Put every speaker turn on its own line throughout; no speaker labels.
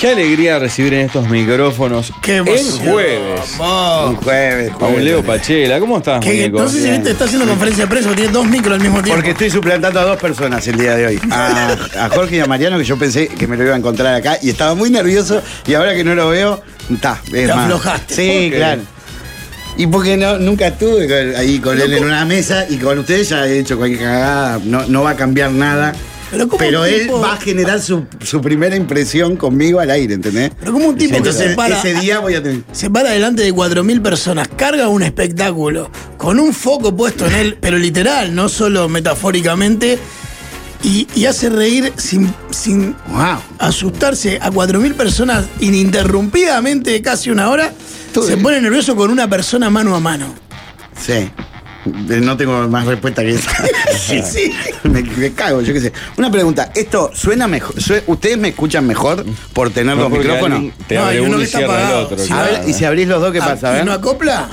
Qué alegría recibir en estos micrófonos
Qué
en
emoción,
jueves.
vos.
Un jueves. A un Leo Pachela. ¿Cómo estás,
Que,
muñeco?
no sé si
Bien.
viste, está haciendo conferencia de prensa, porque tiene dos micros al mismo tiempo.
Porque estoy suplantando a dos personas el día de hoy. A, a Jorge y a Mariano, que yo pensé que me lo iba a encontrar acá y estaba muy nervioso y ahora que no lo veo, está. es
Te
más.
aflojaste.
Sí,
¿Por qué?
claro. Y porque no, nunca estuve con- ahí con él en una mesa y con ustedes ya he hecho cualquier cagada, no, no va a cambiar nada.
Pero
Pero,
¿cómo un
él
tipo-
va a generar su, su primera impresión conmigo al aire, ¿entendés?
Pero como un tipo que se
Entonces,
para,
ese día voy a tener.
se para delante de 4.000 personas, carga un espectáculo, con un foco puesto en él, pero literal, no solo metafóricamente, y, y hace reír sin, sin
¡Wow!
asustarse a 4.000 personas ininterrumpidamente casi una hora,
Todo
se
bien.
pone nervioso con una persona mano a mano.
Sí. Eh, No tengo más respuesta que esa.
Sí, sí.
Me, me cago, yo qué sé. Una pregunta, ¿esto suena mejor? sue- ¿Ustedes me escuchan mejor por tener
No,
los
porque
micrófonos?
alguien Te
No, hay
abre
uno
uno
que
y
está
cierra el
apagado.
otro.
Sí,
A ver,
claro.
y si abrís los dos, ¿qué
Ah,
pasa? A
¿y
ver.
no acopla?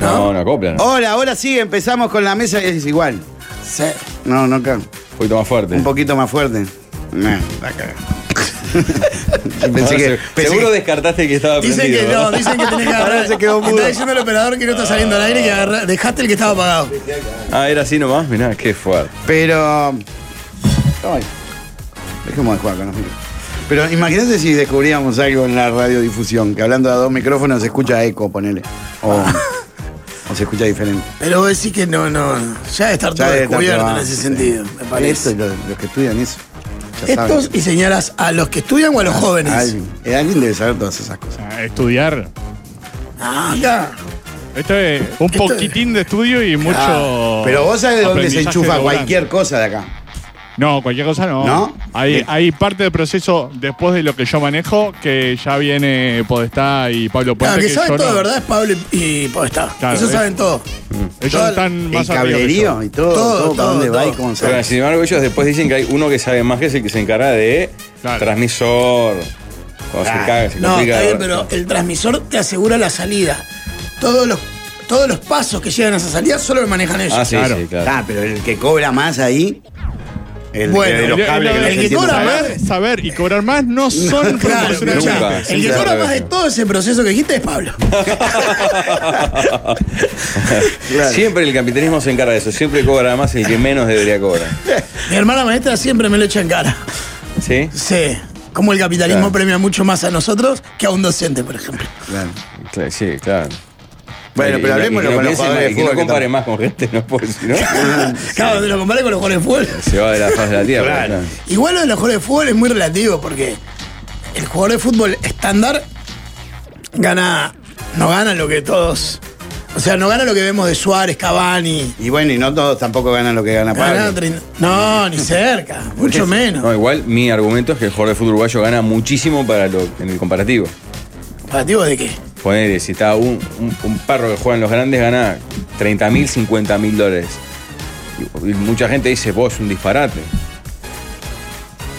No, no acoplan. Un
Hola, ahora sí, empezamos con la mesa y es igual.
Sí.
No, no, ca-
poquito más fuerte.
un poquito más fuerte. Nah, la caga. pensé que,
Ahora se-
pensé
Seguro
que-
descartaste que estaba
Dicen
prendido,
que no,
¿verdad?
dicen que tenés que
Ahora
agarrar.
se quedó
Está
mudo.
diciendo el operador que no está saliendo al aire que agarra- dejaste el que estaba apagado.
Ah, era así nomás. Mirá, qué fuerte.
Pero. Ay, dejemos de jugar con los micrófonos. Pero imagínate si descubríamos algo en la radiodifusión, que hablando a dos micrófonos se escucha eco, ponele. O, o se escucha diferente.
Pero vos decís que no, no. Ya debe estar
Ya
todo
debe estar
descubierto en
probado,
ese
sí.
sentido, me
Esto
parece.
y los, los que estudian eso. Ya
Estos
saben.
y señalas a los que estudian o
Ah,
a los jóvenes.
Alguien, eh, alguien debe saber todas esas cosas.
Ah, Estudiar.
Ah, acá.
Esto es un
Esto es-
poquitín de estudio y mucho.
Ah, pero vos sabés de dónde se
aprendizaje
enchufa
laboral.
cualquier cosa de acá.
No, cualquier cosa no.
¿No?
Hay,
Bien.
hay parte del proceso después de lo que yo manejo que ya viene Podestá y Pablo Puente.
Claro, que saben
yo
todo,
no-
¿verdad? Es Pablo y, y Podestá.
Claro,
Ellos
es-
saben todo.
Ellos
Todo el-
están
El
más arriba que yo.
cablerío y todo,
Todo,
todo, para
todo,
dónde va
todo.
y cómo se
Pero sin embargo, ellos después dicen que hay uno que sabe más que es el que se encarga de
Claro.
transmisor. Cuando se
Ah,
caga, se
No,
complica.
está bien, pero el transmisor te asegura la salida. Todos los, todos los pasos que llegan a esa salida solo lo manejan ellos.
Ah, sí,
Claro.
sí, claro.
Ah, pero el que cobra más ahí. El
Bueno,
de los
El-
cables
el-
que
el
no
que
se
cobra
entienden.
más-
Saber, saber y cobrar más no son
Claro, pero
proporcionales.
nunca.
ya, el
sí,
que
la
cobra
verdad
más
que
de
sí.
todo ese proceso que dijiste es Pablo.
Claro.
Siempre el capitalismo se encarga de eso. Siempre cobra más el que menos debería cobrar.
Mi hermana maestra siempre me lo echa en cara.
¿Sí?
Sí. Como el capitalismo
Claro.
premia mucho más a nosotros que a un docente, por ejemplo.
Claro.
Claro, sí, claro.
Bueno,
Y-
pero
y-
hablemoslo
y que
con
no
los
piense
jugadores
más,
de
y que
fútbol
no
que
compare
están-
más con gente, no puedo decir, ¿no?
Claro, te lo comparé con los jugadores de fútbol.
Se va de la faz de la tierra.
Claro.
claro.
Igual lo de los jugadores de fútbol es muy relativo porque el jugador de fútbol estándar gana, no gana lo que todos. O sea, no gana lo que vemos de Suárez, Cavani.
Y bueno, y no todos tampoco ganan lo que gana
Gana
Pablo.
30 no, ni cerca, mucho menos.
No, igual mi argumento es que el jugador de fútbol uruguayo gana muchísimo para lo, en el comparativo.
¿Comparativo de qué?
Ponele, si está un, un, un perro que juega en los grandes gana 30 mil, 50 mil dólares. Y, y mucha gente dice, vos, un disparate.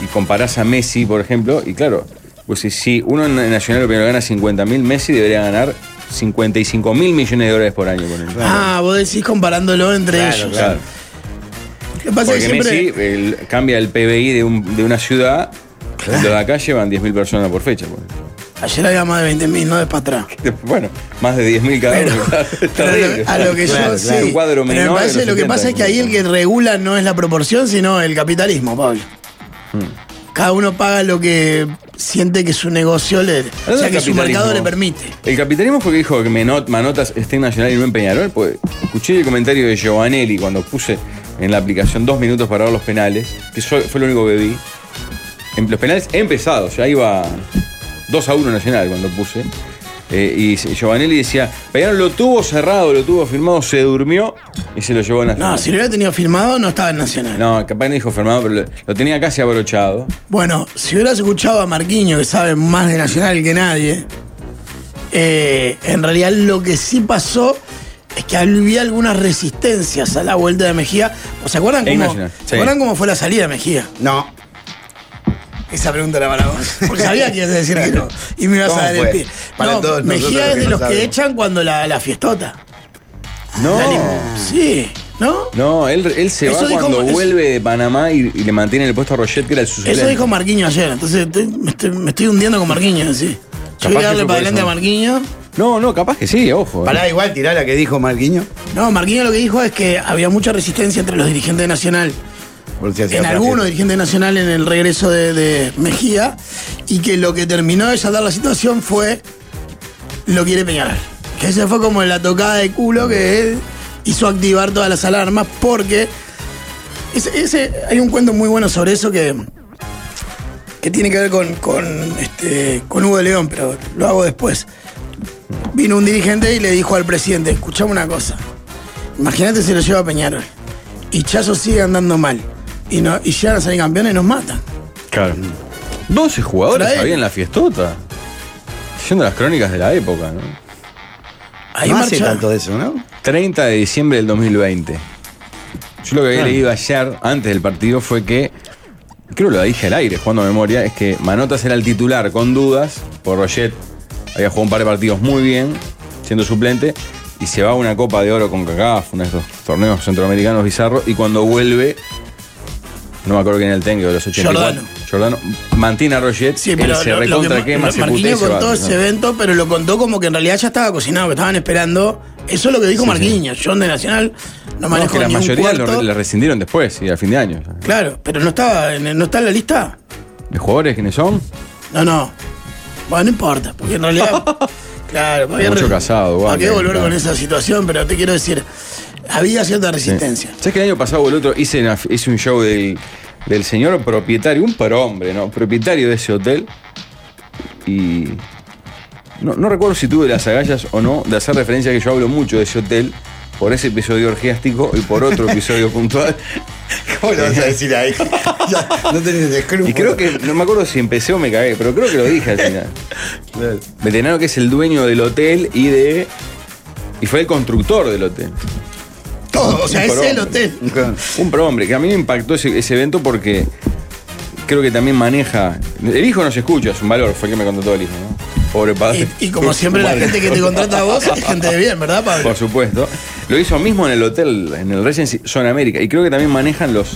Y comparás a Messi, por ejemplo, y claro, pues si, si uno en en Nacional pero gana 50 mil, Messi debería ganar 55 mil millones de dólares por año. ponele.
Ah, vos decís comparándolo entre ellos.
Claro.
Lo que pasa es
Porque
que siempre.
Messi el- cambia el PBI de, un- de una ciudad, los de acá llevan 10.000 personas por fecha. ponele.
Ayer había más de 20.000, no es para atrás.
Bueno, más de 10.000 cada
Pero,
uno. Está
pero a lo-
horrible.
a lo que
Claro,
yo
claro.
sí.
Un cuadro
pero
menor
me
de
parece
los
lo que
70,
pasa es que ahí el que regula no es la proporción, sino el capitalismo, Pablo.
Hmm.
Cada uno paga lo que siente que su negocio le. O
Hablando del
sea, que su
capitalismo,
mercado le permite.
El capitalismo fue que dijo que Menot- Manotas esté en Nacional y no en Peñarol. Pues, escuché el comentario de Giovanelli cuando puse en la aplicación dos minutos para ver los penales, que eso fue lo único que vi. En- los penales empezados, ya iba 2 a 1 Nacional cuando puse. Eh, y se- Giovanelli decía, Peñarol lo tuvo cerrado, lo tuvo firmado, se durmió y se lo llevó a Nacional.
No, si lo hubiera tenido filmado, no estaba en Nacional.
No, capaz no dijo firmado, pero lo, lo tenía casi abrochado.
Bueno, si hubieras escuchado a Marquiño, que sabe más de Nacional que nadie, eh, en realidad lo que sí pasó es que había algunas resistencias a la vuelta de Mejía. ¿O ¿Se acuerdan,
En
cómo,
Nacional,
¿se
sí.
acuerdan cómo fue la salida de Mejía?
No.
Esa pregunta era para vos. Porque sabía que ibas a decir que no. Y me ibas
¿Cómo
a dar el
fue?
pie.
Para
No,
todos nosotros
Mejía
los
es de
que
los
no
que
sabemos.
Oh.
echan cuando la, la fiestota.
No.
Sí. ¿No?
No, él, él se
Eso
va
dijo-
cuando
eso-
vuelve de Panamá y, y le mantiene el puesto a Roget, que era el sucesor.
Eso dijo Marquinhos ayer, entonces estoy- me, estoy, me estoy hundiendo con Marquinhos, sí. Yo voy
que
a darle
fue
para
por
adelante
eso.
a Marquinhos.
No, no, capaz que sí, ojo. eh.
Pará, igual tirá la que dijo Marquiño.
No, Marquinhos lo que dijo es que había mucha resistencia entre los dirigentes de Nacional,
Por si hacía
en
otra
algunos
fiesta.
dirigentes de Nacional en el regreso de, de Mejía, y que lo que terminó de saltar la situación fue lo quiere Peñarol. Que esa fue como la tocada de culo que él hizo activar todas las alarmas porque ese, ese- hay un cuento muy bueno sobre eso que, que tiene que ver con, con, este, con Hugo de León, pero lo hago después. Vino un dirigente y le dijo al presidente, escuchame una cosa, imagínate si lo lleva a Peñarol y Chazo sigue andando mal y, no, y llegan a salir campeones y nos matan.
Claro. 12 jugadores
Para él.
había en la fiestota. Yendo las crónicas de la época, ¿no?
Ahí
No hace
marcha.
tanto de eso, ¿no?
30 de diciembre del 2020. Yo lo que había leído ayer, antes del partido, fue que, creo que lo dije al aire, jugando a memoria, es que Manotas era el titular con dudas, por Roget había jugado un par de partidos muy bien, siendo suplente, y se va a una Copa de Oro con CACAF, uno de esos torneos centroamericanos bizarros, y cuando vuelve, no me acuerdo quién era el técnico de los 84, Jordano, mantiene a Roget,
Sí,
él
pero
se
lo- lo
recontra
que-
quema,
lo-
se putea y
Marquinhos
se va,
contó
¿no?
ese evento, pero lo contó como que en realidad ya estaba cocinado, que estaban esperando. Eso es lo que dijo Marquinhos. Yo de Nacional no
No, es
manejo
que la
ni un
mayoría lo,
cuarto.
re- la rescindieron después, y a fin de año.
Claro, pero no estaba, en- no está en la lista.
¿De jugadores quiénes son?
No, no. Bueno, no importa, porque en realidad. claro, había
Mucho
re-
casado, guau,
¿Para qué
que-
volver
claro.
con esa situación? Pero te quiero decir, había cierta resistencia.
¿Sabes que el año pasado o el otro hice, una- hice un show del, del señor propietario, un hombre, ¿no? Propietario de ese hotel. Y. No, no recuerdo si tuve las agallas o no de hacer referencia a que yo hablo mucho de ese hotel por ese episodio orgiástico y por otro episodio puntual.
¿Cómo lo vas a decir ahí? Ya, no tenés escrúpulos.
Y creo que, no me acuerdo si empecé o me cagué, pero creo que lo dije al final. Veterano que es el dueño del hotel y de. Y fue el constructor del hotel.
Todo, o sea,
Un
es el
porongo.
hotel.
Un prohombre, que a mí me impactó ese, ese evento porque creo que también maneja. El hijo nos escucha, es un valor, fue el que me contrató el hijo, ¿no? Pobre padre.
Y, y como siempre, la gente que te contrata a vos es gente de bien, ¿verdad, Pablo?
Por supuesto. Lo hizo mismo en el hotel, en el Regency Zona América. Y creo que también manejan los,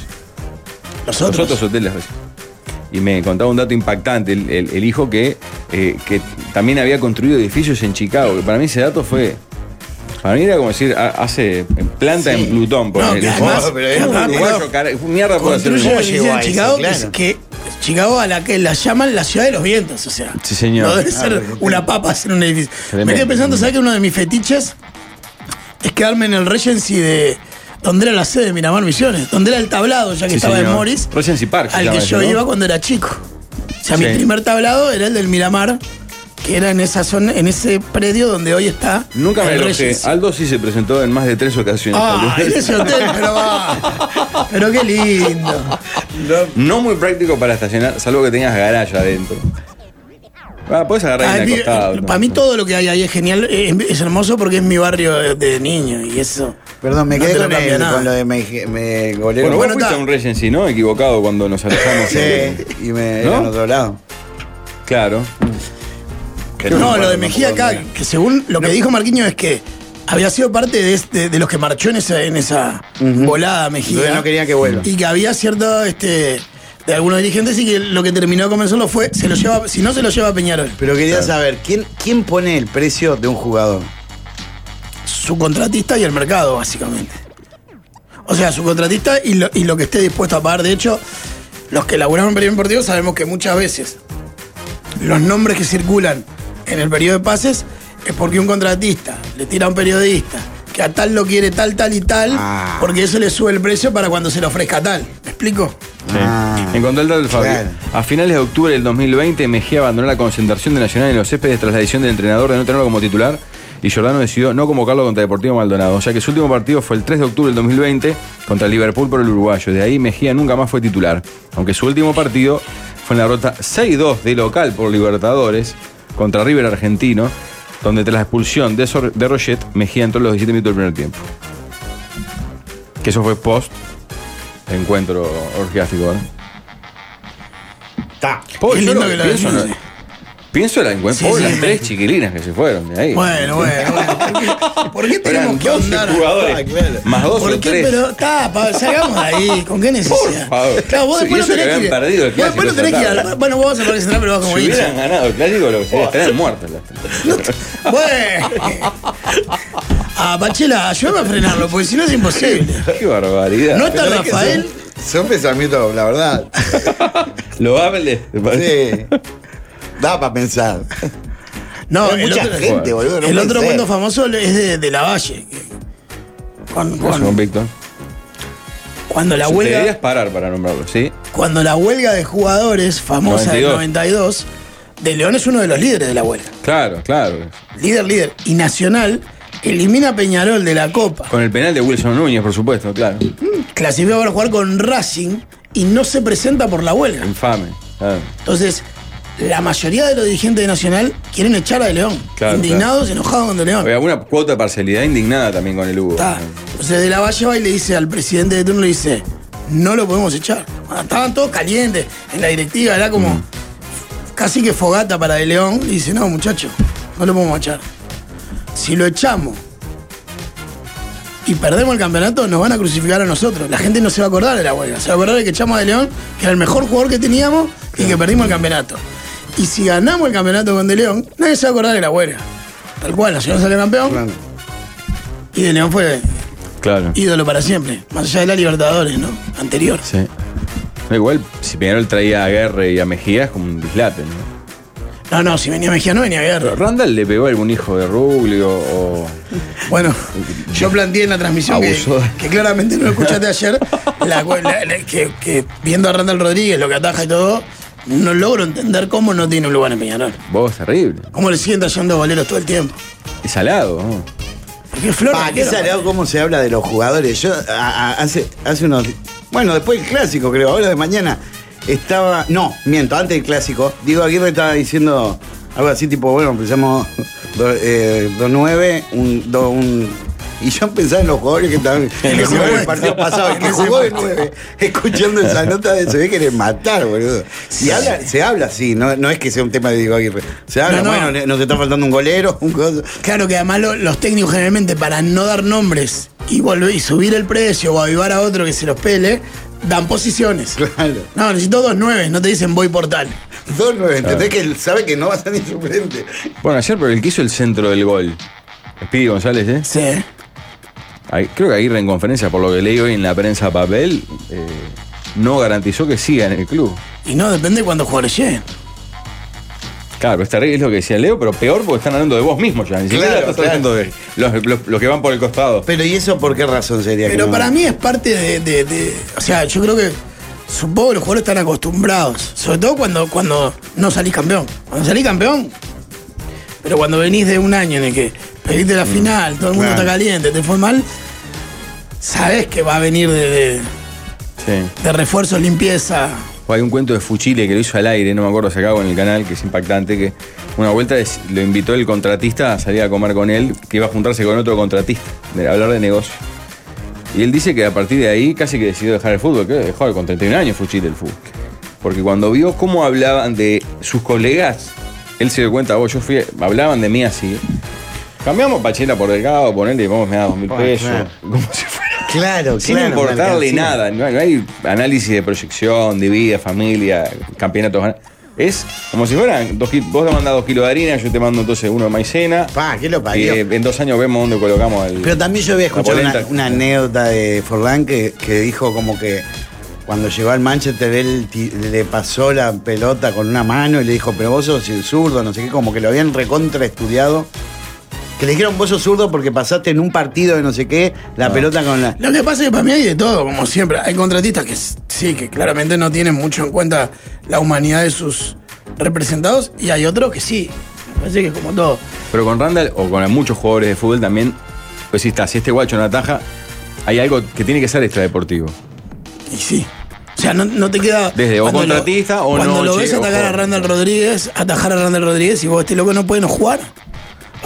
Los
los
otros.
otros hoteles Regency. Y me contaba un dato impactante, el, el- el hijo que, eh, que también había construido edificios en Chicago. Que para mí ese dato fue. Para mí era como decir, ha- hace planta en Plutón, por
No,
ejemplo.
que además-
Como,
pero es
un
además,
uruguayo,
no.
cara- mierda por hacer
construye
un-
una
llegó
iglesia en
a eso?
Chicago que es-
Claro.
que, Chicago a la que la llaman la ciudad de los vientos, o sea.
Sí, señor.
No debe
Ah,
ser una papa hacer un edificio.
Tremendo.
Me quedé pensando, ¿sabes que uno de mis fetiches es quedarme en el Regency de donde era la sede de Miramar Misiones, donde era el tablado, ya que
Sí,
estaba en
señor.
Morris,
Regency Park se
al
llama
que
ese,
yo
¿no?
iba cuando era chico. O sea, mi
Sí.
primer tablado era el del Miramar, que era en esa zona, en ese predio donde hoy está.
Nunca me
el
enojé.
Regency.
Aldo sí se presentó en más de tres ocasiones.
Ah,
Tal
en
vez.
ese hotel, pero va. Pero qué lindo.
No muy práctico para estacionar, salvo que tengas garaje adentro. Ah, puedes agarrar ahí en el costado. ¿no?
eh, para mí todo lo que hay ahí es genial, es, es hermoso porque es mi barrio de, de niño y eso.
Perdón, me
No
quedé
te lo
con,
cambia
el-
nada.
con lo de me, me golero.
Bueno, vos
bueno,
fuiste
ta.
a un Regency, ¿no? Equivocado cuando nos alejamos.
sí, y me
¿No?
era en otro lado.
Claro.
Que
no,
me
lo de
acuerdo,
Mejía
no me
acá,
acuerdo.
que según lo que dijo Marquinhos es que había sido parte de, este- de los que marchó en esa, en esa volada Mejía.
Entonces no quería que vuelva.
Y que había cierto este, de algunos dirigentes y que lo que terminó de convencerlo fue, se lo lleva, si no se lo lleva a Peñarol.
Pero quería saber, ¿quién, ¿quién pone el precio de un jugador?
Su contratista y el mercado, básicamente. O sea, su contratista y lo, y lo que esté dispuesto a pagar. De hecho, los que laburaron en periodo deportivo sabemos que muchas veces los nombres que circulan en el periodo de pases es porque un contratista le tira a un periodista que a tal lo quiere tal, tal y tal,
Ah.
porque eso le sube el precio para cuando se le ofrezca tal. ¿Me explico?
Sí.
Ah.
en cuanto al dato del Fabio,
Claro.
a finales de octubre del 2020 Mejía abandonó la concentración de Nacional en los céspedes tras la decisión del entrenador de no tenerlo como titular y Jordano decidió no convocarlo contra Deportivo Maldonado, o sea que su último partido fue el 3 de octubre del 2020 contra Liverpool por el uruguayo. De ahí Mejía nunca más fue titular, aunque su último partido fue en la derrota 6-2 de local por Libertadores contra River Argentino, donde tras la expulsión de, Sor- de Roget, Mejía entró a los 17 minutos del primer tiempo. Que eso fue post encuentro orgiástico, ¿verdad?
Ta.
Pobre,
Qué
yo
lindo
lo
que lo
pienso,
defiende.
no- Pienso en la en
Sí,
Puebla,
sí, sí.
tres chiquilinas que se fueron de ahí.
Bueno, bueno, bueno. ¿Por qué, por qué
Eran
tenemos que
12
ahondar?
jugadores,
Ah, claro.
más dos
¿Por
o
qué?
tres.
Pero está, pa- salgamos de ahí. ¿Con qué necesidad?
Por favor.
Claro, vos
Sí,
después
eso
no
que
tenés que
habían
ir.
perdido el
Vos después
clásico
no tenés que ir.
esa
al-
tarde.
Bueno, vos vas a poder entrar, pero vas
Si
como
hubieran
hincha.
ganado el clásico, lo que sería, estarían muertas las tres.
Bueno. Ah, Pachela, ayúdame a frenarlo, porque si no es imposible.
Qué barbaridad.
No está
Pero es que
Rafael.
son- Son pensamientos, la verdad.
Lo hable.
Sí. Da para pensar.
No,
Hay
el
mucha
otro,
gente, boludo. no
el
puede
otro
ser.
mundo famoso es de, de la Valle. que- Con, con-
Con Víctor.
cuando la
Te
huelga.
deberías parar para nombrarlo, ¿sí?
Cuando la huelga de jugadores famosa
92.
del 92, De León es uno de los líderes de la huelga.
Claro, claro.
Líder, líder. Y Nacional elimina a Peñarol de la Copa.
Con el penal de Wilson Núñez, por supuesto, claro.
Clasifica para jugar con Racing y no se presenta por la huelga.
Infame. Claro.
Entonces, la mayoría de los dirigentes de Nacional quieren echar a De León.
Claro,
indignados, enojados con De León.
Había una cuota de parcialidad indignada también con el Hugo.
Está. Entonces De la Valle va y le dice al presidente de turno, le dice, no lo podemos echar. Cuando estaban todos calientes en la directiva, era como casi que fogata para De León. Y dice, no, muchacho, no lo podemos echar. Si lo echamos y perdemos el campeonato, nos van a crucificar a nosotros. La gente no se va a acordar de la huelga. Se va a acordar de que echamos a De León, que era el mejor jugador que teníamos y que perdimos el campeonato. Y si ganamos el campeonato con De León, nadie se va a acordar de la huelga. Tal cual, Nacional salió campeón
Claro.
y De León fue
Claro.
ídolo para siempre, más allá de la Libertadores, ¿no? Anterior.
Sí. No, igual, si Peñarol traía a Guerre y a Mejía, es como un dislate, ¿no?
No, no, si venía Mejía no venía
Pero
Guerra.
Randall le pegó a algún hijo de Rubio o.
Bueno, yo planteé en la transmisión que,
Abusó.
que claramente no lo escuchaste ayer, la cu- la- la- que, que viendo a Randall Rodríguez, lo que ataja y todo, no logro entender cómo no tiene un lugar en Peñarol.
Vos, terrible.
Cómo le siguen trayendo boleros todo el tiempo.
Es salado, ¿no?
Porque Flor
Pa,
no
qué
quiero-
salado cómo se habla de los jugadores. Yo a- a- hace, hace unos. Bueno, después del clásico, creo, ahora de mañana. Estaba. No, miento, antes del clásico. Diego Aguirre estaba diciendo algo así tipo, bueno, empezamos 2-9, un, do- un- Y yo pensaba en los jugadores que estaban en el
ese puesto.
partido pasado, el que jugó de 9, escuchando esa nota de se ve que le matar, boludo. Y habla- se habla así, no, no es que sea un tema de Diego Aguirre. Se habla,
No, no.
bueno, nos está faltando un golero, un coso.
Claro que además lo- los técnicos generalmente para no dar nombres y volver y subir el precio o avivar a otro que se los pele, dan posiciones.
Claro.
No, necesito dos nueve, no te dicen voy por tal.
Dos nueve, entendés que él sabe que no va a ser ni suplente.
Bueno, ayer, pero el que hizo el centro del gol. Speedy González, ¿eh?
Sí.
Ahí- Creo que Aguirre en conferencia, por lo que leí hoy en la prensa papel, eh, no garantizó que siga en el club.
Y no, depende de cuántos jugadores lleguen.
Claro, es terrible, es lo que decía Leo, pero peor porque están hablando de vos mismo ya. Ni siquiera
Claro,
estás hablando de los, los- los que van por el costado.
Pero ¿y eso por qué razón sería? que
Pero
no?
para mí es parte de, de- de- O sea, yo creo que. Supongo que los jugadores están acostumbrados. Sobre todo cuando, cuando no salís campeón. Cuando salís campeón. Pero cuando venís de un año en el que perdiste la final, todo el mundo
claro.
está caliente, te fue mal. Sabés que va a venir de, de,
Sí.
de refuerzo, limpieza.
Hay un cuento de Fuchile que lo hizo al aire, no me acuerdo si acabo en el canal, que es impactante, que una vuelta es- lo invitó el contratista a salir a comer con él, que iba a juntarse con otro contratista, de hablar de negocio. Y él dice que a partir de ahí casi que decidió dejar el fútbol, que dejó con 31 años Fuchile el fútbol. Porque cuando vio cómo hablaban de sus colegas, él se dio cuenta, vos, yo fui, hablaban de mí así. Cambiamos Pachela por Delgado, ponele, vamos, me da dos mil
Ah,
pesos.
claro.
Como si fuera
Claro,
sin
claro,
importarle
una alcancía.
nada, no hay, no hay análisis de proyección, de vida, familia, campeonatos. gan- Es como si fueran, dos, ki- vos te mandas dos kilos de harina, yo te mando entonces uno de maicena.
Pa, ¿qué lo
y
parió?
eh, en dos años vemos dónde colocamos el.
Pero también yo había escuchado
la
una,
polenta.
una anécdota de Forlán que, que dijo como que cuando llegó al Manchester él ti- le pasó la pelota con una mano y le dijo, pero vos sos el zurdo, no sé qué, como que lo habían recontra estudiado. Que le dijeron, vos sos zurdo porque pasaste en un partido de no sé qué la pelota con la...
Lo que pasa es que para mí hay de todo, como siempre. Hay contratistas que s- sí, que claramente no tienen mucho en cuenta la humanidad de sus representados y hay otros que sí. Me parece que es como todo.
Pero con Randall o con muchos jugadores de fútbol también, pues si está, si este guacho no ataja, hay algo que tiene que ser extradeportivo.
Y sí. O sea, no, no te queda.
Desde o
cuando lo-
contratista o
Cuando
no,
lo
che,
ves atacar
ojo.
a Randall Rodríguez, atajar a Randall Rodríguez y vos, este loco no puede no jugar.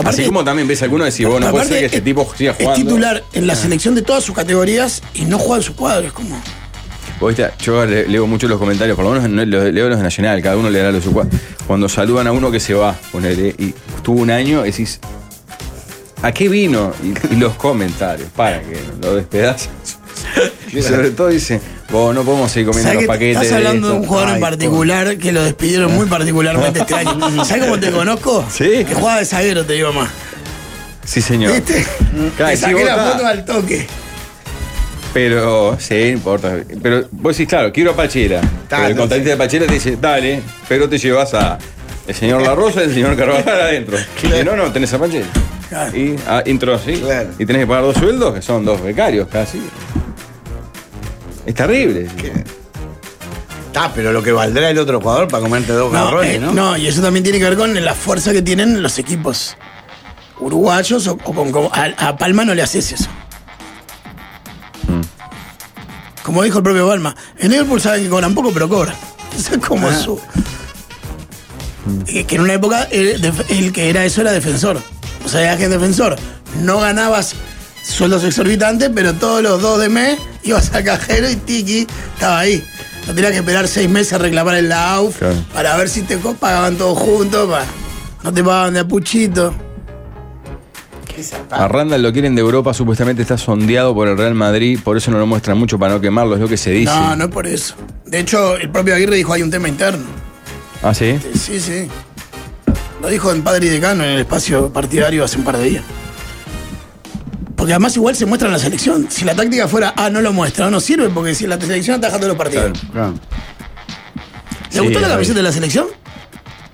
Así como también ves alguno decir, vos no puede
aparte
ser que este
es-
tipo siga
Es
jugando. Ah.
titular en la selección de todas sus categorías y no juega en sus cuadros. Como,
Vos viste, yo le- leo mucho los comentarios, por lo menos no- los- leo los de Nacional, cada uno le dará lo su cua- Cuando saludan a uno que se va, ponele, y estuvo un año, decís, ¿a qué vino? Y, y los comentarios, para que lo despedazas. Y sobre todo dice, vos no podemos seguir comiendo
¿Sabés
los
que te-
paquetes.
estás hablando de un
esto".
jugador en
Ay,
particular que lo despidieron muy particularmente este año. ¿Sabes cómo te conozco?
Sí.
Que jugaba de zaguero, te digo más.
por- Sí, señor.
¿Viste?
Claro,
Te
sí,
saqué
vos
la
está.
foto al toque.
Pero, sí, importa. Pero vos decís, claro, quiero a Pachela. Pero el
no
contratista de Pachela te dice, dale, pero te llevas a el señor La Rosa y el señor Carvajal adentro. Y no, no, tenés a Pachela.
Claro.
Y ah, intro así.
Claro.
Y tenés que pagar dos sueldos, que son dos becarios casi. Es terrible.
Está, pero lo que valdrá el otro jugador para comerte dos
No,
garrones,
eh,
¿no?
no, y eso también tiene que ver con la fuerza que tienen los equipos uruguayos o, o con. como- a, a Palma no le haces eso. Como dijo el propio Palma, en Liverpool saben que cobran poco, pero cobran. Eso es como su. Eh, Que en una época eh, def- el que era eso era defensor. O sea, eras que defensor. No ganabas sueldos exorbitantes, pero todos los dos de mes ibas al cajero y Tiki estaba ahí. No tenías que esperar seis meses a reclamar en la AUF
Claro.
para ver si te co- pagaban todos juntos. pa. No te pagaban de apuchito.
A Randall lo quieren de Europa, supuestamente está sondeado por el Real Madrid, por eso no lo muestran mucho para no quemarlo, es lo que se dice.
No, no es por eso. De hecho, el propio Aguirre dijo hay un tema interno.
Ah, sí.
Eh, Sí, sí. Lo dijo en Padre y Decano en el espacio partidario hace un par de días. Porque además igual se muestra en la selección. Si la táctica fuera, ah, no lo muestra, no sirve, porque si la selección ataja todos los partidos.
Claro.
¿Le
Sí,
gustó la
ahí.
camiseta de la selección?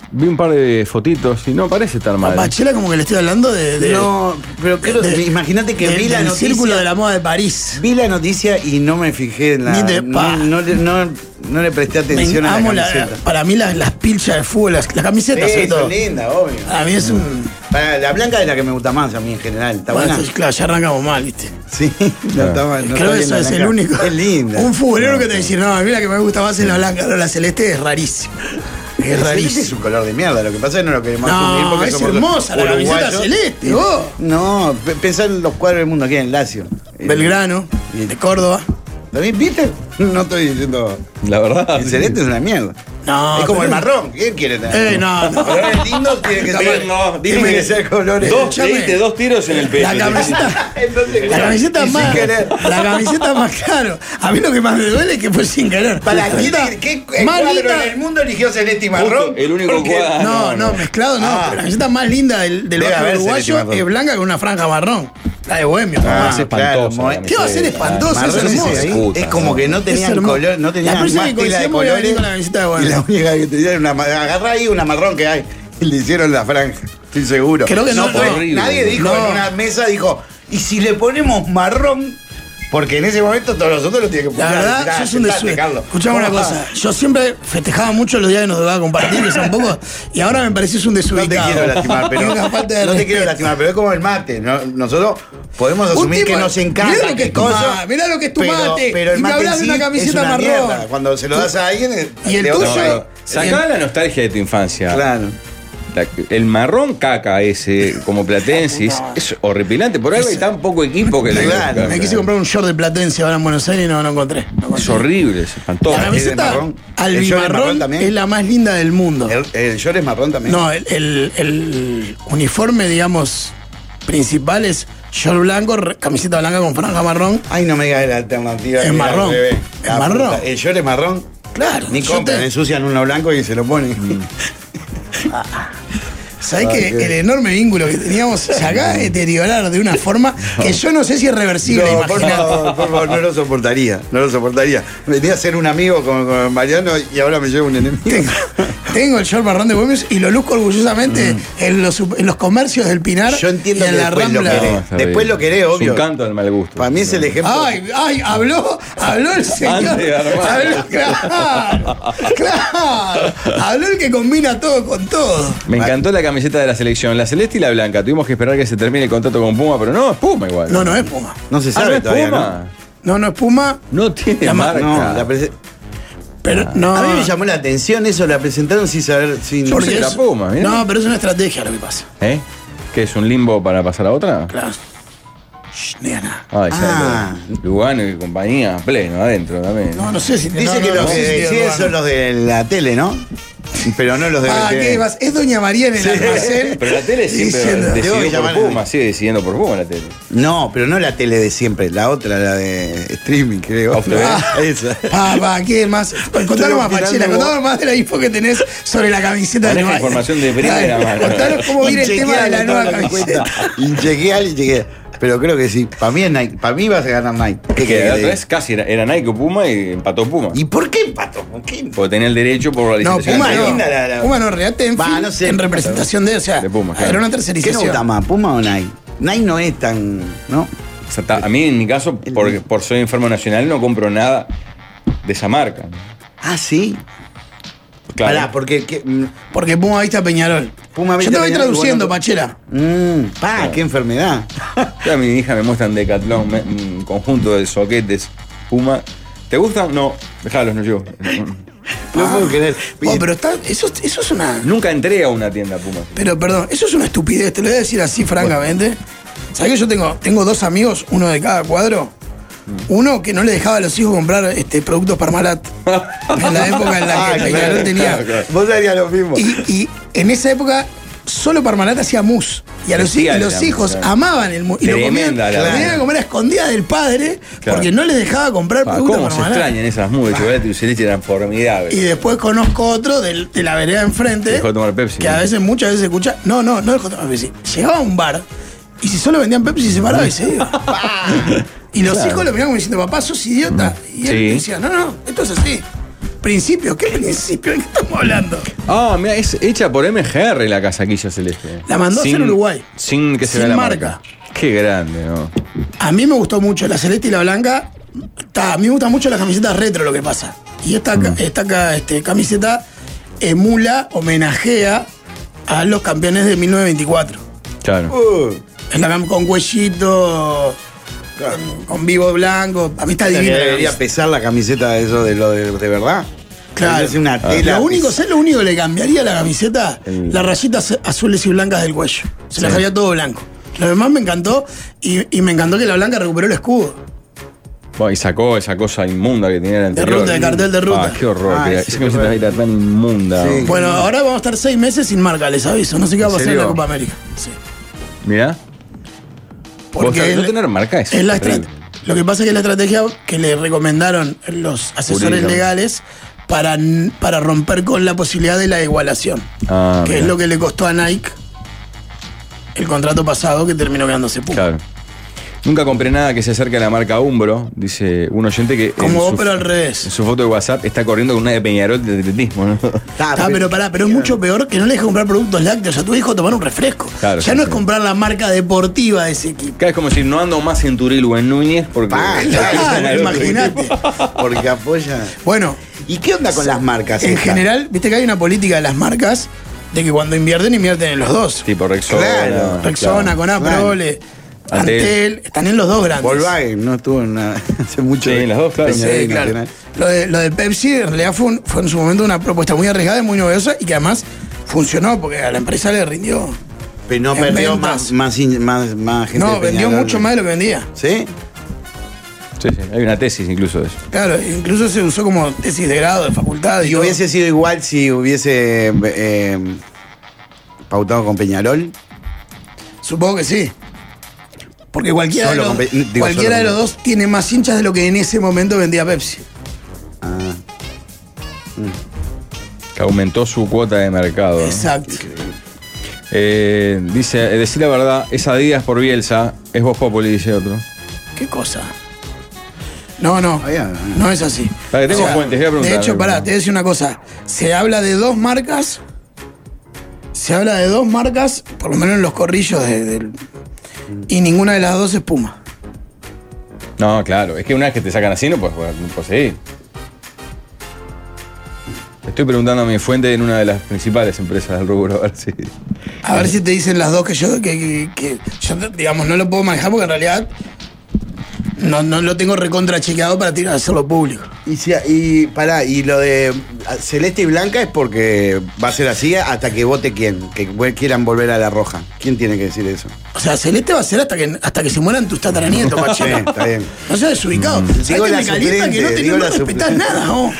Vi un par de fotitos y no parece tan
A
mal.
Pachela como que le estoy hablando de... de-
No, pero creo
de-
que- imagínate que
de-
vi la
del
noticia-
eh, círculo de la moda de París.
Vi la noticia y no me fijé en la.
Ni de pa.
No, no le- no- no le presté
Me
atención a
amo
la
la-
camiseta.
para mí las, las pilchas de fútbol, las, las
Sí,
camisetas sobre
son
todo.
lindas, obvio.
A mí es un...
Para, la blanca es la que me gusta más a mí en general. ¿Está
bueno,
buena?
claro, ya arrancamos mal, ¿viste?
Sí, no
Claro.
está mal.
Creo
no está
que
bien
eso
la
es
blanca.
el único.
Es linda.
Un futbolero que te dice, no, a mí la que me gusta más es la blanca, no, la celeste es rarísimo. Es
Celeste es
rarísimo.
un color de mierda, lo que pasa es que no lo queremos
No,
asumir porque
es
somos
hermosa la
uruguayos.
camiseta celeste, vos.
No, pe- pensá en los cuadros del mundo aquí en Lazio. Eh,
Belgrano,
y-
de Córdoba.
¿También viste? No estoy diciendo.
La verdad.
El celeste es una mierda.
No,
es como
pero-
el marrón. ¿Quién quiere tener?
Eh, no, no.
Colores lindos tienen que
Está
ser.
bien, no,
tienen
dime.
que ser colores.
Dos,
Escuchame.
le diste dos tiros en el pecho.
La camiseta.
Entonces,
La camiseta
y sin
más.
querer.
La camiseta más caro. A mí lo que más me duele es que fue sin querer.
Para
Justo.
qué, qué, qué
Más
cuadro
linda-
en el mundo eligió celeste y
Justo,
marrón.
el único cuadro-
No,
Ah,
no,
no, no.
mezclado no.
Ah.
pero La camiseta más linda del, del
Debe
barrio
haber celeste
uruguayo
marrón.
es blanca con una franja marrón. La de Bohemio,
Ah,
mamá.
Es espantosa.
claro,
la
Moe-
¿Qué va a ser
camiseta.
espantoso?
Marrón
Es hermoso.
ese ahí,
Puta,
es como que no
Es
tenían
hermoso.
color, no
La
tenían
próxima
más
que
tela de
coincidamos voy a venir
colores.
con la camiseta de
y
Bohemia.
la única que tenían era una ma- agarrá ahí una marrón que hay. Y le hicieron la franja, estoy seguro.
Creo que no,
fue-
no.
nadie dijo
No.
en una mesa, dijo, ¿y si le ponemos marrón? Porque en ese momento todos los otros lo tienen que
La
poner.
verdad,
Mirá,
yo soy un
sentate,
desue.
Carlos.
Escuchame una
¿Cómo
cosa.
va?
Yo siempre festejaba mucho los días que nos tocaba compartir, que son pocos, y ahora me pareces un
No te
desubicado.
quiero lastimar, pero.
Y una falta de
no te
respeto.
quiero lastimar, pero es como el mate. ¿no? Nosotros podemos
Un
asumir
tipo-
que nos
mirá
encanta.
lo que es tu ma- mirá lo que es tu
pero-
mate,
Pero el
y me
mate
hablas
en
de una
sí es
camiseta
una
marrón.
mierda. Cuando se lo das a alguien. es-
Y el
de otro
tuyo-
color.
Claro, Sacá la nostalgia de tu infancia.
Claro.
La- el marrón caca ese, como platense, es, es horripilante. Por algo hay tan poco equipo que le
Claro,
gusta.
Me quise comprar un short de Platense ahora en Buenos Aires y no, no encontré. No encontré.
Es horrible, es espantoso.
La
¿Es de
camiseta
marrón? ¿El short de marrón
albimarrón
también?
es la más linda del mundo.
El, el short es marrón también.
No, el, el- el uniforme, digamos, principal es short blanco, re- camiseta blanca con franja marrón.
Ay, no me digas la alternativa.
Es
que era al
marrón.
revés.
Es
La
marrón.
puta, El short es marrón.
Claro,
Ni
yo
compran,
te- Mm.
ensucian uno blanco y se lo ponen.
¿Sabés
Ah,
que
qué-
el enorme vínculo que teníamos se acaba de deteriorar de una forma que yo no sé si es reversible,
no, por
imaginate.
favor, por favor, no lo soportaría. No lo soportaría. Venía a ser un amigo con, con Mariano y ahora me llevo un enemigo.
Tengo, tengo el short marrón de Güemes y lo luzco orgullosamente en, los, sup- en los comercios del Pinar
Mm. Yo entiendo
y en
que
la
después lo
Rambla.
querés.
está
Después
bien.
lo querés, obvio.
Es un canto al mal gusto.
Para mí es el ejemplo.
Ay, ay, habló, habló el señor.
Antes de armar.
Habló, claro, claro. Habló el que combina todo con todo.
Me encantó la camiseta de la selección, la celeste y la blanca. Tuvimos que esperar que se termine el contrato con Puma, pero no, es Puma igual.
No, no es Puma.
no se
Ah,
sabe
no es
todavía,
Puma.
No, no es Puma,
¿no? tiene
La ma-
marca.
No, la prese-
pero no.
A mí me llamó la atención eso, la presentaron sin saber. Sin...
Yo sé
porque
que la
es-
Puma, mirá.
no, pero es una estrategia lo que pasa.
¿Eh? ¿Qué es un limbo para pasar a otra?
Claro. Shh, no diga nada.
Ay, ya
Ah.
lo- Lugano y compañía, pleno, adentro también.
No, no sé si
Dice
no,
que
no,
los
no
que
sé si tiene
deciden
Lugano.
son los de la tele, ¿no? Pero no los de
Ah,
BTV.
¿qué ibas? Es Doña María en el almacén.
Pero la tele siempre
diciendo-
decidió
Tengo que llamar
por
a
Puma,
mí.
sigue decidiendo por Puma la tele.
No, pero no la tele de siempre, la otra, la de streaming, creo.
Off the air.
Esa.
Papá, Ah. ¿qué más? Contanos más,
tirando
Pachela,
vos.
contanos más de la info que tenés sobre la camiseta de
Maneja
Uruguay.
información de primera
Dale,
mano.
Contanos cómo viene el tema de la
Inchequeable,
nueva
todo lo que
camiseta.
cuenta. Inchequeable, inchequeable. Pero creo que sí. Para mí es Nike. Para mí vas a ganar Nike. ¿Qué
Que
querés
la
que
otra
te
vez casi era, era Nike o Puma y empató Puma.
diga? ¿Y por qué empató? ¿Con quién?
Porque tenía el derecho por la
No,
licitación.
Puma
anterior.
linda la- la-
no. Puma no, Reate en,
Va, no sé.
en representación de, o sea,
De Puma, claro.
era una
¿Qué nos
tercerización.
gusta más, Puma o Nike? Nike no es tan. ¿No?
O sea, ta- a mí, en mi caso, por, por soy enfermo nacional, no compro nada de esa marca.
Ah, sí.
Claro.
Pará, porque. que- mm,
Porque Puma viste a Peñarol.
Puma viste
Yo te
a
voy
Peñarol y vos
traduciendo,
no-
Pachela.
mm, pa, qué enfermedad.
Ya a mi hija me muestran Decathlon, me- un conjunto de soquetes Puma. ¿Te gustan? No, dejalos, no llevo.
No puedo creer.
Oh, pero está, eso, eso es una.
Nunca entré a una tienda Puma.
Pero perdón, eso es una estupidez, te lo voy a decir así francamente. ¿Sabés que yo tengo, tengo dos amigos, uno de cada cuadro?
Mm.
Uno que no le dejaba a los hijos comprar este, productos Parmalat. En la época en la
Ah,
que Peñarol
claro,
tenía.
claro, claro. Vos harías lo mismo.
Y, y en esa época solo Parmalat hacía mousse. Y a los,
Hacía
y
el
los
mousse,
hijos
claro.
amaban el mousse. Y lo comían,
Tremenda la
lo tenían
vaina.
que comer a escondidas del padre
Claro.
porque no les dejaba comprar
Pa,
productos
¿Cómo se
Parmalat.
extrañan esas nubes de chocolate y dulce de leche? Eran formidables.
¿eh? Y después conozco otro del- de, la vereda enfrente.
Dejó de tomar Pepsi,
Que a
¿no?
veces, muchas veces escucha. No, no, no dejó de tomar Pepsi. Llegaba a un bar y si solo vendían Pepsi se paraba y se iba. y los hijos lo miraban como diciendo, papá, sos idiota. Y él
Sí.
decía, no, no, esto es así. Principios, ¿qué principio? ¿De qué estamos hablando?
Ah, mira, es hecha por MGR la casaquilla celeste.
La mandó a hacer Uruguay.
Sin que se
Sin
vea la
marca.
marca. Qué grande, ¿no?
A mí me gustó mucho la celeste y la blanca. Ta, a mí me gustan mucho las camisetas retro, lo que pasa. Y esta, ca-
Mm.
esta ca- este, camiseta emula, homenajea a los campeones de 1924.
Claro.
Uh,
En la cam- con huellito, con, con vivo blanco. A mí está
que
divina. la
debería
camiseta.
pesar la camiseta de eso de lo de, de verdad.
Claro.
Es una
Ah.
tela.
Lo único,
pes-
¿sabes lo único que le cambiaría a la camiseta?
El-
Las rayitas azules y blancas del cuello. Se las
Sí.
haría todo blanco. Lo demás me encantó y, y me encantó que la blanca recuperó el escudo.
Bueno, y sacó esa cosa inmunda que tenía la anterior.
ruta, de cartel de ruta.
Ah, qué horror.
Ah,
que era-
sí,
esa camiseta
horror.
era tan inmunda.
Sí.
¿no?
Bueno, ahora vamos a estar seis meses sin marca, les aviso. No sé qué va a
¿En
pasar en la
serio?
Copa América. Sí.
Mirá. Porque
Porque
no
es-
tener marca es.
es la
terrible.
estrate- Lo que pasa es que es la estrategia que le recomendaron los asesores
Jurídica.
legales para, n- para romper con la posibilidad de la igualación.
Ah,
que
mirá.
es lo que le costó a Nike el contrato pasado que terminó quedándose puro.
Claro. Nunca compré nada que se acerque a la marca Umbro, dice un oyente que. en
Como vos,
su-
pero al
En
revés.
su foto de WhatsAp está corriendo con una de Peñarol de atletismo, ¿no?
Ah,
Ah, pero pará, pero es mucho peor que no le dejes comprar productos lácteos a tu hijo tomar un refresco.
Claro,
ya
sí,
no es
sí.
comprar la marca deportiva de ese equipo.
Claro, es como si no ando más en Turil o en Núñez porque.
Pa,
Claro,
claro,
imagínate.
Porque apoya.
Bueno,
¿Y qué onda con las marcas?
en
estas?
general, viste que hay una política de las marcas de que cuando invierten, invierten en los dos.
Tipo Rexona.
Claro,
Rexona,
claro.
Conapro,
Claro.
Ole,
Antel.
Antel, están en los dos grandes.
Volkswagen no estuvo en una, hace mucho.
Sí,
de-
las dos, claro.
Peñarol
Sí,
y
claro.
Nacional.
Lo de, lo de Pepsi en realidad fue, un- fue en su momento una propuesta muy arriesgada y muy novedosa y que además funcionó porque a la empresa le rindió.
Pero no
En
perdió
ventas.
más, más, in- más, más gente.
No,
de
vendió
Peñarol.
mucho más de lo que vendía.
¿Sí?
Sí, sí, hay una tesis incluso de eso.
Claro, incluso se usó como tesis de grado, de facultad. Y
Y
todo.
hubiese sido igual si hubiese eh, pautado con Peñarol.
Supongo que sí. Porque cualquiera, de
Solo
los,
con Pe- digo,
cualquiera
solo
de los
con-
dos tiene más hinchas de lo que en ese momento vendía Pepsi.
Ah,
Que aumentó su cuota de
Ah,
mercado. ¿no?
Exacto.
Eh, dice, eh, decir la verdad, es Adidas por Bielsa, es Voz Populi, dice otro.
¿Qué cosa? No, no.
Ah, ya.
No es así.
Para que tengo fuentes, voy a preguntar.
De hecho, pará, te voy a decir una cosa. Se habla de dos marcas. Se habla de dos marcas, por lo menos en los corrillos de- del- y ninguna de las dos es Puma.
No, claro, es que una vez que te sacan así no puedes jugar, no puedes seguir. Estoy preguntando a mi fuente en una de las principales empresas del rubro, a ver si.
A ver si te dicen las dos que yo, que, que- que yo, digamos, no lo puedo manejar porque en realidad no, no lo tengo recontra chequeado para tirar, hacerlo público.
Y, si-
Y pará, y lo de ah, celeste y blanca es porque va a ser así hasta que vote quién, que vu- quieran volver a la roja. ¿Quién tiene que decir eso?
O sea, Celeste va a ser hasta que, hasta que se mueran tus tataranietos,
Sí,
Pachino.
está bien.
No seas desubicado. ¿Sabés
Mm. Digo
que
la
me calienta que no,
suplente,
te,
digo
no
la
respetás
suplente.
nada, ¿no?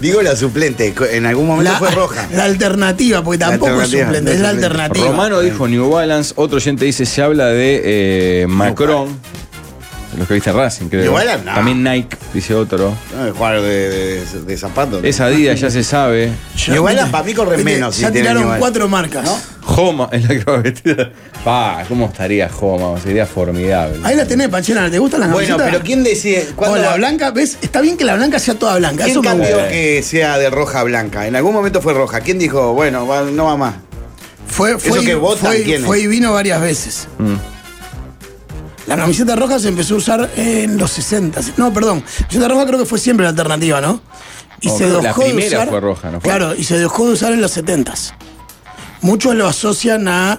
Digo la suplente, co- en algún momento fue roja.
La alternativa, porque tampoco
alternativa,
es suplente,
la
es la
alternativa.
alternativa.
Romano dijo New Balance, otro oyente dice se habla de eh, Macron, de los que viste Racing, creo.
New Balance, no.
También Nike, dice otro.
No, el jugador de, de, de zapatos. ¿no?
Es Adidas, ya se sabe.
Ya, mira,
New Balance para mí corre
viste,
menos si
Ya
tiene New
tiraron
Balance.
cuatro marcas.
Joma es la que va vestida. Pa, ¿cómo estaría Joma? Sería formidable.
Ahí la tenés, Pachena. ¿Te gustan las
Bueno,
camisetas?
pero ¿quién decide?
Con
¿Cuándo
la
va-
blanca, ¿ves? Está bien que la blanca sea toda blanca.
¿Quién
Eso me gusta.
cambió que sea de roja a blanca? En algún momento fue roja. ¿Quién dijo, bueno, va- no va más?
Fue, fue,
Eso
y-
que votan,
fue, y-
¿quién es?
fue y vino varias veces.
Mm.
La camiseta roja se empezó a usar en los 60. No, perdón. La camiseta roja creo que fue siempre la alternativa, ¿no? Y
No,
se
creo
dejó
que la
de
primera
usar.
fue roja, ¿no fue?
Claro, y se dejó de usar en los 70. Muchos lo asocian a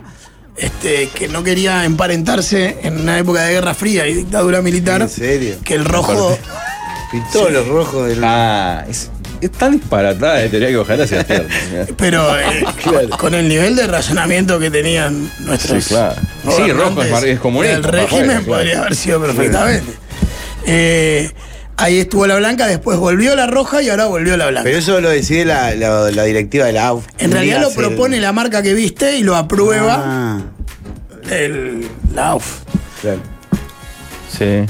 este, que no quería emparentarse en una época de Guerra Fría y dictadura militar.
¿En serio?
Que el rojo.
Pintó los rojos del.
Ah, es, es tan disparatada de teoría que ojalá sea eterna.
Pero eh, con el nivel de razonamiento que tenían nuestros.
Sí, claro. Sí,
gobernantes,
Rojo es mar- es comunista,
El
papá,
régimen
claro.
podría haber sido perfectamente. Eh, ahí estuvo la blanca, después volvió la roja y ahora volvió la blanca.
Pero eso lo decide la, la- la directiva de la AUF.
en realidad lo
Hacer-
propone la marca que viste y lo aprueba
Ah,
el, la AUF.
claro.
Sí.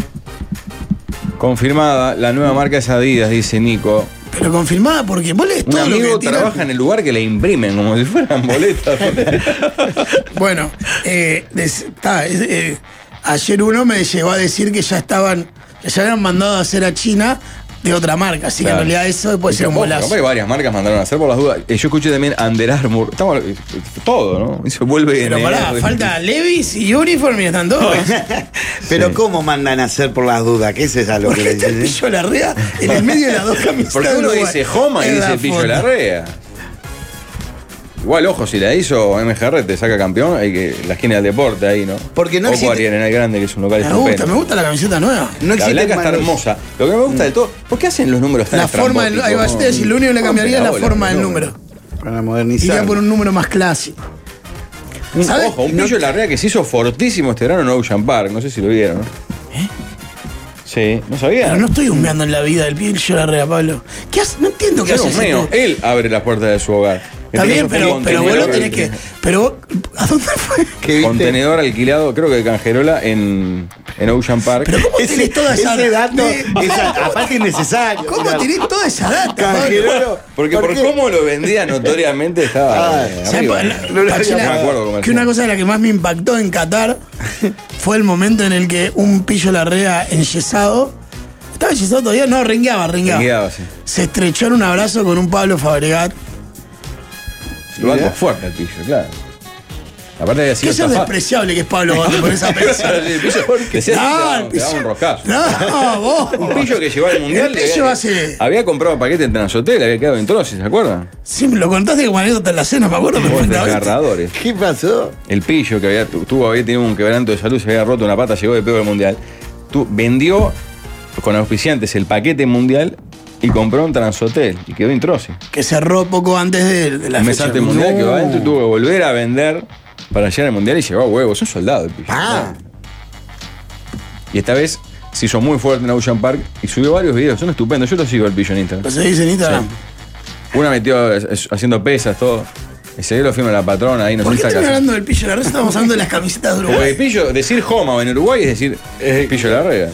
Confirmada, la nueva marca es Adidas, dice Nico.
Pero confirmada porque vos lees
Un
todo lo que
amigo
tiran.
trabaja en el lugar que le imprimen, como si fueran boletas.
Bueno, eh, des- ta, es- eh, ayer uno me llegó a decir que ya estaban, que ya habían mandado a hacer a China de otra marca, así
Claro.
que en realidad eso puede ser un
Ojo,
bolazo.
capaz que varias marcas mandaron a hacer por las dudas. Eh, Yo escuché también Under Armour. Estamos, eh, todo, ¿no? Eso vuelve
Pero
en
pará,
enero.
falta Levis y Uniform y están todos.
Pero ¿cómo mandan a hacer por las dudas? ¿Qué es eso lo
¿Por este
que
qué
le
está el
dicen? ¿eh?
pillo Larrea en el medio de las dos camisetas?
Porque
de
uno
Uruguay?
dice Homa y
Es
dice
la
Pillo
foto.
Larrea. Igual, ojo, si la hizo MGR, te saca campeón, hay que la esquina del deporte ahí, ¿no?
Porque no
O
existe-
Guardian en el Grande, que es un local
Me gusta, me
estupendo.
gusta la camiseta nueva.
No
la
existen
blanca está
malos.
hermosa. Lo que me gusta de todo, ¿por qué hacen los números tan
La forma del, ahí va, yo te voy a decir, lo único que le cambiaría es la forma del número.
Para modernizar.
Iría por un número más clásico.
Un,
¿Sabes?
ojo, un
No-
pillo Larrea que se hizo fortísimo este verano en Ocean Park. No sé si lo vieron. Sí, ¿no
Pero
sabían?
no estoy humeando en la vida del Pillo Larrea, Pablo. ¿Qué haces? No entiendo qué
Yo no
haces.
meo,
en tu-
él abre las puertas de su hogar.
Está
Entonces,
bien,
fue
pero,
un
pero vos lo
contenedor-
tenés que. Pero vos- ¿a dónde fue?
¿Qué viste?
Contenedor alquilado, creo que de Cangerola, en, en Ocean Park.
Pero ¿cómo
Ese,
tenés toda esa
ese dato,
de-
esa, aparte innecesario.
¿Cómo
Claro.
tenés toda esa data? Pablo?
Canjerolo,
Porque por,
qué?
cómo lo vendía notoriamente estaba.
Ah,
eh,
¿Sabés
arriba.
pa- la-
No lo había
Pachela,
me acuerdo cómo era.
que una cosa de la que más me impactó en Qatar fue el momento en el que un pillo larrea enyesado. ¿Estaba enyesado todavía? No, rengueaba, rengueaba.
Rengueaba, sí.
Se estrechó en un abrazo con un Pablo Fabregat.
Lo banco fuerte el pillo, claro. Aparte había
Qué
sido
ser
estafado.
despreciable que es Pablo cuando te pones a pensar.
El pillo decía,
No, el
te daba un
pillo-
roscazo.
No, vos.
Un pillo que llevaba al mundial.
El
le había-
pillo hace-
Había comprado paquete en Transhotel, había quedado en Troyes, ¿se acuerdan?
Sí, me lo contaste como anécdota en la cena, me acuerdo
Los
perfectamente.
desgarradores.
¿Qué pasó?
El pillo que había, tu- tuvo, había tenido un quebranto de salud, se había roto una pata, llegó de peor al mundial. Tu- vendió con auspiciantes el paquete mundial y compró un Transhotel y quedó en Troyes.
Que cerró poco antes de, de la
Un mes
fecha.
antes del mundial que va adentro y tuvo que volver a vender para llegar al mundial y llevaba huevos. Es un soldado el pillo.
Ah.
Y esta vez se hizo muy fuerte en Ocean Park y subió varios videos. Son estupendos. Yo los sigo al pillo en Instagram.
Lo seguís en Instagram.
Una metió eh, haciendo pesas, todo. Ese día lo firma la patrona ahí, no
¿Por
sé está
qué estamos
casado.
hablando del pillo larrea? Estamos hablando de las camisetas de
Porque
Uruguay. Eh,
pillo, decir Homa en Uruguay es decir pillo la regla.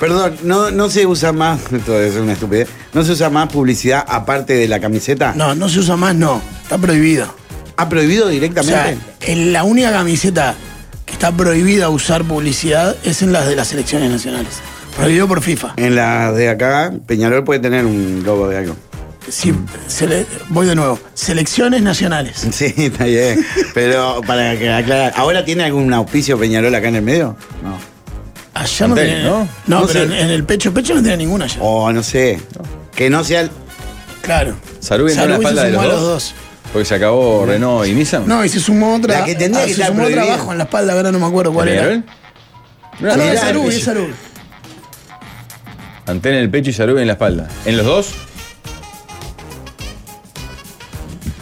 Perdón, no, no se usa más, esto es una estupidez, no se usa más publicidad aparte de la camiseta.
No, no se usa más, no. Está prohibido.
¿Ha prohibido
O sea,
directamente?
en la única camiseta que está prohibida usar publicidad es en las de las selecciones nacionales. Prohibido por FIFA.
en la de acá, Peñarol puede tener un logo de algo.
Sí, sele- voy de nuevo. Selecciones nacionales.
Sí, está bien. Pero para que aclarar, ¿ahora tiene algún auspicio Peñarol acá en el medio? No.
Allá no
Antel,
tiene.
¿no? Oh.
No,
No
pero
sé.
en, en el pecho, pecho no tiene ninguna allá.
O no sé. Que no sea el.
Claro.
Sarubia entró en la
Sarubia
espalda
se
de los
sumó a
dos. Porque se acabó Renault y Nissan.
No, y se sumó otra.
La que tendría
ah,
que
se
estar
sumó otra
prohibida.
abajo en la espalda, ahora no me acuerdo
¿Cuál
cuál era.
Peñarol?
Ah, no,
Mirá,
es Sarubia,
el
es Sarubia.
Antena en el pecho y Sarubi en la espalda. ¿En los dos?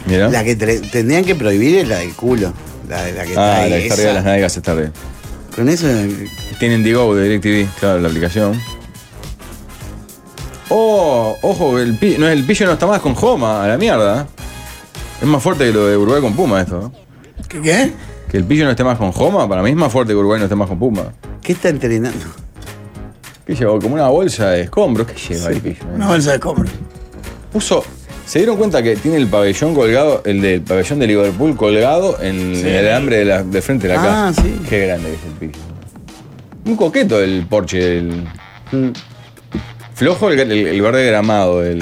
Mira.
La que tre- tendrían que prohibir es la del culo. La, de la que
ah,
trae
la que está
esa.
arriba de las nalgas está arriba.
Con eso.
Tienen Digo de DirecTV, claro, la aplicación. Oh, ojo, el, pi- no, el pillo no está más con Joma, a la mierda. Es más fuerte que lo de Uruguay con Puma esto. ¿eh?
¿Qué? qué?
Que el pillo no esté más con Joma, para mí es más fuerte que Uruguay no esté más con Puma.
¿Qué está entrenando?
¿Qué llevó? Como una bolsa de escombros. ¿Qué lleva el pillo?
Una bolsa de compra.
Puso. ¿Se dieron cuenta que tiene el pabellón colgado, el del pabellón de Liverpool colgado en el alambre de, la, de frente de la casa?
Ah, sí.
Qué grande que es el piso. Un coqueto el porche del. Flojo el, el- el verde gramado del,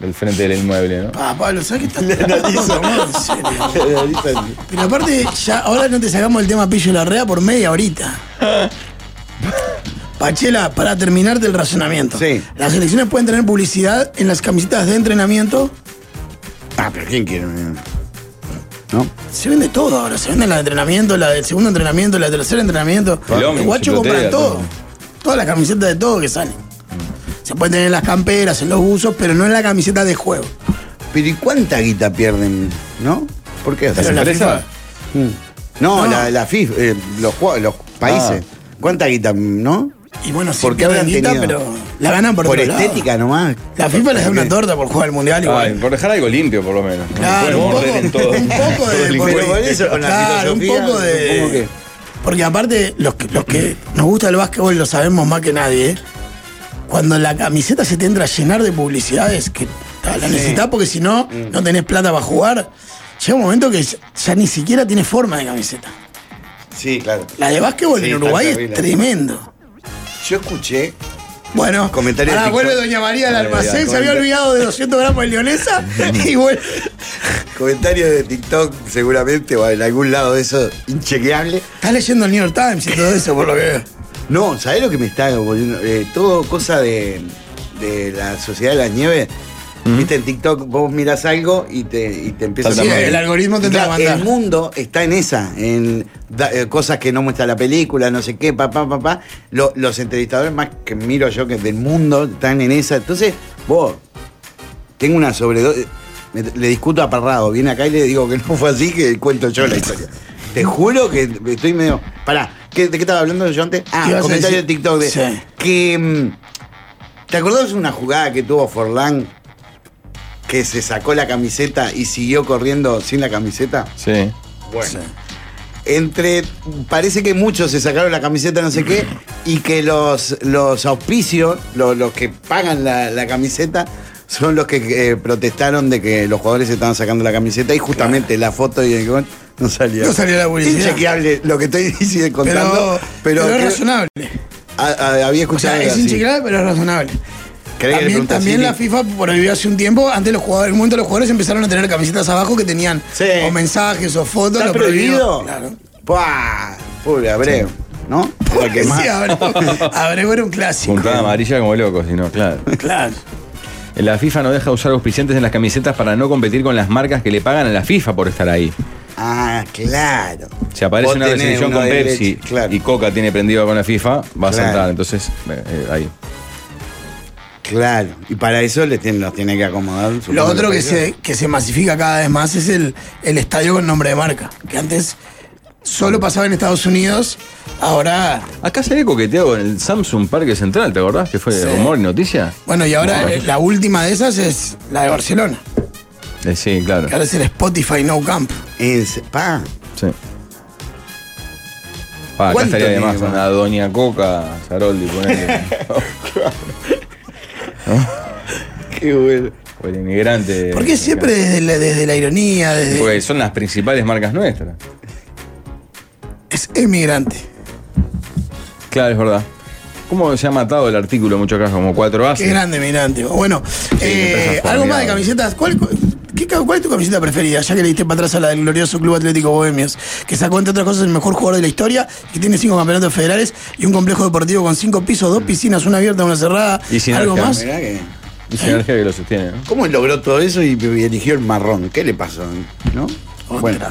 del frente del inmueble, ¿no?
Ah, Pablo, ¿sabes qué
Ah,
está? Pero aparte, ya, ahora no te sacamos el tema Pillo y Larrea por media horita. Pachela, para terminarte el razonamiento.
Sí.
Las elecciones pueden tener publicidad en las camisetas de entrenamiento.
ah, pero ¿quién quiere?
¿No?
Se vende todo ahora. Se vende la de entrenamiento, la del segundo entrenamiento, la del tercer entrenamiento.
El hombre,
El guacho
chicotea,
compra todo.
todo.
Todas las camisetas de todo que salen. Se pueden tener en las camperas, en los buzos, pero no en la camiseta de juego.
Pero ¿y cuánta guita pierden? ¿no? ¿Por qué?
Pero la
empresas?
FIFA-
No,
No.
La, la FIFA, eh, los, jue- los países. ¿Cuánta guita, no?
Y bueno, sí,
¿Por qué
pierden
habrán
guita,
tenido?
pero la ganan por,
Por
otro lado.
estética nomás.
La FIFA les da una
Porque-
torta por jugar el mundial
Ay,
igual.
Ah, por dejar algo limpio, por lo menos. ¿no?
eh. Claro, un
Pueden morder en todo.
poco, un poco de.
Pero
porque-
con eso, con la
claro, un
filosofía,
poco
supongo
de.
que-
Porque aparte, los que, los que nos gusta el básquetbol lo sabemos más que nadie. ¿eh? Cuando la camiseta se te entra a llenar de publicidades, que ta, la necesitas porque si no,
Mm.
no tenés plata para jugar. Llega un momento que ya, ya ni siquiera tiene forma de camiseta.
Sí, claro.
La de básquetbol
Sí,
en
está
Uruguay es
terrible.
tremendo.
Yo escuché.
Bueno,
Comentario de
ahora
TikTok.
vuelve Doña María al
Ay, ay,
almacén,
ay,
se había
comenta-
olvidado de 200 gramos de leonesa y vuelve.
Comentarios de TikTok, seguramente, o en algún lado de eso, inchequeable.
Estás leyendo el New York Times y todo eso, por lo que veo.
No, ¿sabés lo que me está volviendo? Eh, todo cosa de, de la sociedad de las nieves. Viste, en TikTok vos mirás algo y te, y te empieza
Sí,
mandar.
el algoritmo te
Claro,
empieza a mandar.
El mundo está en esa, en da- eh, cosas que no muestra la película, no sé qué, papá, papá. Lo- los entrevistadores más que miro yo que del mundo están en esa. Entonces, vos, tengo una sobredosis. me- Le discuto a Parrado, viene acá y le digo que no fue así, que cuento yo la historia. Te juro que estoy medio. Pará, ¿qué- ¿de qué estaba hablando yo antes? Ah,
¿Qué ibas a
comentario de
decir?
TikTok de.
Sí.
Que. mm, ¿Te acordás una jugada que tuvo Forlán que se sacó la camiseta y siguió corriendo sin la camiseta?
Sí.
Bueno. Entre. Parece que muchos se sacaron la camiseta, no sé qué, y que los, los auspicios, lo- los, que pagan la, la camiseta, son los que eh, protestaron de que los jugadores se estaban sacando la camiseta y justamente la foto y el gol no salía.
No salió la publicidad.
Inchequeable lo que estoy diciendo contando,
Pero, pero,
pero,
es
creo-
razonable.
a- a-
O
había escuchado.
sea, es
así.
inchequeable, pero es razonable.
¿Querés que le
También,
pregunte a
también
Siri?
la FIFA prohibió hace un tiempo, antes los jugadores, en un momento los jugadores empezaron a tener camisetas abajo que tenían
Sí.
o mensajes o fotos.
¿Está
lo prohibió.
prohibido?
Claro.
¡Puah! Pobre Abreu, ¿no? Lo que más-
Sí, Abreu- Abreu era un clásico.
Puntada amarilla como loco, si no, claro.
Claro.
La FIFA no deja usar auspiciantes en las camisetas para no competir con las marcas que le pagan a la FIFA por estar ahí.
Ah, claro.
Si aparece
Vos
una
tenés
resolución
uno
con
de
Pepsi
leche, claro,
y Coca tiene prendido con la FIFA, va a
Claro.
saltar. Entonces, eh, eh, ahí.
claro. Y para eso les tienen, los tiene que acomodar.
Lo
supongo,
otro
los
que
precios.
se, que se masifica cada vez más es el, el estadio con nombre de marca. Que antes solo pasaba en Estados Unidos, ahora
Acá se ve coqueteado en el Samsung Parque Central, ¿te acordás? Que fue
Sí.
rumor y noticia.
Bueno, y ahora eh, la última de esas es la de Barcelona,
Eh, sí, claro.
que ahora es el Spotify No Camp.
Es- pa,
Sí. Pa, acá
¿Cuánto
estaría de
tiene
más
que
una Doña Coca, Saroldi, ponele.
qué bueno.
o el inmigrante.
¿Por qué siempre desde la, desde la ironía, desde...
Porque son las principales marcas nuestras.
Es emigrante.
Claro, es verdad. ¿Cómo se ha matado el artículo en muchos casos? Como cuatro
Qué
haces.
grande emigrante. Bueno, eh,
empresa
algo más
formidable.
de camisetas. ¿Cuál, qué- cuál es tu camiseta preferida? Ya que le diste para atrás a la del glorioso Club Atlético Bohemios, que sacó entre otras cosas el mejor jugador de la historia, que tiene cinco campeonatos federales y un complejo deportivo con cinco pisos, dos piscinas, una abierta, una cerrada.
Y sin
¿Algo
arca,
más?
Mirá que-
Y sinergia que lo sostiene. ¿no?
¿Cómo logró todo eso y, y eligió el marrón? ¿Qué le pasó? ¿No?
Otra
Bueno.
vez.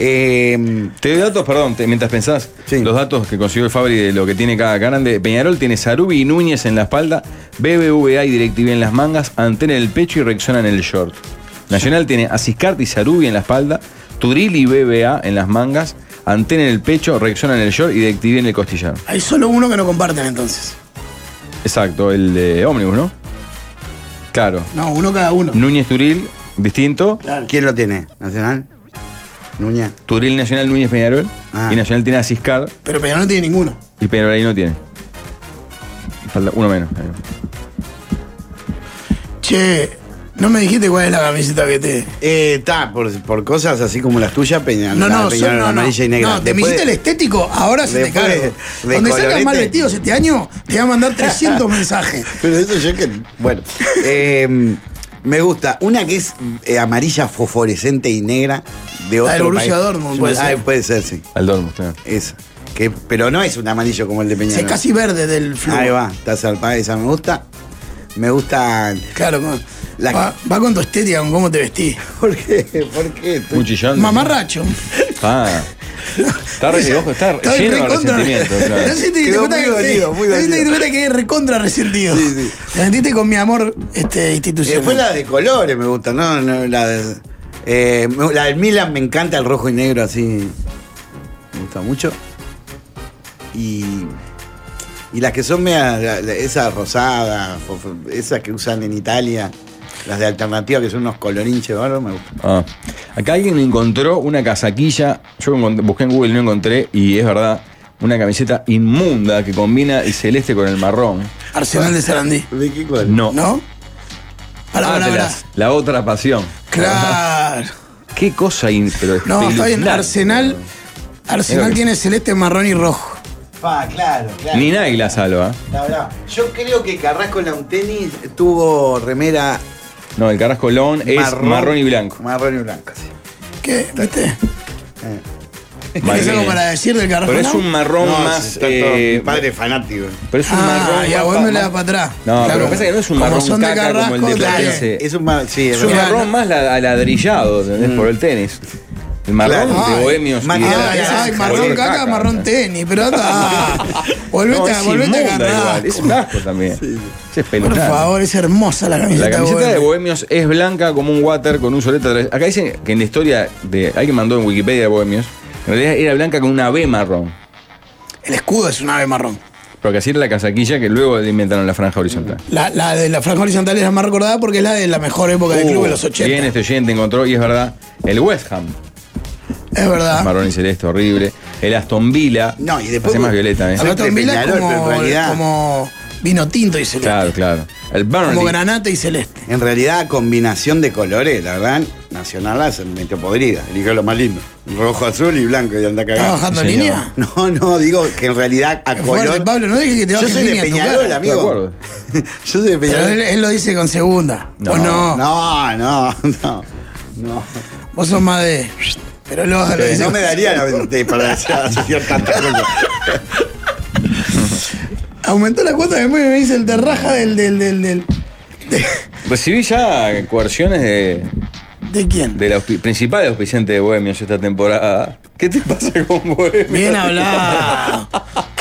Eh,
Te doy datos, perdón, te- mientras pensás,
Sí.
los datos que consiguió el Fabri de lo que tiene cada grande. Peñarol tiene Sarubi y Núñez en la espalda, BBVA y DirecTV en las mangas, Antena en el pecho y Rexona en el short. Nacional tiene Asiscart y Sarubi en la espalda, Turil y BBA en las mangas, Antena en el pecho, Rexona en el short y DirecTV en el costillar.
Hay solo uno que no comparten entonces.
Exacto, el de Ómnibus, ¿no? Claro.
No, uno cada uno.
Núñez Turil, distinto.
Claro.
¿Quién lo tiene? ¿Nacional? Nuña.
Turil Nacional, Núñez Peñarol.
Ah.
Y Nacional tiene Asiscart
Pero Peñarol no tiene ninguno.
y Peñarol ahí no tiene. Falta uno menos.
Che, no me dijiste cuál es la camiseta que te.
Está, Eh, por, por cosas así como las tuyas, Peña.
No,
la
no,
Peñarol
son, no, no.
amarilla y negra.
No, te
Después-
mijiste el estético, ahora se te
después
cargo.
de- de
Donde salgan
colorete.
mal vestidos este año, te voy a mandar 300 mensajes.
Pero eso yo que. Bueno. eh, me gusta. Una que es eh, amarilla fosforescente y negra de
La del
otro
Borussia
país.
Dortmund, puede
Ah,
ser.
puede ser, sí.
Al Dortmund, claro.
Esa. Que, pero no es un amarillo como el de
Sí,
Peñarol.
es casi verde del flujo.
Ahí va. Está zarpada esa. Me gusta. Me gusta.
Claro, con-
La-
va, va con tu estética, con cómo te vestís.
¿Por qué? ¿Por qué? Eh, Tú-
Un chillón.
Mamarracho.
Ah. Está, re, ojo, está
Estoy
lleno de
recontra-
resentimiento. claro.
No sé si te diste
Quedó
cuenta
muy
que-
dolido, muy
no sé si te diste
dolido.
cuenta que es recontra resentido.
Sí, sí.
Te sentiste con mi amor este, institucional.
Después la de colores me gusta, ¿no? No, La, de- eh, me- la del Milan me encanta el rojo y negro así. Me gusta mucho. Y. Y las que son media, la- la- esas rosadas, fofo- esas que usan en Italia, las de alternativa que son unos colorinches bárbaros, me gusta.
Ah. Acá alguien encontró una casaquilla. Yo encont- busqué en Google y no encontré. Y es verdad, una camiseta inmunda que combina el celeste con el marrón.
Arsenal de Sarandí.
¿De qué color?
No. Ah,
¿No? Para, para, para.
Atlas, la otra pasión.
Claro.
Qué cosa in- pero
No, está bien.
espeluznante.
Arsenal.
Mira
Arsenal
que-
tiene celeste, marrón y rojo.
Pa, Ah, claro, claro.
Ni nadie la salva. ¿eh?
La verdad, Yo creo que Carrasco en la Untenis tuvo remera
No, el Carrasco Lón es marrón,
marrón,
y blanco.
Marrón y blanco, sí.
¿Qué? ¿Viste? ¿Tienes
Marrón.
algo para decir del Carrasco?
Pero es un marrón
No,
más.
está todo-
eh,
mi padre es fanático.
pero es un
Ah,
marrón.
ya
más-
vos me
más-
la para atrás.
No,
Claro.
pero lo que pasa es que no es un
Como
marrón
son de
caca como
Carrasco,
el de
dale.
Platense.
Es un mar- sí, es
Es un
verdad.
marrón más la- aladrillado, ¿entendés? Por el tenis. El marrón
Mm. Claro.
de bohemios. y
Ay,
de-
Ah,
ese
ay,
es
marrón
color
caca, marrón tenis, pero anda. Volvete,
No,
a,
es
volvete
inmunda
a
igual,
Carrasco.
Es un asco también. Es
Por
espeluznante.
favor, es hermosa la camiseta.
La camiseta de
Bohemia.
Bohemios es blanca como un water con un soleta. atrás. Acá dicen que en la historia de alguien mandó en Wikipedia de Bohemios, en realidad era blanca con una B marrón.
El escudo es un ave marrón.
Pero que así era la casaquilla que luego le inventaron la franja horizontal.
La, la de la franja horizontal es la más recordada porque es la de la mejor época
Uh,
del club de los 80.
Bien, este oyente encontró, y es verdad, el West Ham.
Es verdad.
Marrón y celeste, horrible. El Aston Villa.
No, y después-
Hace más violeta, ¿eh?
Al otro-
Aston Villa es
Peñarol, pero en
como,
realidad-
como vino tinto y celeste.
Claro, claro. El
Como
Burnley.
granate y celeste.
En realidad, combinación de colores, la verdad, Nacional la se metió podrida. Eligió lo más lindo. Rojo, azul y blanco y anda
¿Estás
cagado.
bajando
señor.
línea?
No, no, digo que en realidad a
Qué fuerte,
color.
Pablo, no dejes que te
Yo
bajes
soy de
línea en tu
Peñarol,
cara.
De
amigo.
acuerdo.
Yo soy de
Pero él,
Peñarol.
él lo dice con segunda.
No,
Vos no.
No, no, no. No,
Vos sos más de. Pero lo, lo
Eh,
dice
no
con-
me daría la ventaja para asociar tantas cosas.
Aumentó la cuota después me dice el de raja del. del, del, del- de,
Recibí ya coerciones de,
¿de quién?
de la auspi- principal auspiciante de Bohemios esta temporada. ¿Qué te pasa con Bohemios?
Bien hablado.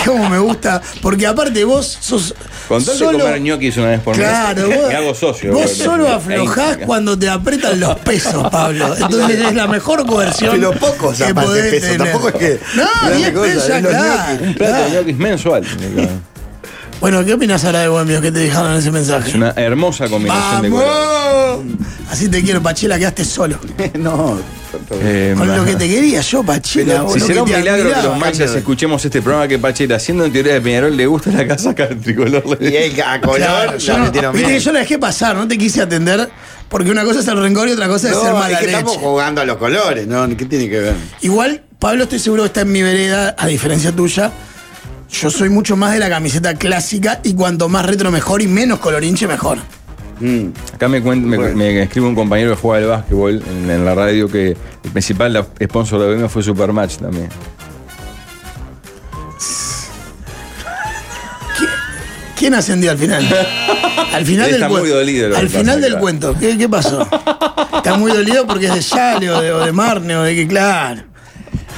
Cómo me gusta. Porque aparte vos sos.
Con tal de comer ñoquis una vez por mes.
Claro,
me
vos,
hago socio.
vos
Bohemios.
solo
Ahí,
aflojás
acá.
cuando te apretan los pesos, Pablo. Entonces es la mejor coerción.
Pero pocos
que
aparte
podés
pesos,
tener.
tampoco es que-
No,
gran
10
cosa,
pesos
es los
acá.
ñoquis.
Un plato de ñoquis mensual.
Bueno, ¿qué opinas ahora de Bohemios que te dejaron en ese mensaje?
Es una hermosa combinación de colores.
¡Vamos! Así te quiero, Pachela, quedaste solo.
No.
Eh,
Con lo que te quería yo, Pachela.
Pero
vos,
si
lo
será un
que te
milagro que
admiraba.
los machas escuchemos este programa que Pacheta, haciendo en teoría de Peñarol, le gusta la casaca del tricolor.
Y él a color
Claro,
la
yo no-
metieron
viste
bien.
que yo la dejé pasar, no te quise atender, porque una cosa es el rencor y otra cosa es
No,
ser
es
mala
que estamos
leche.
jugando a los colores, ¿no? ¿Qué tiene que ver?
Igual, Pablo, estoy seguro que está en mi vereda, a diferencia tuya. Yo soy mucho más de la camiseta clásica y cuanto más retro mejor y menos colorinche mejor.
Mm.
Acá me, cuen- me, me escribe un compañero que juega al básquetbol en, en la radio que el principal la- sponsor de Bohemios fue Supermatch también.
¿Quién ascendió al final? Al final
Él
del
está muy
cuento.
dolido lo que
Al
pasa,
final del
claro.
cuento. ¿Qué, qué pasó? Está muy dolido porque es de Yale o de, o de Marne o de que, claro.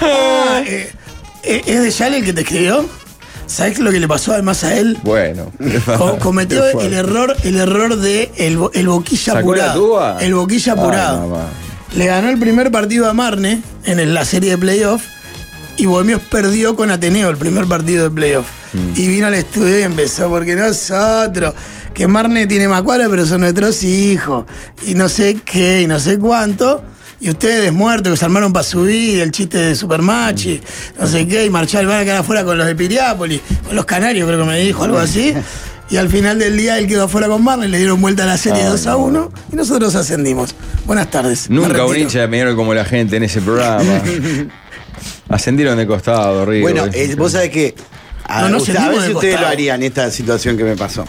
Ah, eh, eh, ¿Es de Yale el que te escribió? ¿Sabes lo que le pasó además a él?
Bueno.
Co- cometió
Qué fuerte.
el error, el error de el, bo- el boquilla
¿Sacó la
apurado.
tuba?
El boquilla
Ay,
apurado.
mamá.
Le ganó el primer partido a Marne en el- la serie de playoff y Bohemios perdió con Ateneo el primer partido de playoff. Y vino al estudio y empezó, porque nosotros, que Marne tiene más cuadras, pero son nuestros hijos, y no sé qué, y no sé cuánto. Y ustedes muertos que se armaron para subir, el chiste de Supermachi, no sé qué, y marchar van a quedar afuera con los de Piriápolis, con los canarios, creo que me dijo, algo así. Y al final del día él quedó afuera con Marne, le dieron vuelta a la serie
Ay,
2 a 1 y nosotros ascendimos. Buenas tardes. me
Nunca un
retiro.
hincha de Peñarol como la gente en ese programa. Ascendieron de costado, Rigo.
Bueno,
¿viste?
eh, vos sabés que. A,
No, no,
usted- a
sentimos
ver
de
si ustedes lo
costado.
harían, esta situación que me pasó.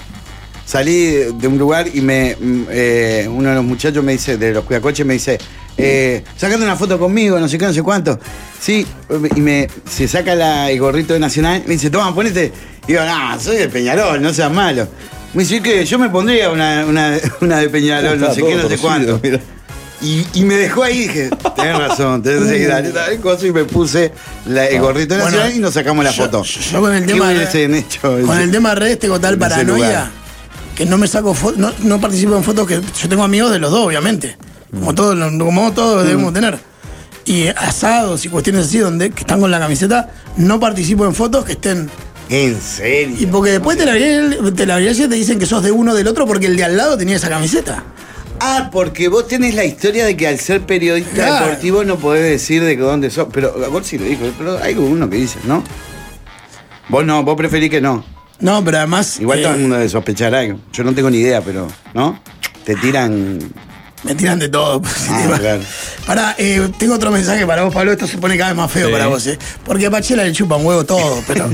Salí de un lugar y me mm, eh, uno de los muchachos me dice, de los cuidacoches, me dice, eh, sacate una foto conmigo, no sé qué, no sé cuánto. Sí, y me se saca la- el gorrito de Nacional, me dice, toma, ponete. Y digo, no, soy de Peñarol, no seas malo. Me dice, que yo me pondría una, una- una de Peñarol, no
Está
sé
todo
qué, no sé
torcido,
cuánto.
mirá.
Y, y me dejó ahí, dije, tenés razón, tenés que dale, dale, coso, y me puse la- el gorrito
Bueno,
nacional y nos sacamos la
yo-
foto.
yo- yo con el
¿Qué
tema de-
hubiesen hecho?
Con el tema de redes tengo tal
En ese lugar.
paranoia que no me saco fotos, no, no participo en fotos que yo tengo amigos de los dos, obviamente. Como
Mm.
todos, los- como todos debemos tener. Y asados y cuestiones así donde que están con la camiseta, no participo en fotos que estén.
¿En serio?
Y porque después te la abrí- te la abrí y te dicen que sos de uno del otro porque el de al lado tenía esa camiseta.
Ah, porque vos tenés la historia de que al ser periodista
Claro.
deportivo no podés decir de dónde sos. Pero Gorsi lo dijo, pero hay uno que dice, ¿no? Vos no, vos preferís que no.
No, pero además.
Igual
eh,
todo el mundo debe sospechar algo. Yo no tengo ni idea, pero, ¿no? Te tiran.
Me tiran de todo. pues,
Ah,
encima.
claro.
Pará, eh, tengo otro mensaje para vos, Pablo. Esto se pone cada vez más feo
Sí.
para vos, ¿eh? Porque a Pachela le chupa un huevo todo, pero.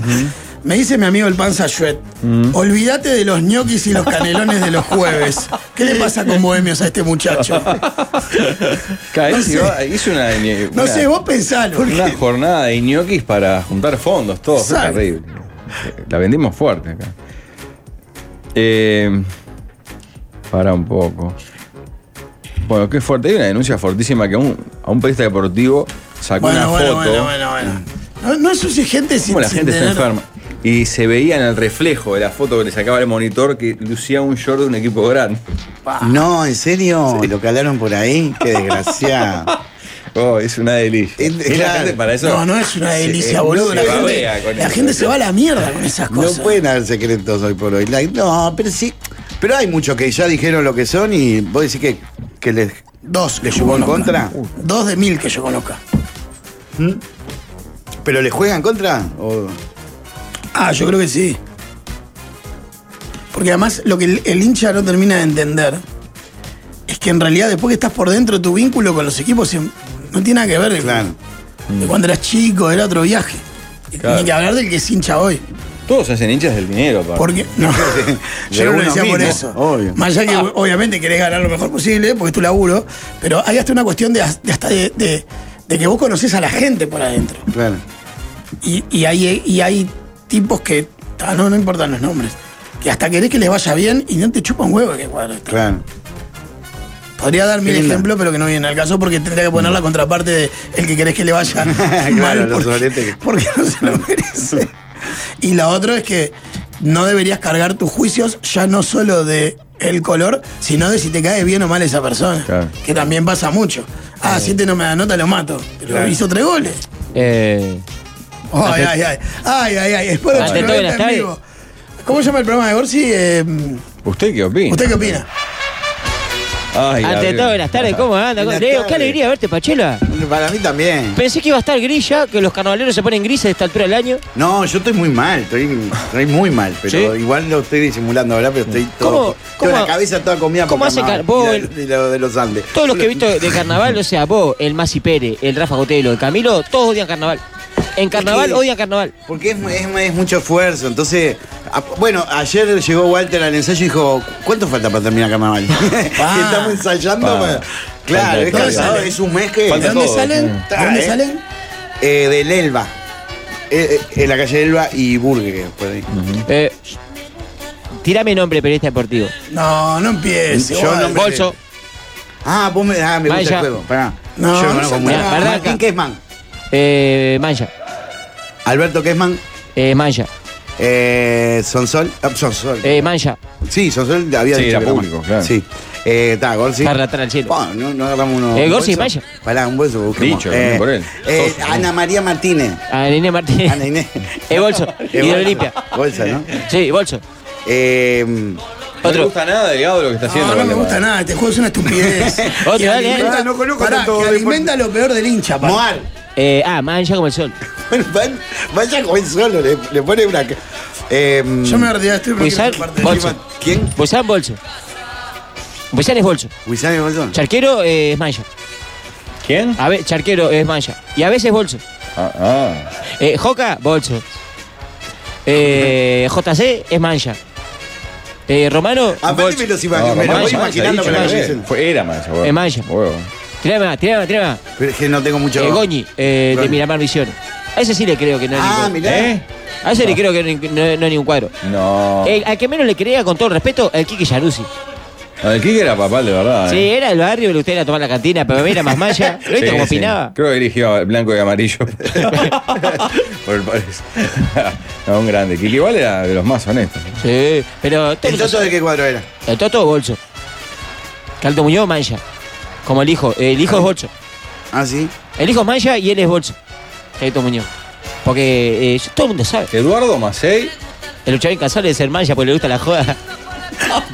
Me dice mi amigo el panza Shuet, olvídate de los ñoquis y los canelones de los jueves. ¿Qué le pasa con bohemios a este muchacho?
Cae,
no sé.
iba- hizo una,
No
una-
sé, vos pensalo.
una jornada de ñoquis para juntar fondos, todo. Fue
Exacto.
terrible. La vendimos fuerte acá. Eh, para un poco. Bueno, qué fuerte. Hay una denuncia fortísima que a un, a un periodista deportivo sacó
Bueno,
una
bueno,
foto.
bueno, bueno, bueno. No, no es gente sin
Como la
sin
gente está
tener-
enferma. Y se veía en el reflejo de la foto que le sacaba el monitor que lucía un short de un equipo grande.
No, ¿en serio? ¿Lo calaron por ahí? Qué desgraciado.
Oh, es una delicia.
Eh,
Y la
claro.
gente para eso.
No, no es una delicia,
eh,
boludo.
se
La gente,
babea con
la
eso.
gente se va a la mierda con esas
No
cosas.
pueden haber secretos hoy por hoy. Like, no, pero sí. Pero hay muchos que ya dijeron lo que son y vos decís que, que les.
Dos que
¿Le
yo
jugó en
conozca.
contra?
Dos de mil que yo conozca.
¿Pero les juegan contra? O-
Ah, yo creo que sí. Porque además lo que el, el hincha no termina de entender es que en realidad después que estás por dentro tu vínculo con los equipos se- no tiene nada que ver de,
Claro.
de cuando eras chico, era otro viaje.
Claro.
Ni que hablar del que es hincha hoy.
Todos se hacen hinchas del dinero, aparte.
Porque no, yo no lo
uno
decía por
mismo,
eso.
obvio.
Más allá que obviamente querés ganar lo mejor posible, porque es tu laburo, pero hay hasta una cuestión de, de hasta de, de- de que vos conocés a la gente por adentro.
Claro.
Y, y hay, y hay tipos que. ah, No, no importan los nombres. Que hasta querés que les vaya bien y no te chupan huevo que cuadro. está.
Claro.
Podría dar mil
Qué lindo.
ejemplos, pero que no vienen al caso porque tendría que poner la contraparte de el que querés que le vaya
Claro,
mal
los soletes
porque,
que-
porque no se lo merece. Y la otra es que no deberías cargar tus juicios ya no solo de el color, sino de si te cae bien o mal esa persona.
Claro.
Que también pasa mucho. Ah,
Eh.
si te no me da nota, lo mato. Pero hizo tres goles.
Eh,
Ay, ay, ay. Ay, ay, ay. Sport
Ante todo,
890
buenas
en
tardes.
vivo. ¿Cómo se llama el programa de Gorsi? Eh,
¿Usted qué opina?
¿Usted qué opina?
Ay,
ante
Gabriel.
todo, buenas tardes, ¿cómo anda?
Buenas
Leo,
tardes.
qué alegría verte, Pachela.
Para mí también.
Pensé que iba a estar gris ya, que los carnavaleros se ponen grises a esta altura del año.
No, yo estoy muy mal, estoy, estoy muy mal, pero
¿Sí?
igual lo estoy disimulando ahora, pero estoy
¿Cómo-
todo.
cómo-
tengo la cabeza toda comida
cómo
por
hace
carnaval
car- vos,
y la- y lo de los Andes.
Todos los que he visto de carnaval, o sea, vos, el Masi Pérez, el Rafa Cotelo, el Camilo, todos odian carnaval. En carnaval
que-
odian carnaval.
Porque es, es- es mucho esfuerzo, entonces. a- bueno, ayer llegó Walter al ensayo y dijo: ¿Cuánto falta para terminar carnaval?
Pa.
Y estamos ensayando.
Ah, Pa.
para-
Falta
Claro, es
todo.
cansado,
Sale.
es un mes que.
Falta
¿De dónde
todo.
salen? ¿De
Ah,
dónde
eh.
salen?
Eh, del Elba. Eh, eh, en la calle Elba y Burger, por ahí.
Eh, tirame nombre periodista deportivo.
No, no empiece. Ah,
Yo
guay.
nombre-
Bolso.
Ah, vos me, ah, me gusta
Vaya.
el juego. Pará.
No,
Yo
no
lo conozco
se
muy bien.
trata. Pará,
Martín
acá.
Kesman.
Eh, Manja.
Alberto Kesman.
Eh, Manja.
Eh, Sonsol. ah, Sonsol.
Eh, Manja.
Sí, Sonsol había
Sí,
dicho.
era
que
público,
más.
claro.
Sí. Eh, está, Gorsi.
Para atrás al cielo.
Pa, no, no agarramos uno.
Eh,
un
Gorsi,
bolso.
vaya.
Pará, un bolso busquemos.
Dicho, bien por él.
eh,
Sos,
Ana María Martínez.
A Inés Martínez.
Ana Inés.
Eh, Bolso.
Eh,
Hidro limpia.
Bolsa, ¿no?
Sí, Bolso.
Eh,
No
Otro.
me gusta nada, Delgado, lo que está haciendo.
Ah, No, no me
Valdemar.
gusta nada, este juego es una estupidez.
Otro,
Que
dale,
alimenta-
dale. No conozco
Pará,
tanto
que
deporte.
alimenta lo peor del hincha. pará.
Moar.
Eh, ah, Manja como el sol.
Van- Vaya con él solo, le, le pone una. ca- Eh,
Yo me ardía, estoy
Huizar,
perdiendo parte de-
Bolso.
¿Quién?
Bolsán, Bolso. Bolsán es Bolso.
Wisan Gonzón.
Charquero eh, es Manja.
¿Quién?
A ver, Charquero es Manja. Y a veces Bolso.
Ah, ah.
Eh, Joca, Bolso. Eh, JC es Manja. Eh, Romano,
Aparte me
Bolso.
los imagino, me
Román
lo voy
Mancha,
imaginando
dicho,
con la
Mancha.
cabeza.
Fue- Era Mancha, huevo.
Es Mancha.
Huevo.
Tirame más, tirame más, tirame más.
Pero es que no tengo mucho.
Eh, Goñi, eh, de
Goñi.
Miramar Misiones. A ese sí le creo que no hay
Ah,
ningún-
mirá.
¿Eh?
A ese le creo que no, no- no hay ningún cuadro.
No.
El- al que menos le creía, con todo el respeto, el Kiki Yanuzzi.
El Kike era papal, de verdad.
Sí,
¿eh?
era el barrio, le gustaba ir a tomar la cantina, pero a mí era más malla. ¿Lo viste
Sí,
cómo
sí.
opinaba?
Creo que dirigió a blanco y amarillo. Por el país. no, un grande. Kike igual era de los más honestos.
Sí, pero...
¿El toto de qué cuadro era?
El Toto Bolso. Caldo Muñoz Mancha. Como el hijo. El hijo es Bolso.
Ah, sí.
El hijo es Mancha y él es Bolso. Caldo Muñoz. Porque eh, todo el mundo sabe.
Eduardo Macei.
El luchador incansable es ser Mancha porque le gusta la joda.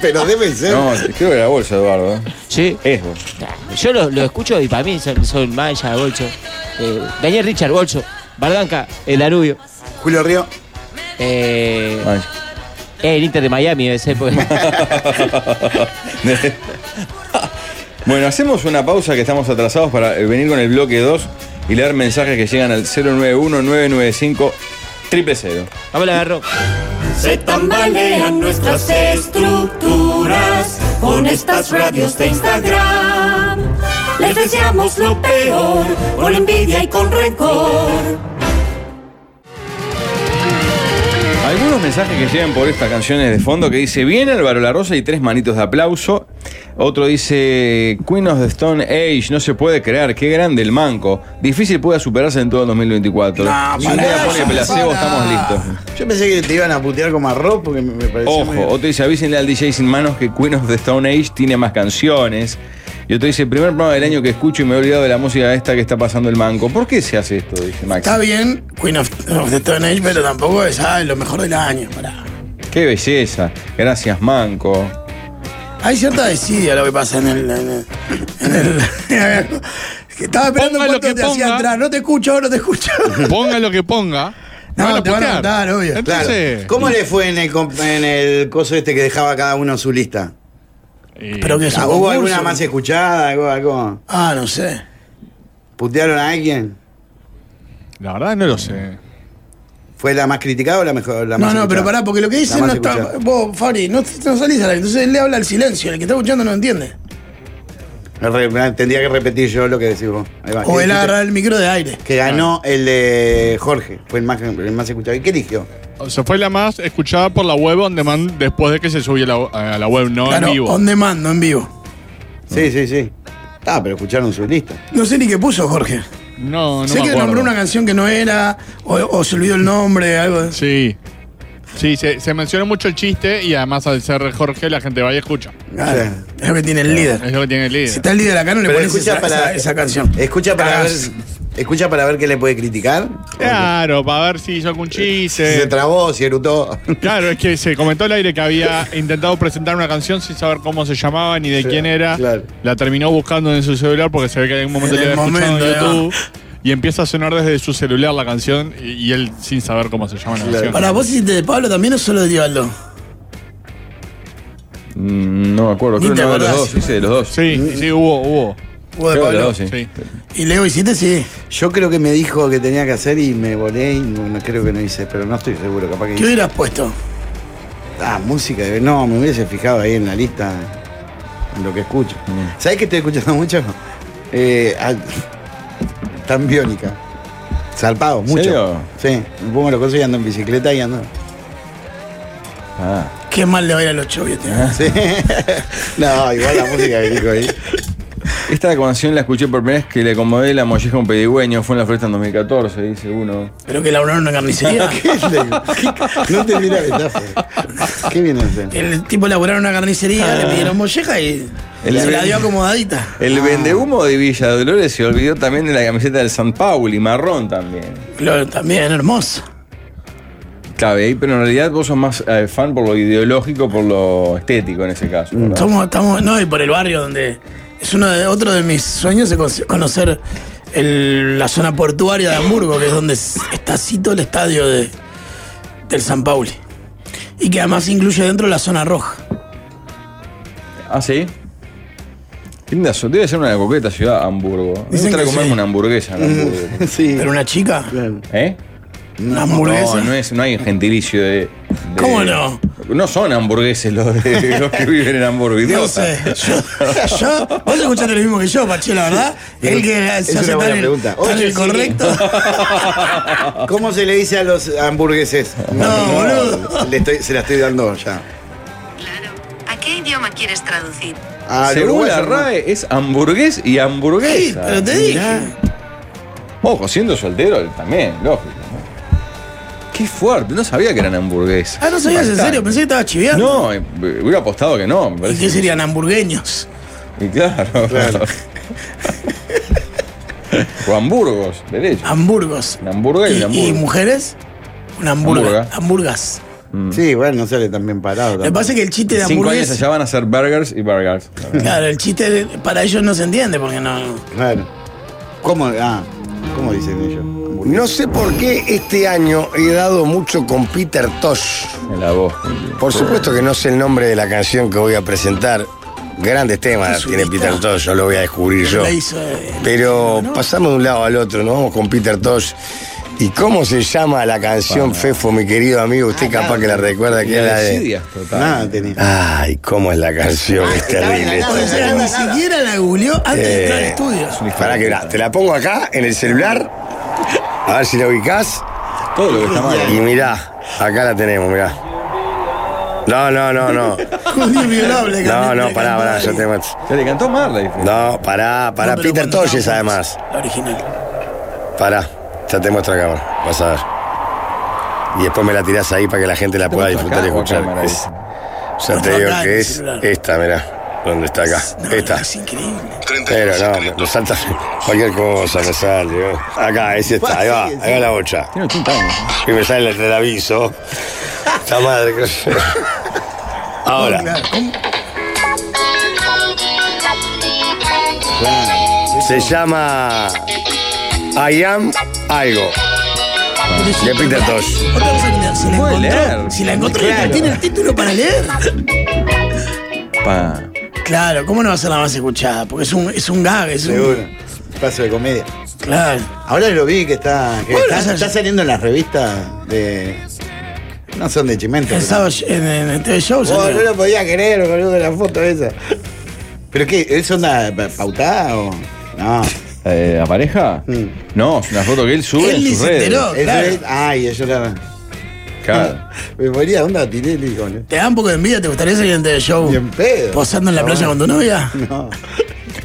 Pero debe ser.
No, creo que era bolsa, Eduardo. ¿eh?
Sí.
Es bolsa.
Yo lo, lo escucho y para mí son, son Mancha, Bolso. Eh, Daniel Richard, Bolso. Bardanca, el Danubio.
Julio Río.
Eh,
Mancha.
el Inter de Miami debe ser. porque-
bueno, hacemos una pausa que estamos atrasados para eh, venir con el bloque 2 y leer mensajes que llegan al 091-995. 000.
Vamos, la agarro.
Se tambalean nuestras estructuras con estas radios de Instagram. Les deseamos lo peor, con envidia y con rencor.
Algunos mensajes que llegan por estas canciones de fondo que dice bien Álvaro La Rosa y tres manitos de aplauso. Otro dice Queen of the Stone Age, no se puede creer, qué grande el manco. Difícil pueda superarse en todo el 2024. si un día
pará,
pone Pelacebo, estamos listos.
Yo pensé que te iban a putear como arroz porque me, me pareció. muy-
Ojo, otro dice, avísenle al DJ sin manos que Queen of the Stone Age tiene más canciones. Y otro dice, primer programa del año que escucho y me he olvidado de la música esta que está pasando el manco. ¿Por qué se hace esto? Dice Max.
Está bien, Queen of, of the Stone Age, pero tampoco es ah, lo mejor del año. pará.
Qué belleza. Gracias, manco.
Hay cierta desidia lo que pasa en el. En el, en el- que estaba esperando
Ponga lo
cuánto
que
te hacía
ponga.
entrar. No te escucho, no te escucho.
Ponga lo que ponga.
No,
van a
te van a
putear.
matar, obvio.
Claro.
Entonces,
¿Cómo le fue en el, comp- en el coso este que dejaba cada uno su lista?
y-
pero que es un
Ah, ¿Hubo
concurso.
alguna más escuchada? ¿Algo, algo?
Ah, no sé.
¿Putearon a alguien?
La verdad no lo sé.
¿Fue la más criticada o la mejor? La
No,
más
no,
escuchada?
pero pará, porque lo que
La
dicen
más
no está.
escuchada.
Vos, Fabri, no, no salís a la. Entonces él le habla al silencio, el que está escuchando no entiende.
Re- Tendría que repetir yo lo que decís vos. Ahí va.
O
¿Qué
él
Ah, dijiste?
agarra el Ah. micro de aire.
Que ganó el de Jorge, fue el más, el más escuchado. ¿Y qué eligió?
Ah.
O sea, fue la más escuchada por la web on demand después de que se subió la- a la web, no
claro,
en vivo.
on demand, no en vivo.
Sí, sí, sí. Ah, pero escucharon su lista.
No sé ni qué puso Jorge.
No, no
sé
me
que
acuerdo.
nombró una canción que no era, o, o se olvidó el nombre, algo de
Sí. Sí, se, se menciona mucho el chiste y además al ser Jorge la gente va y escucha.
Claro, es lo que tiene el
Es
líder.
lo que tiene el
Si
líder.
está el líder acá, no le
Pero
pones
escucha
esa,
para-
esa- esa canción.
Escucha para ver.
Cagás. Ah,
Escucha para ver qué le puede criticar.
Claro, para ver si hizo algún
Si se
chiste.
trabó, si erutó.
Claro, es que se comentó al aire que había intentado presentar una canción sin saber cómo se llamaba ni de quién era.
claro.
La terminó buscando en su celular porque se ve que en algún momento
En
le
el
había escuchado en
momento,
YouTube. Y empieza a sonar desde su celular la canción y, y él sin saber cómo se llama la canción.
Para vos hiciste de Pablo también o solo de Divaldo.
Mm, No me acuerdo,
Ni
creo que
te
no de los
acordás.
dos. Hice de los dos.
Sí, sí, sí, hubo, hubo.
Creo
Vos de
que de
Pablo.
los dos, sí.
Sí.
Y Leo hiciste, sí.
Yo creo que me dijo que tenía que hacer y me volé y no, no creo que no hice, pero no estoy seguro, capaz que
¿Qué hubieras puesto?
Ah, música. de- No, me hubiese fijado ahí en la lista, en lo que escucho. ¿Sabés que estoy escuchando mucho? Eh, a- tan biónica. Zarpado, mucho.
serio?
Sí, me pongo los cosas y ando en bicicleta y ando.
Ah.
este Qué mal le va a ir a los chovios, tío.
Sí. no, igual la música que dijo ahí.
Esta canción la escuché por primera vez que le acomodé la molleja a un pedigüeño. Fue en la fiesta en 2014, dice uno.
Pero que laburaron en una carnicería.
No te mira metáfora. ¿Qué viene a hacer?
El tipo laburaron en una carnicería, le pidieron molleja y
Ah. El-
se la dio acomodadita.
El vendehumo de Villa Dolores se olvidó también de la camiseta del San Pauli, marrón también.
Claro, también hermoso.
Cabe ahí, pero en realidad vos sos más eh, fan por lo ideológico, por lo estético en ese caso. ¿verdad?
Estamos, estamos, no, y por el barrio donde es uno de, otro de mis sueños es con- conocer el- la zona portuaria de Hamburgo, que es donde s- está cito el estadio de, del San Pauli. Y que además incluye dentro la zona roja.
Ah, sí. Qué linda so- Debe ser una coqueta ciudad, Hamburgo. Me
Dicen
gustaría
que
comerme
sí. Mm.
una hamburguesa en Hamburgo.
Sí.
Eh, Pero una chica,
claro.
¿Eh?
una hamburguesa.
No, no, es, no hay gentilicio de, de-
¿Cómo no?
No son hamburgueses los, de- los que viven en Hamburgo,
No
idiota.
sé, yo, yo- vos escuchaste lo mismo que yo, Pache, la verdad. El que
Es
se hace
una buena
tan, el,
pregunta.
tan
Oye,
el
sí.
correcto.
¿Cómo se le dice a los hamburgueses?
No, boludo.
Le estoy- se la estoy dando ya.
Claro. ¿A qué idioma quieres traducir?
Ah,
Según la
uruguayo, ¿no?
RAE, es hamburgués y
Sí,
hamburguesa.
pero te dije.
Ojo, siendo soltero también, lógico. ¿no? Qué fuerte, no sabía que eran hamburguesas.
Ah, no sabías en
Bastante.
serio, pensé que estaba chiviando.
No, eh, hubiera apostado que no, me
¿Y
parece.
qué serían hamburgueños?
Y claro.
Claro.
o hamburgos, derecho.
Hamburgos.
Una hamburguesa y
y,
una hamburga.
y mujeres, una hamburga.
Hamburga.
Hamburgas.
Mm. Sí, bueno, no sale tan bien parado.
Lo que
tampoco.
pasa es que el chiste de
Cinco años
hamburgues.
allá van a ser burgers y burgers.
Claro, el chiste de- para ellos no se entiende porque no.
Claro. ¿Cómo? Ah, ¿cómo dicen ellos? Hamburguesa.
No sé por qué este año he dado mucho con Peter Tosh.
En la voz.
Por supuesto que no sé el nombre de la canción que voy a presentar. Grandes temas
Es un
tiene
hito.
Peter Tosh, yo lo voy a descubrir yo.
La hizo. eh,
Pero pasamos de un lado al otro, ¿no? Vamos con Peter Tosh. ¿Y cómo se llama la canción Fefo, mi querido amigo? Usted capaz que la recuerda, que es la de...
Desidia, total.
Nada tenía.
Ay, cómo es la canción, es terrible.
o sea, ni siquiera la googleó antes de entrar al
Eh,
estudio.
Pará que mirá, te la pongo acá en el celular, a ver si la ubicás.
Todo lo que está mal.
Y mirá, acá la tenemos, mirá. No, no, no, no.
Judío inviolable.
No,
cantante,
no, pará, pará, yo
cantante.
te
No,
mato.
Se le cantó Marley.
No, pará, pará,
pero
Peter
cuando
Toyes
estaba-
además.
La original.
Pará, ya te muestro acá, bueno, vas a ver. Y después me la tirás ahí para que la gente la pueda disfrutar y escuchar. Es- ya te digo que es esta, mirá, donde está acá.
No,
Esta.
Es increíble.
Pero no, me- me salta cualquier cosa, me sale. ¿no? Acá, es esta, ahí va, ahí va la bocha.
Tiene 80 años.
Y me sale el, el aviso. La madre que Ahora, se llama I am algo. De Peter Tosh.
Otra cosa que la- si la
Puede
encontró,
leer.
si la encontró,
Claro.
tiene el título para leer.
Pa.
Claro, ¿cómo no va a ser la más escuchada? Porque es un, es un gag, es un.
Seguro. Paso de comedia.
Claro.
Ahora lo vi que está. que
Bueno,
está,
o sea,
está
yo-
saliendo en las revistas de. No son de Chimento.
El
pero-
sábado en, en el TV Show.
Oh,
salió.
no lo podía creer, boludo, la foto esa. ¿Pero qué? ¿Es onda pa- pautada o.? No.
Eh, ¿La pareja?
Mm.
No, es una foto que él sube
Él
en
ni
sus
se
redes.
enteró.
Eso
Claro.
es. Ay, eso era.
Claro.
Me moría de onda Tinelli con.
¿Te da un poco de envidia? ¿Te gustaría salir en el TV Show?
Ni en pedo.
¿Posando en la
No,
playa con tu novia?
No.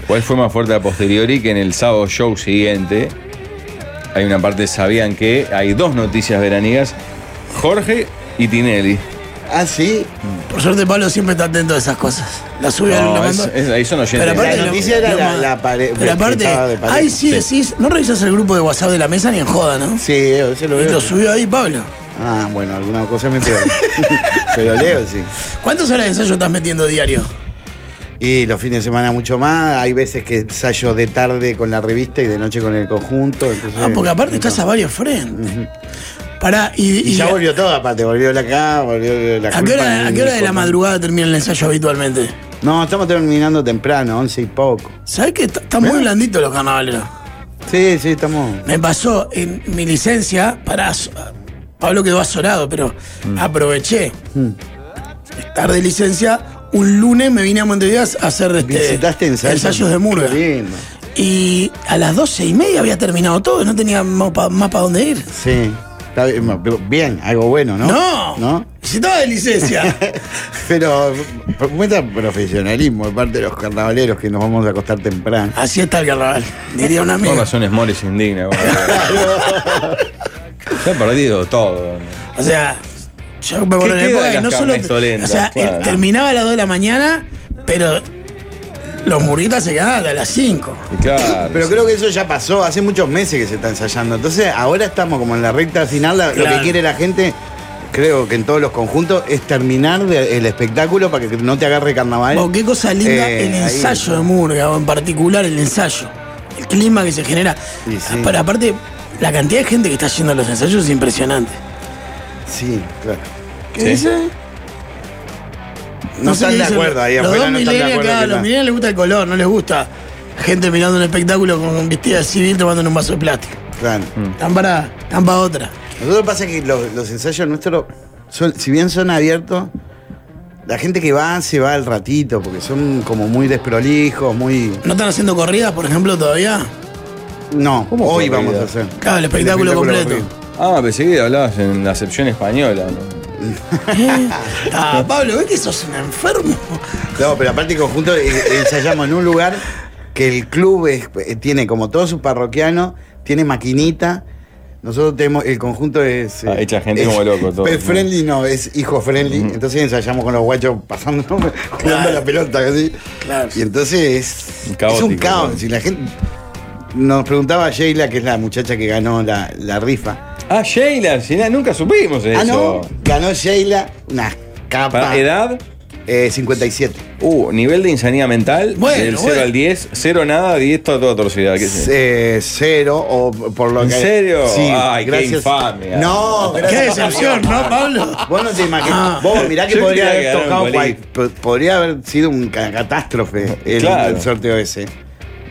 ¿Cuál Pues fue más fuerte a posteriori que en el sábado show siguiente? Hay una parte, sabían que hay dos noticias veraniegas, Jorge y Tinelli.
Ah, sí.
Por suerte, Pablo siempre está atento a esas cosas. La sube al
No,
lo
es-
mandó.
es- ahí son oyentes.
Pero aparte,
La
lo-
noticia era
lo
la-
ma-
la pare-
Pero aparte,
estaba de pared.
ahí sí decís, no revisas el grupo de WhatsApp de la mesa ni en joda, ¿no?
Sí, eso lo
Y
veo.
lo subió ahí Pablo.
Ah, bueno, alguna cosa me pegó. Pero leo, sí.
¿Cuántas horas de ensayo estás metiendo diario?
Y los fines de semana mucho más. Hay veces que ensayo de tarde con la revista y de noche con el conjunto. entonces-
Ah, porque aparte estás a varios frentes. Pará, y,
Y
y
ya
a,
volvió todo, aparte. Volvió la acá, volvió la
¿a qué
culpa
hora,
en
a qué hora de la
el-
madrugada termina el ensayo habitualmente?
No, estamos terminando temprano, once y poco.
¿Sabés que está- están muy blanditos los carnavaleros?
Sí, sí, estamos.
Me pasó en mi licencia para. Pablo quedó azorado, pero
Mm.
aproveché. Estar de licencia, un lunes me vine a Montevideo a hacer este,
Visitaste ensayos.
de murga.
Qué lindo.
Y a las doce y media había terminado todo, no tenía mapa, mapa dónde ir.
Sí. Está bien, pero bien, algo bueno, ¿no?
No.
¿No?
Necesitaba de licencia.
Pero muestra profesionalismo de parte de los carnavaleros que nos vamos a acostar temprano.
Así está el carnaval, diría un
Por
amigo.
razones mores indigna. boludo. Se ha perdido todo.
O sea, yo me acuerdo
¿Qué
en época
queda de
que no
las
solo.
carnes
O
tolentas?
sea, el-
Claro.
terminaba a las 2 de la mañana, pero los murguitas se quedaban a las 5.
Y claro.
Pero creo que eso ya pasó, hace muchos meses que se está ensayando. Entonces ahora estamos como en la recta final, la- lo
Claro.
que quiere la gente, creo que en todos los conjuntos, es terminar de- el espectáculo para que no te agarre carnaval.
Bueno, Oh, qué cosa linda
Eh,
el
ahí.
ensayo de Murga, o en particular el ensayo. El clima que se genera.
Y sí.
Pero aparte, la cantidad de gente que está haciendo los ensayos es impresionante.
Sí, claro.
¿Qué
Sí.
dice?
No,
sé
están
qué
de
dicen
acuerdo ahí
los
afuera,
dos
no están de
millennials,
acuerdo.
claro,
que
los
nada.
millennials les gusta el color, no les gusta gente mirando un espectáculo con vestida de civil tomando un vaso de plástico.
Claro.
Tan para, tan para otra.
Nosotros pasa que los, los ensayos nuestros, son- si bien son abiertos, la gente que va se va al ratito, porque son como muy desprolijos, muy...
¿No están haciendo corridas, por ejemplo, todavía?
No,
¿Cómo
hoy
corrida?
vamos a hacer.
Claro, el espectáculo,
El espectáculo
completo.
Ah, pensé que hablabas en la acepción española. ¿no?
Ah, Pablo, ¿ves que sos un enfermo?
No, pero aparte conjunto eh, ensayamos en un lugar que el club es- eh, tiene como todos sus parroquianos, tiene maquinita. Nosotros tenemos, el conjunto es... eh,
Ah, hecha gente
es-
como loco, todo.
Pet friendly no, es hijo friendly. Entonces ensayamos con los guachos pasando, jugando
Claro.
la pelota, así.
Claro.
Y entonces es,
Caótico,
es un caos.
¿no?
Si la gente, nos preguntaba Sheila, que es la muchacha que ganó la, la rifa.
Ah, Sheila, si na- nunca supimos eso.
Ah, no, ganó Sheila una capa.
Para edad,
Eh, 57.
uh, nivel de insanidad mental,
Bueno,
del 0
bueno.
al 10, 0 nada, 10 toda, toda torcida. ¿qué sé?
Eh, cero o por lo
¿En
que.
serio?
Sí,
Ay, qué
gracias.
infamia.
No,
Qué
gracias.
decepción, ¿no, Pablo?
Vos no te imaginas.
Ah.
Vos mirá que
Yo creía
podría haber
que era un
tocado
bolí.
cual- po- Podría haber sido una catástrofe el,
Claro.
el sorteo ese.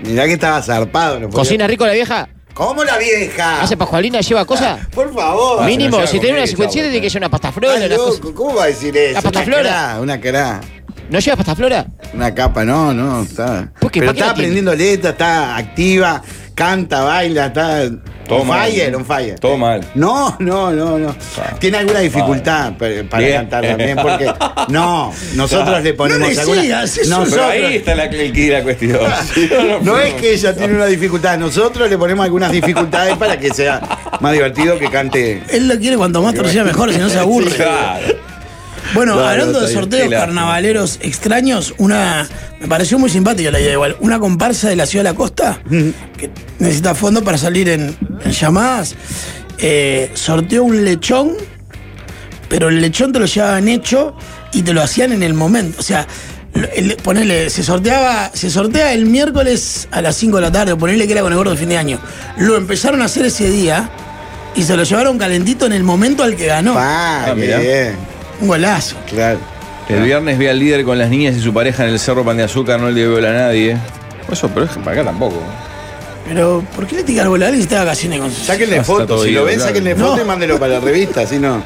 Mirá que estaba zarpado. no podía-
¿Cocina rico la vieja?
¿Cómo la vieja?
¿Hace pascualina? ¿lleva
Ah,
cosas?
Por favor.
Mínimo,
no llega
si
con
tiene una
eso,
57 tiene que llevar una pasta flora,
Estás
una cosa-
loco, ¿Cómo va a decir eso?
La pasta
Una
flora.
querá, Una querá.
¿No lleva pasta flora?
Una capa, no, no, está.
¿Por qué?
Pero está
¿Para qué la tiene?
aprendiendo letra, está activa, canta, baila, está.
Todo
on
mal.
fire, on fire.
Todo mal.
No, no, no, no. Tiene alguna dificultad pa- para
Bien.
cantar también, porque. No, nosotros le ponemos
No le
alguna.
sigas, es un-
Pero
nosotros-
ahí está la, el quid de la cuestión. Sí, no,
no es que ella tiene una dificultad, nosotros le ponemos algunas dificultades para que sea más divertido que cante.
Él lo quiere cuanto más torcida mejor, si no se aburre.
Claro.
Bueno,
Claro,
hablando de
está bien.
sorteos
Qué lástima.
carnavaleros extraños, una. Me pareció muy simpática la idea igual. Una comparsa de la ciudad de la costa que necesita fondo para salir en, en llamadas. eh, sorteó un lechón, pero el lechón te lo llevaban hecho y te lo hacían en el momento. O sea, lo- el- ponele, se sorteaba, se sortea el miércoles a las 5 de la tarde, ponele que era con el gordo de fin de año. Lo empezaron a hacer ese día y se lo llevaron calentito en el momento al que ganó.
Pa,
Ah,
qué
mirá.
bien,
Un golazo.
claro.
El viernes vi al líder con las niñas y su pareja en el cerro Pan de Azúcar, no le viola a nadie. Eso, pero es que para acá tampoco.
Pero, ¿por qué le tiras bola a alguien si está de vacaciones con sus-
Sáquenle
Está
fotos,
todo
si lo
ido,
ven,
claro.
sáquenle
No.
fotos y mándenlo para la revista, si no.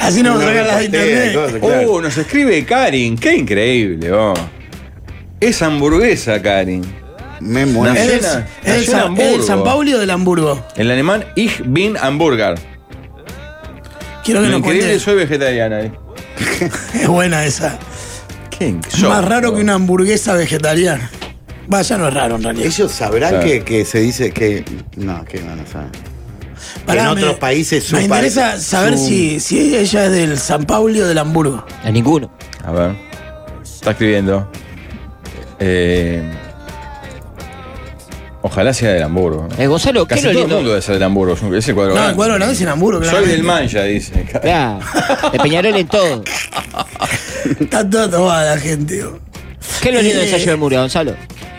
Así no me
no,
traigan las de
pastea,
internet.
cosas, claro.
Oh, nos escribe Karin. Qué increíble, vos. Es hamburguesa, Karin.
Me muero.
Nació
Es del-
Nació
es
en
del San- es del
Hamburgo.
San Pauli o del Hamburgo.
El alemán Ich bin Hamburger.
Quiero que
Lo
nos
increíble,
cuentes.
soy vegetariana. eh.
Es buena esa.
Qué
Es
increíble.
más raro que una hamburguesa vegetariana. Vaya, no es raro en realidad.
Ellos sabrán
Claro.
que, que se dice que. No, que no, no saben.
Pará,
en
me-
otros países su
Me interesa
país-
saber
su-
si, si ella es del San Pauli o del Hamburgo.
A ninguno.
A ver. Está escribiendo. Eh, ojalá sea del Hamburgo.
Eh, Gonzalo, ¿qué
Casi
lo
todo el mundo
lindo?
debe ser del Hamburgo. es un- Es el cuadro
No,
grande.
el cuadro grande es en Hamburgo,
Soy
claramente.
del Mancha, dice.
Mirá, de Peñarol en todo.
Está toda tomada la gente. digo.
¿Qué es lo lindo del
Eh.
ensayo de Murga, Gonzalo?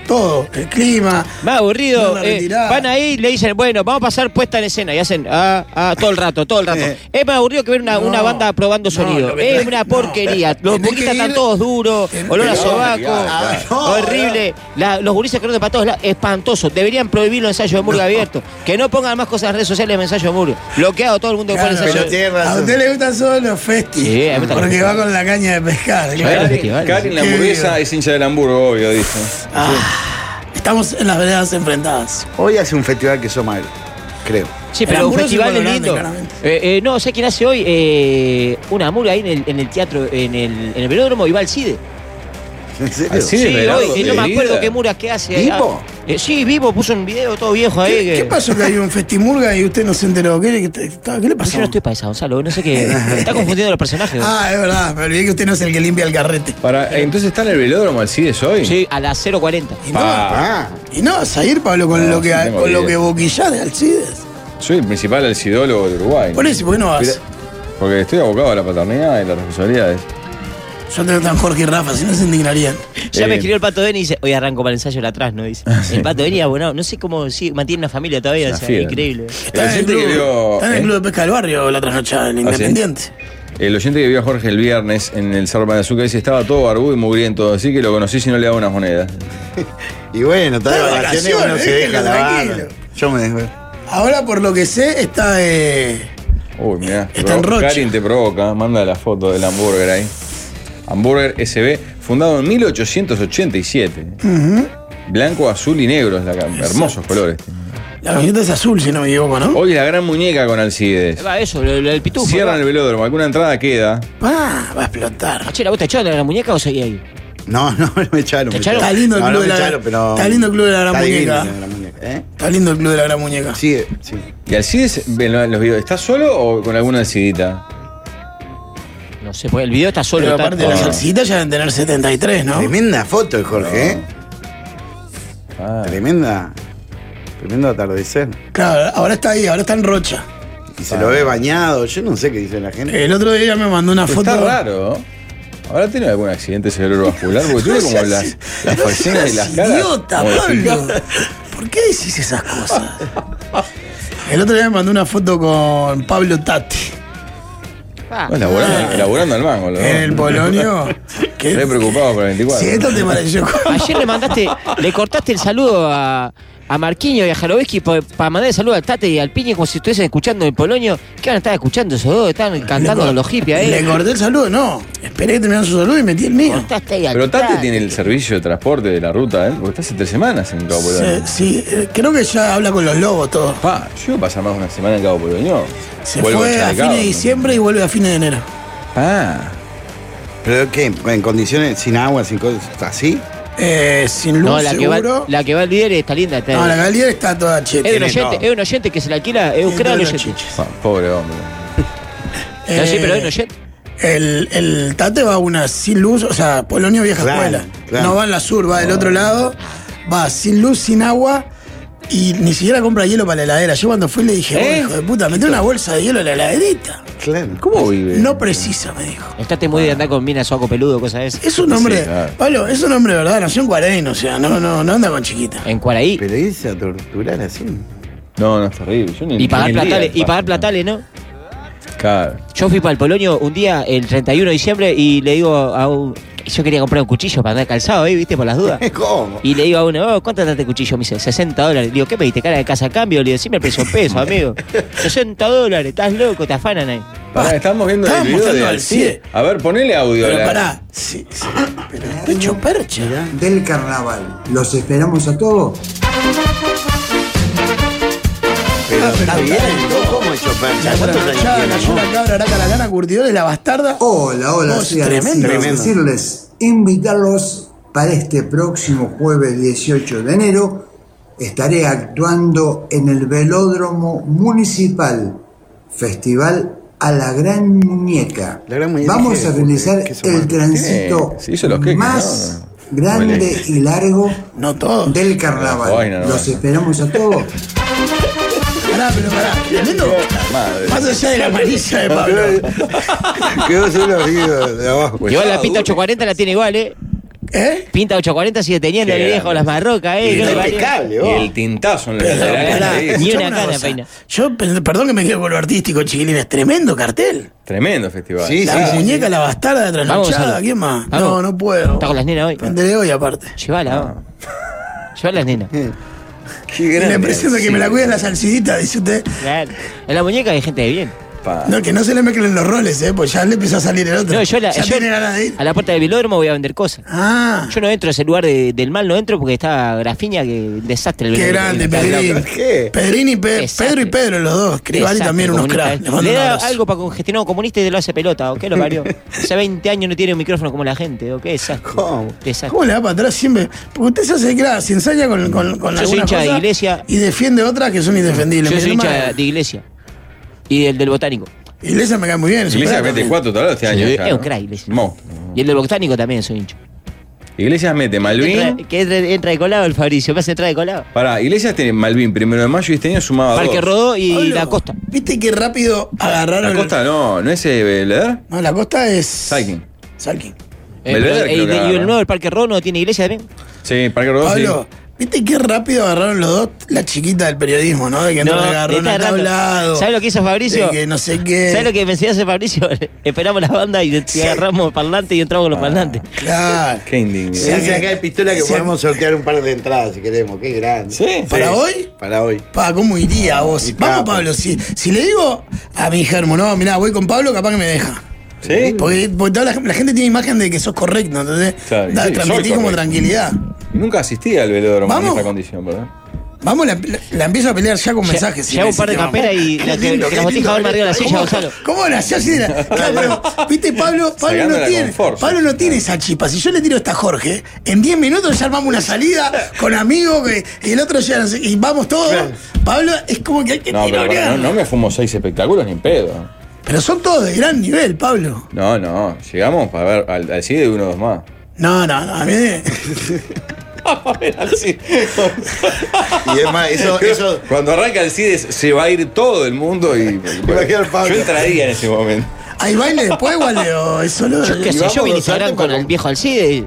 Todo. El clima.
Más aburrido.
No la
eh,
retirada.
van ahí y le dicen, bueno, vamos a pasar puesta en escena. Y hacen, ah, ah, todo el rato, todo el rato.
Eh.
Es más aburrido que ver una, una
No,
banda probando
no,
sonido.
lo que
es
tenés-
una
no.
porquería. Los
Tenés
boquitas
que
están
ir-
todos duros,
Tenés
olor a
que ir-
sobaco.
Ah,
no,
horrible. La- los gurises corren para todos lados. Espantoso. Deberían prohibir los ensayos de Murga abiertos. Que no pongan más cosas en redes sociales de ensayo de Murga. Bloqueado todo el mundo
Claro,
que pone ensayo.
pero tiene razón.
A usted le gustan solo los festis.
Sí, a mí me gustan los
porque va
festivales.
con la caña de pescar. claro.
los festivales.
Karin la
Qué
hamburguesa
bien.
es hincha del Hamburgo, obvio, dice. Ah,
Estamos en las veredas enfrentadas.
Hoy hace un festival que sos mal. creo.
Sí,
El
pero un
Hamburgo es
festival
un
es
pueblo
lindo.
grande,
Eh, eh, no, sé quién hace hoy eh, una murga ahí en el, en el teatro, en el, en el velódromo y va al CIDE.
¿En serio?
Así de
hoy,
pelado,
eh, no me
de
acuerdo
vida.
qué murga que hace.
¿Vivo?
Ah, eh, sí, vivo, puso un video todo viejo ahí.
¿Qué,
que-
qué pasó que hay un festimurga y usted no se enteró? ¿Qué, qué- qué le pasó?
Yo no estoy para esa, Gonzalo, no sé qué. Está confundiendo los personajes.
Ah, es verdad, me olvidé que usted no es el que limpia el carrete.
Para, Eh, entonces está en el velódromo Alcides hoy.
Sí, a las 0.40.
Y no,
Ah.
Pa.
y no vas a ir, Pablo, con
No,
lo que,
sí tengo
con lo
idea.
que boquillás de Alcides.
Soy el principal alcidólogo de Uruguay.
Por eso, ¿por qué no vas?
Mira, Porque estoy abocado a la paternidad y las responsabilidades.
Yo tengo tan Jorge y Rafa, si no se indignarían.
Ya me
Eh,
escribió el pato Denny y dice, hoy arranco para el ensayo la atrás, ¿no? Dice. El pato Denny abonado, no sé cómo sí, mantiene una familia todavía,
Una
o sea,
Ah, fiera.
increíble.
El
Está en, el
oyente,
club,
que vio,
está en el
¿eh?
club de pesca del barrio la trasnochada del
¿Ah, sí?
Independiente.
el oyente que vio a Jorge el viernes en el Cerro de Azúcar dice estaba todo barbudo y mugriento, así que lo conocí si no le daba unas monedas.
Y bueno, está de
Está de
vacaciones, uno se
vacaciones,
deja la
tranquilo.
barba. Yo me dejo.
Ahora, por lo que sé, está. eh,
Uy, mirá.
Está en Rocha.
Karin te provoca, manda la foto del hamburger ahí. Hamburger SB, fundado en 1887. Blanco, azul y negro, es la, ca- hermosos colores.
la camiseta es azul, si no me equivoco, ¿no?
Hoy es la gran muñeca con Alcides.
Va, eso, lo, lo del pitufo.
Cierran
va.
el velódromo, alguna entrada queda.
Ah, va a explotar.
Machera, ¿vos te echaron de la muñeca o seguí ahí?
No, no, me echaron.
¿Te
me
echaron?
Está lindo el
No, no
club
me
de la
echaron, pero.
Está lindo el club de la gran
Está divino
muñeca.
el Club de la Muñeca, ¿eh?
Está lindo el club de la gran muñeca.
Sigue, sí.
¿Y Alcides en lo- en los videos está solo o con alguna alcidita?
No sé, porque el video está solo.
Pero
está- Ah.
aparte, las salsitas ya deben tener 73, ¿no?
Tremenda foto el Jorge, ¿eh?
Ah,
Tremenda. Tremendo atardecer.
Claro, ahora está ahí, ahora está en Rocha.
Y se
Ah.
lo ve bañado. Yo no sé qué dice la gente.
El otro día me mandó una foto.
está raro, ¿no? Ahora tiene algún accidente cerebrovascular porque tiene como las, las facciones y las caras.
idiota,
como de
Pablo. ¿Por qué decís esas cosas? El otro día me mandó una foto con Pablo Tati
Ah,
No, Elaborando, elaborando al mango, los
en Ah. el
dos.
Polonio. que-
Estoy preocupado por el 24.
si esto te pareció como-
Ayer le mandaste, le cortaste el saludo a, a Marquinho y a Jaroveski para mandar el saludo al Tate y al Piñe como si estuviesen escuchando el Polonio. ¿Qué van a estar escuchando esos dos? Están cantando con los hippies ahí.
Le corté el saludo, no. Esperé que terminaran su saludo y metí el mío.
Cortaste ahí al
Pero Tate tiene el servicio de transporte de la ruta, ¿eh? Porque está hace tres semanas en Cabo Polonio.
Sí, sí, eh, creo que ya habla con los lobos todo.
Pa, yo voy a pasar más de una semana en Cabo Polonio.
Se
Vuelvo
fue a
encharcado,
fines de
¿no?
diciembre y vuelve a fines de enero.
Pa.
¿Pero qué? ¿En condiciones sin agua, sin cosas así?
Eh, sin luz,
No, la que, va,
seguro.
la que va al líder está linda. Está
No, la galería está toda
es,
cheta.
un oyente, es un oyente que se la alquila, es un
Tiene
gran
todos los
oyente.
Pa, pobre hombre.
No, sí,
Eh,
pero es un oyente.
El, el Tate va a una sin luz, o sea, Polonio vieja
Claro,
escuela.
claro.
No va en la sur, va del otro lado, va sin luz, sin agua y ni siquiera compra hielo para la heladera. Yo cuando fui le dije, "Oh, hijo de puta, mete una bolsa de hielo en la heladerita.
Claro.
¿Cómo vive?
No precisa, me dijo.
El Tate muy de andar con minas, soco peludo, cosas de esas.
Es un hombre,
claro.
Pablo, es un hombre de verdad, nació en Guaraín, o sea, no, no, no anda con chiquita.
En Cuaraí.
Pero irse a torturar así.
No, no es terrible. Yo ni-
Y pagar
ni el día
platales, y
paso,
pagar
¿no?
platales, ¿no?
Claro.
Yo fui para el Polonio un día, el 31 de diciembre, y le digo a un. Yo quería comprar un cuchillo para andar calzado ahí, ¿viste? Por las dudas.
¿Cómo?
Y le digo a uno, oh, ¿cuánto está este cuchillo? Me dice, 60 dólares. Le digo, ¿qué pediste? ¿Cara de casa a cambio? Le digo, decime el precio en peso, amigo. 60 dólares, estás loco, te afanan ahí.
Pará, estamos viendo el
Estábamos
video de
mostrando al
Alcide.
CIE.
A ver, ponele audio. a
Pero
la-
pará, sí, sí, pero pecho percha.
del carnaval. Los esperamos a todos.
Pero está
pero
bien.
está
¿Cómo hecho percha?
La
¿Cuántos años
trasnochada,
tiene,
la
no?
yula cabra, araca, la lana, curtidores, la bastarda.
Hola, hola,
Oh, es
soy Alexis.
tremendo.
Tremendo.
Decirles, invitarlos para este próximo jueves 18 de enero. Estaré actuando en el Velódromo Municipal, Festival a la Gran Muñeca.
La Gran Muñeca,
Vamos
¿qué?
a realizar
¿Qué son?
el tránsito
Sí, se hizo los queques,
más
¿no?
grande y largo
No todos.
del carnaval.
Ay, no, no.
Los esperamos a todos.
Pará, pero pará. Tremendo.
Madre.
Más allá de la amarilla de Pablo.
Quedó solo arriba de abajo.
Pues
Igual la
estaba
pinta
duro.
840 la tiene igual, ¿eh?
¿Eh?
Pinta 840 sigue teniendo
Qué
el viejo,
grande.
las marrocas, ¿eh? No le vale.
Impecable,
Y
vos.
el tintazo en la lateral,
Pará,
ahí.
Ni
escuchame
una cara,
cosa.
peina.
Yo, pe- perdón que me quedo con lo artístico, chiquilín, es tremendo cartel.
Tremendo festival.
Sí,
La muñeca, la bastarda, la
Vamos,
trasnochada,
Gonzalo.
¿quién más?
Vamos.
No, no puedo.
Está con las nenas hoy.
Prenderé hoy aparte.
Llévala, vamos. Llévala, nena.
Qué
Y
grande,
la impresión de que
Alcide.
me la cuidan la salsidita, dice usted.
Claro. En la muñeca hay gente de bien.
Ah.
No, que no se le mezclen los roles, ¿eh? Pues ya le empezó a salir el otro.
No, yo la-
ya
yo-
tiene ganas de ir.
A la puerta del velódromo voy a vender cosas.
Ah,
Yo no entro a ese lugar de- del mal, no entro porque está Grafiña, que un desastre el
qué
velódromo.
grande,
Está
Pedrín.
loco.
Pedrín y Pe-
Desastre.
Pedro y Pedro, los dos. Cribali
Desastre,
también unos
comunista,
cracks.
¿eh?
Les mando
Le
un
da
abrazo.
algo para congestionar a un comunista y te lo hace pelota, ¿o qué lo parió? Hace 20 años no tiene un micrófono como la gente, ¿o qué desastre? Desastre.
¿Cómo le da para atrás siempre? Porque usted se hace claro, se ensaña con, con, con
Yo soy
algunas
hincha de
cosas
Iglesia.
Y defiende otras que son indefendibles.
Yo
Mi
soy hincha
hermano,
de iglesia. Y el del botánico.
Iglesia me cae muy bien. es un
Iglesias
crack.
mete cuatro todos este año.
Sí,
ya,
es un
¿no?
crack, Iglesias.
Monstruo.
Y el del botánico también soy hincha.
Iglesias mete Malvin.
Entra- que entra, entra de colado el Fabricio, me hace entrar de colado.
Pará, Iglesias tiene Malvin primero de mayo y este año sumaba
Parque
dos.
Rodó y
Pablo,
la costa.
¿Viste qué rápido agarraron?
La costa no, ¿no es eh, Belvedere?
No, la costa es.
Salkin.
Salkin.
Eh,
Belvedere
pero-
creo
eh,
que
y
agarra.
el nuevo, el Parque Rodó, no tiene iglesia también.
Sí, Parque Rodó
Pablo,
sí.
¿viste qué rápido agarraron los dos la chiquita del periodismo, no? De que no, le agarró un
está errando.
tablado.
¿Sabes lo que hizo Fabricio?
De que no sé qué.
¿Sabes lo que me enseñó Fabricio? Esperamos la banda y, y agarramos parlante y entramos con
Ah.
los parlantes.
Claro.
Qué indignidad.
Mirá que acá hay pistola que
Sí.
podemos sortear un par de entradas si queremos. Qué grande.
Sí.
¿Para hoy?
Para hoy.
Pa, ¿cómo iría vos? Vamos,
capo.
Pablo, si, si le digo a mi germo, no, mirá, voy con Pablo, capaz que me deja.
¿Sí?
Porque, porque toda la, la gente tiene imagen de que sos correcto, entonces
Claro,
da,
sí,
transmitís
soy
como
correcto.
tranquilidad.
Nunca asistí al velódromo en
¿Vamos?
esta condición, ¿verdad?
Vamos, la, la- la empiezo a pelear ya con mensajes. si
Lleva un
necesito,
par de
vamos.
camperas y la, que- que las botijas van arriba de la silla,
¿Cómo-
Gonzalo.
¿Cómo la hacía así de la- Claro, pero, viste, Pablo, Pablo
Sacándola
no
con
tiene.
fuerza.
Pablo no tiene esa chispa. Si yo le tiro esta a Jorge, en 10 minutos ya armamos una salida con amigos que- y el otro ya no sé- y vamos todos. Pablo es como que hay que
No, pero
tironear.
pará,
pero,
no, no me fumo seis espectáculos ni en pedo.
son todos de gran nivel, Pablo.
No, no, llegamos para ver al, al CID de uno o dos más.
No, no, no, a mí.
Y es más, eso, eso,
Cuando arranca el CID es- se va a ir todo el mundo y.
Imagina al Pablo.
Yo entraría en ese momento.
¿Hay baile después o Leo? Es solo.
¿Qué sé
vamos
yo? Vi
los
Instagram
artes para
con el
com-
viejo Alcide.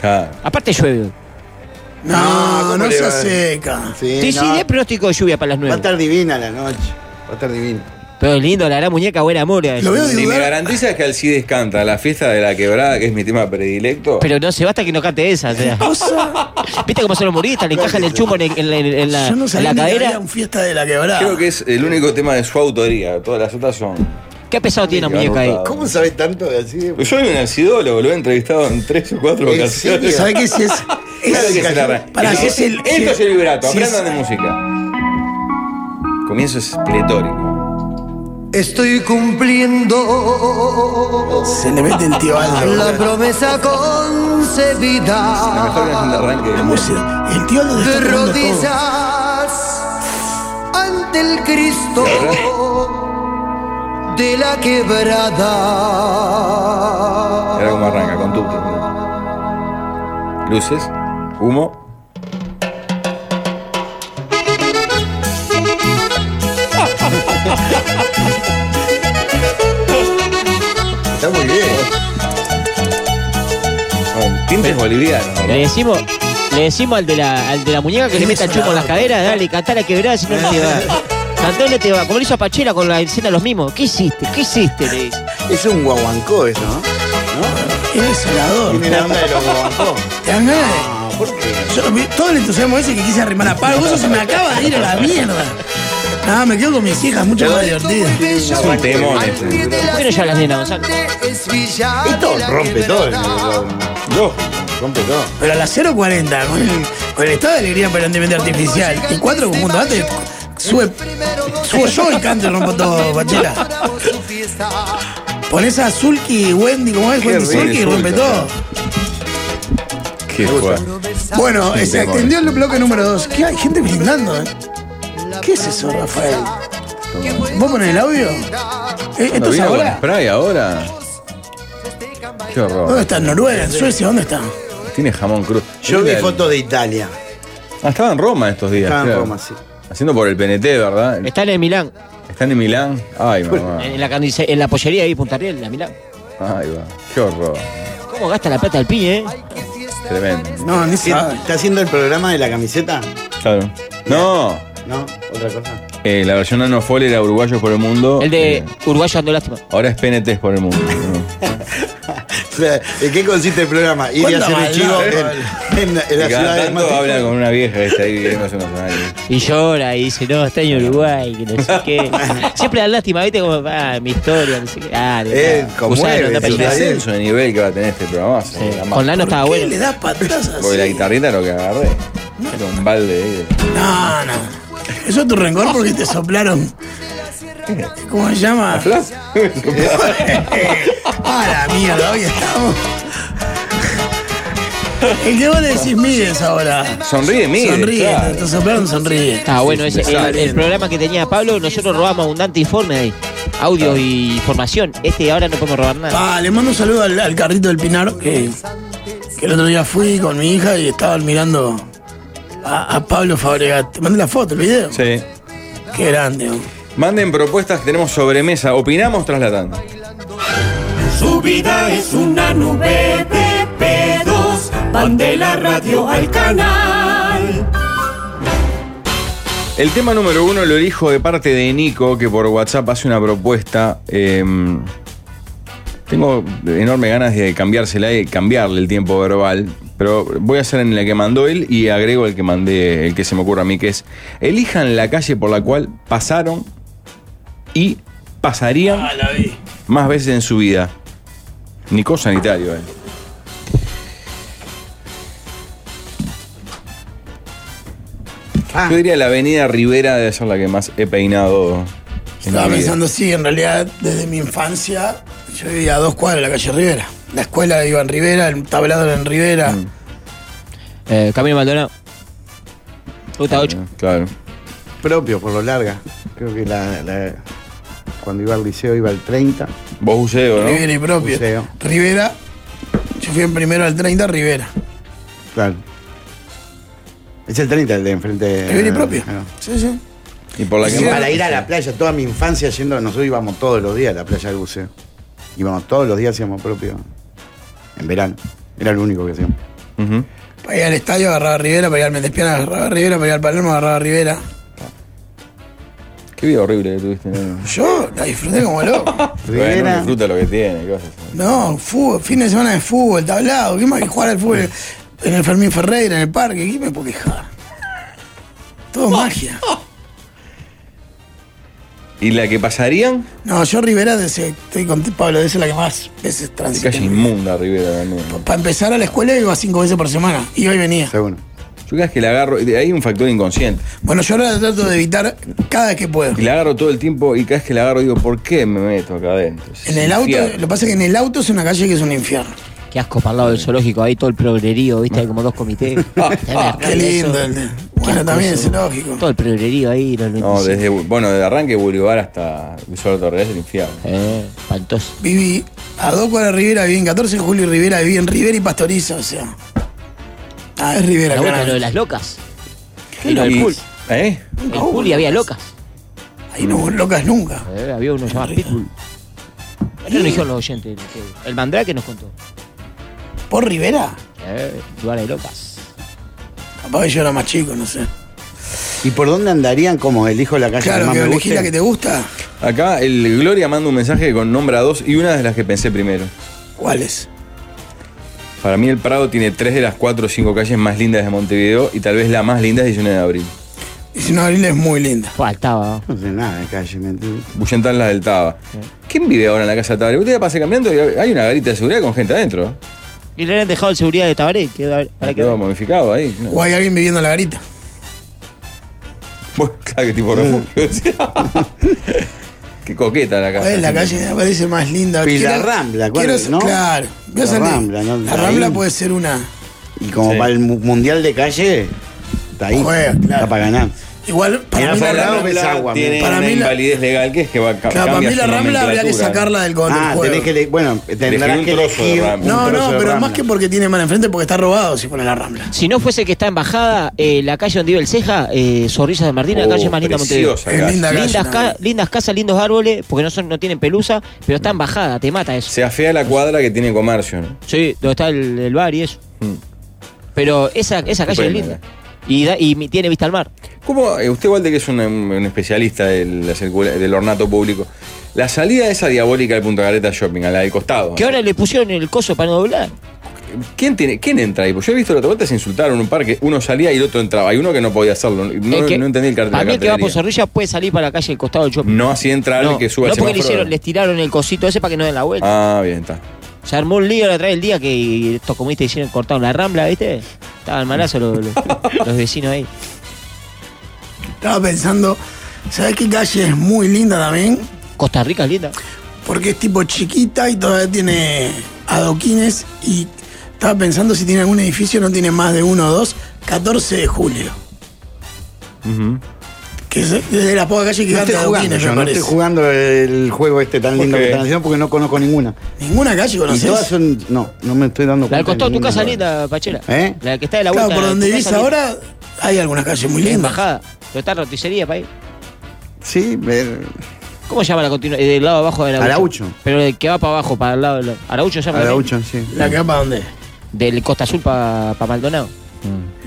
Claro.
Aparte llueve.
No,
No,
¿cómo
no
le
se
va?
seca.
Sí,
Sí, sí,
no.
de pronóstico de lluvia para las
Va a
9.
estar divina la noche. Va a estar divina.
Pero es lindo, la gran muñeca eh. buena mora.
Lo veo
Si me
dudar.
garantizas que Alcides canta La fiesta de la quebrada, que es mi tema predilecto.
Pero no se basta que no cante esa. o sea. ¿Viste cómo son los muristas? Le encajan el chumbo en, el- en la- en la,
Yo no
en
sabía
la
ni que había
cadera.
un fiesta de la quebrada.
ah.
creo que es el único tema de su autoría. Todas las otras son.
¿Qué pesado tiene la
que
muñeca eh. ahí?
anotado.
¿Cómo sabes tanto de así? de-
Pues yo soy un alcidólogo, lo he entrevistado en tres o cuatro
¿En
ocasiones.
serio?
¿Sabés qué es eso?
Claro que se la arranca.
Pará,
Esto-
si es el-
esto
si-
es el vibrato,
si es-
aprendan de música. Comienzo es pletórico.
Estoy cumpliendo
Se le mete el tío Aldo.
la promesa
La mejor
concebida
canción de arranque del
La
mundo.
música. El tío Aldo
de
está tocando todo.
rodillas ante el Cristo de la quebrada.
Era como arranca, con tutti. Luces, humo.
Está muy bien.
Bueno, ¿eh? tintes bolivianos.
Le
¿verdad?
decimos, le decimos al de la, al de la muñeca que le meta el chumbo en las caderas, dale, cantá la quebrada, si no no te va. Cantó no te va, como le hizo a Pachela con la escena de los mismos. ¿Qué hiciste? ¿Qué hiciste? Le dice.
Es un guaguancó eso, ¿no?
Es desolador.
Tiene la onda de los guaguancó.
Te dan ganas de-
No, ¿por qué?
Yo, vi todo el entusiasmo ese que quise arrimar a Pablo. Eso se me acaba de ir a la mierda. Nada, me quedo con mis hijas, mucho más divertido.
Es un temón este.
¿Por qué no llevan las nenas, Gonzalo?
Esto rompe todo en el
Yo,
Rompe todo.
Pero a las 0.40, con el, con el estado de alegría aparentemente artificial, y 4 con mundo antes, sube, subo yo y canto y rompo todo, Pachela. Pones a Zulki y Wendy, como es Wendy
rico,
Zulki y rompe
Zulka.
todo.
qué fuerte.
Bueno, eh, se
Temón.
extendió el bloque número 2. ¿Qué hay? Gente brindando, ¿eh? ¿Qué es eso, Rafael? ¿Vos pones el audio? ¿Eh,
¿No
¿Esto es
vino con
ahora?
spray ahora? Qué
¿Dónde
horror.
está? ¿En Noruega? ¿En Suecia? ¿Dónde está?
Tiene jamón cruz.
Yo vi
Mira,
fotos de Italia.
Ah, estaba en Roma estos días.
Estaba en
claro.
Roma, sí.
Haciendo por el PNT, ¿verdad?
Está en el Milán,
Están en Milán. Ay, mamá.
en la, carnice- en la pollería ahí, Punta Riel, en la Milán.
Ay, va. Qué horror.
¿Cómo gasta la plata el piñe, eh?
Tremendo.
No, ni
¿Está haciendo el programa de la camiseta?
Claro. No.
¿No? ¿Otra cosa?
Eh, la versión Anofol era Uruguayos por el Mundo.
El de
eh,
Uruguayo dando lástima.
ahora es PNTs por el Mundo.
O sea, ¿En qué consiste el programa? Ir y
¿Cuánta
hacer el
maldad,
chivo en, en la- en la
Y cada
ciudad de
tanto
Mati-
habla con una vieja que está ahí viviendo hace unos años.
Y llora y dice, no, está en Uruguay, que no sé qué. Siempre da lástima, viste, como, ah, mi historia, no sé qué. Ah, de
Eh,
nada.
conmueve,
Usá, no anda
sí,
El
para allá.
sí.
descenso de nivel que va a tener este programa.
Sí,
se llama.
Con Lano estaba
¿Por qué le
Ah, bueno.
das patadas así?
Porque la guitarrita lo que agarré. Era un balde. de-
No, no. Eso es tu rencor porque te soplaron. ¿Cómo se llama? Ah, la mierda, hoy estamos. ¿En qué vos le decís Mides ahora?
Sonríe, mire.
sonríe,
claro.
te soplaron, sonríe.
Ah, bueno, ese,
Sí,
el, el
sí.
programa que tenía Pablo, nosotros robamos abundante informe de ahí. Audio y información. Este ahora no podemos robar nada.
Ah, le mando un saludo al, al carrito del Pinar, que, que el otro día fui con mi hija y estaban mirando a, a Pablo Fabregat. Te mandé la foto, el video.
Sí.
Qué grande. hombre.
Manden propuestas que tenemos sobremesa. Opinamos tras la tanda.
Su vida es una nube de pedos. Van de la radio al canal.
El tema número uno lo elijo de parte de Nico, que por WhatsApp hace una propuesta. eh, tengo enormes ganas de cambiársela y cambiarle el tiempo verbal, pero voy a hacer en la que mandó él y agrego el que mandé, el que se me ocurre a mí, que es elijan la calle por la cual pasaron y pasarían
Ah, la vi.
más veces en su vida. Nico sanitario, eh.
Ah.
Ah.
Yo diría la avenida Rivera debe ser la que más he peinado. en
Estaba
mi vida.
pensando, sí, en realidad, desde mi infancia, yo vivía a dos cuadras de la calle Rivera. La escuela de Iván Rivera, el tablado era en Rivera.
Mm.
Eh, Camino Maldonado. Ruta 8.
Claro.
propio por lo larga. Creo que la, la- cuando iba al liceo iba al 30.
Vos buceo, ¿no?
Rivera y propio.
Museo.
Rivera, yo fui en primero al 30, Rivera.
Claro. Es el 30 el de
Eh,
enfrente.
Rivera y propio.
Claro.
Sí, sí.
Y por la que
Sí,
más-
Para ir a la playa, toda mi infancia yendo, nosotros íbamos todos los días a la playa del buceo. Íbamos todos los días, hacíamos propio. En verano. Era lo único que hacíamos.
Ujú.
Para ir al estadio agarraba a Rivera, para ir al Mendespiana agarraba a Rivera, para ir al Palermo agarraba a Rivera.
Qué vida horrible que tuviste. ¿no?
Yo la disfruté como loco.
Bueno,
Rivera.
disfruta lo que tiene. ¿qué vas a hacer?
No, fútbol, fin de semana de fútbol, tablado, ¿qué más que jugar al fútbol en el Fermín Ferreira, en el parque? ¿Qué me puedo quejar? Todo magia.
¿Y la que pasarían?
No, yo Rivera, desde- estoy con Pablo, esa es la que más veces
De calle
transito.
inmunda Rivera. ¿no?
Para empezar a la escuela iba cinco veces por semana y hoy venía.
Seguro.
Yo cada vez que la agarro, hay un factor inconsciente.
Bueno, yo ahora trato de evitar cada vez que puedo.
Y la agarro todo el tiempo y cada vez que la agarro digo, ¿por qué me meto acá adentro? Es
En el auto,
infierno.
lo que pasa es que en el auto es una calle que es un infierno.
Qué asco para el lado del zoológico, ahí todo el progrerío, viste, hay como dos comités.
Ah,
Qué lindo. el de- Bueno, también es lógico.
Todo el progrerío ahí, los
No,
los-
desde, bueno, desde arranque Boulevard hasta Visual Torres es el infierno.
Eh, espantoso.
Viví a dos cuadras de Rivera, viví en 14 de Julio y Rivera, viví en Rivera y Pastoriza, o sea. Ah, es Rivera,
La vuelta lo de
claro.
las locas.
Y-
Y lo del pool.
¿Eh?
El pool y había locas.
Ahí no hubo locas nunca.
Eh, había uno llamado Pitbull. Eso lo dijeron los oyentes. que- El mandrake nos contó.
¿Por Rivera?
Eh, lugar de locas.
Capaz que yo era más chico, no sé.
¿Y por dónde andarían como elijo la calle que
Claro,
más
que
me
elegí
guste?
la que te gusta.
Acá el Gloria manda un mensaje con nombra dos y una de las que pensé primero.
¿Cuáles?
Para mí el Prado tiene tres de las cuatro o cinco calles más lindas de Montevideo y tal vez la más linda es 19 de abril.
19 de abril es muy linda.
Faltaba.
No sé nada de calle, ¿me entiendes?
Buyental las del Taba. ¿Quién vive ahora en la casa de Tabaré? Usted pase cambiando y hay una garita de seguridad con gente adentro.
Y le habían dejado el seguridad de Tabaré. que- para que-
Quedó modificado ahí. ¿no?
O hay alguien viviendo en la garita.
Bueno, claro, qué tipo de refugio. qué coqueta la casa.
¿Cuál es la calle que me parece más linda?
Y la
Quiero-
Rambla, ¿cuál
quiero-
es, no?
Claro. Voy a
La
salir.
Rambla, ¿no?
La
Ahí.
Rambla puede ser una...
Y como
Sí.
para el mu- mundial de calle, está ahí.
Juega, claro.
Está para ganar.
Igual, para
Mirá,
mí la
para la
Rambla...
Rambla- es agua,
tiene
para
una
mí la-
invalidez legal que es que va a ca-
Claro, para
cambia
mí la
su
Rambla habría que
nomenclatura, ¿no?
sacarla del, con- del
Ah,
juego.
tenés que elegir. Bueno, tendrás
Elegí
que
un trozo de
elegir.
Rambla.
un
No,
trozo
no,
de
pero
Rambla.
más que porque tiene mal enfrente, porque está robado si pone la Rambla.
Si no fuese que está en bajada eh, la calle donde vive el Ceja, eh, Zorrilla de Martín, la
Oh,
calle más linda de Montevideo.
preciosa
Es
casa.
linda. calle
Lindas, ca-
también.
lindas casas, lindos árboles, porque no son no tienen pelusa, pero está en bajada, te mata eso.
Se afea la cuadra que tiene comercio, ¿no? Mm.
Sí, donde está el, el bar y eso. Pero esa, esa calle es
Estupenda.
linda. Y, da- y mi- tiene vista al mar.
¿Cómo, eh, usted, Walde, que es un, un especialista del, la circula- del ornato público, la salida esa diabólica del Punta Careta Shopping, a la del costado?
Que ahora le pusieron el coso para no doblar.
¿Quién, tiene, ¿Quién entra ahí? Porque yo he visto la otra vuelta, se insultaron en un parque, uno salía y el otro entraba. Hay uno que no podía hacerlo. No,
Es que
no entendí el cartel.
Para
la
mí el que va por
cartelería.
Zorrilla puede salir para la calle del costado del shopping.
No, así entra alguien que sube
no
al
porque le,
semáforo.
hicieron, les tiraron el cosito ese para que no den la vuelta.
Ah, bien, está.
Se armó un lío la otra vez el día que estos comunistas hicieron cortaron la rambla, ¿viste? Estaban al malazo los, los- los vecinos ahí.
Estaba pensando, ¿sabes qué calle es muy linda también?
Costa Rica es linda.
Porque es tipo chiquita y todavía tiene adoquines. Y estaba pensando si tiene algún edificio, no tiene más de uno o dos. 14 de julio. Que es es de las pocas calles que
No
dan
estoy
de
jugando,
adoquines,
yo
me
no estoy
parece.
jugando el juego este tan lindo
Ok.
que están haciendo porque no conozco ninguna.
Ninguna calle
Y
conoces.
todas son. No, no me estoy dando cuenta.
La del costado
de
de tu
ninguna.
casa linda, Pachela.
¿Eh?
La que está de la vuelta.
Claro, por
de
donde
tu
vivís
casa linda.
ahora hay algunas calles muy
Es
lindas.
Embajada. Pero está roticería, país.
Sí, ver-
¿Cómo se llama la continua? eh, Del lado abajo de la
Araucho.
Pero el que va para abajo, para el lado. de la- Araucho se
a
llama.
la
también?
Ucho, sí.
¿La que va para dónde?
Del Costa Azul para Maldonado.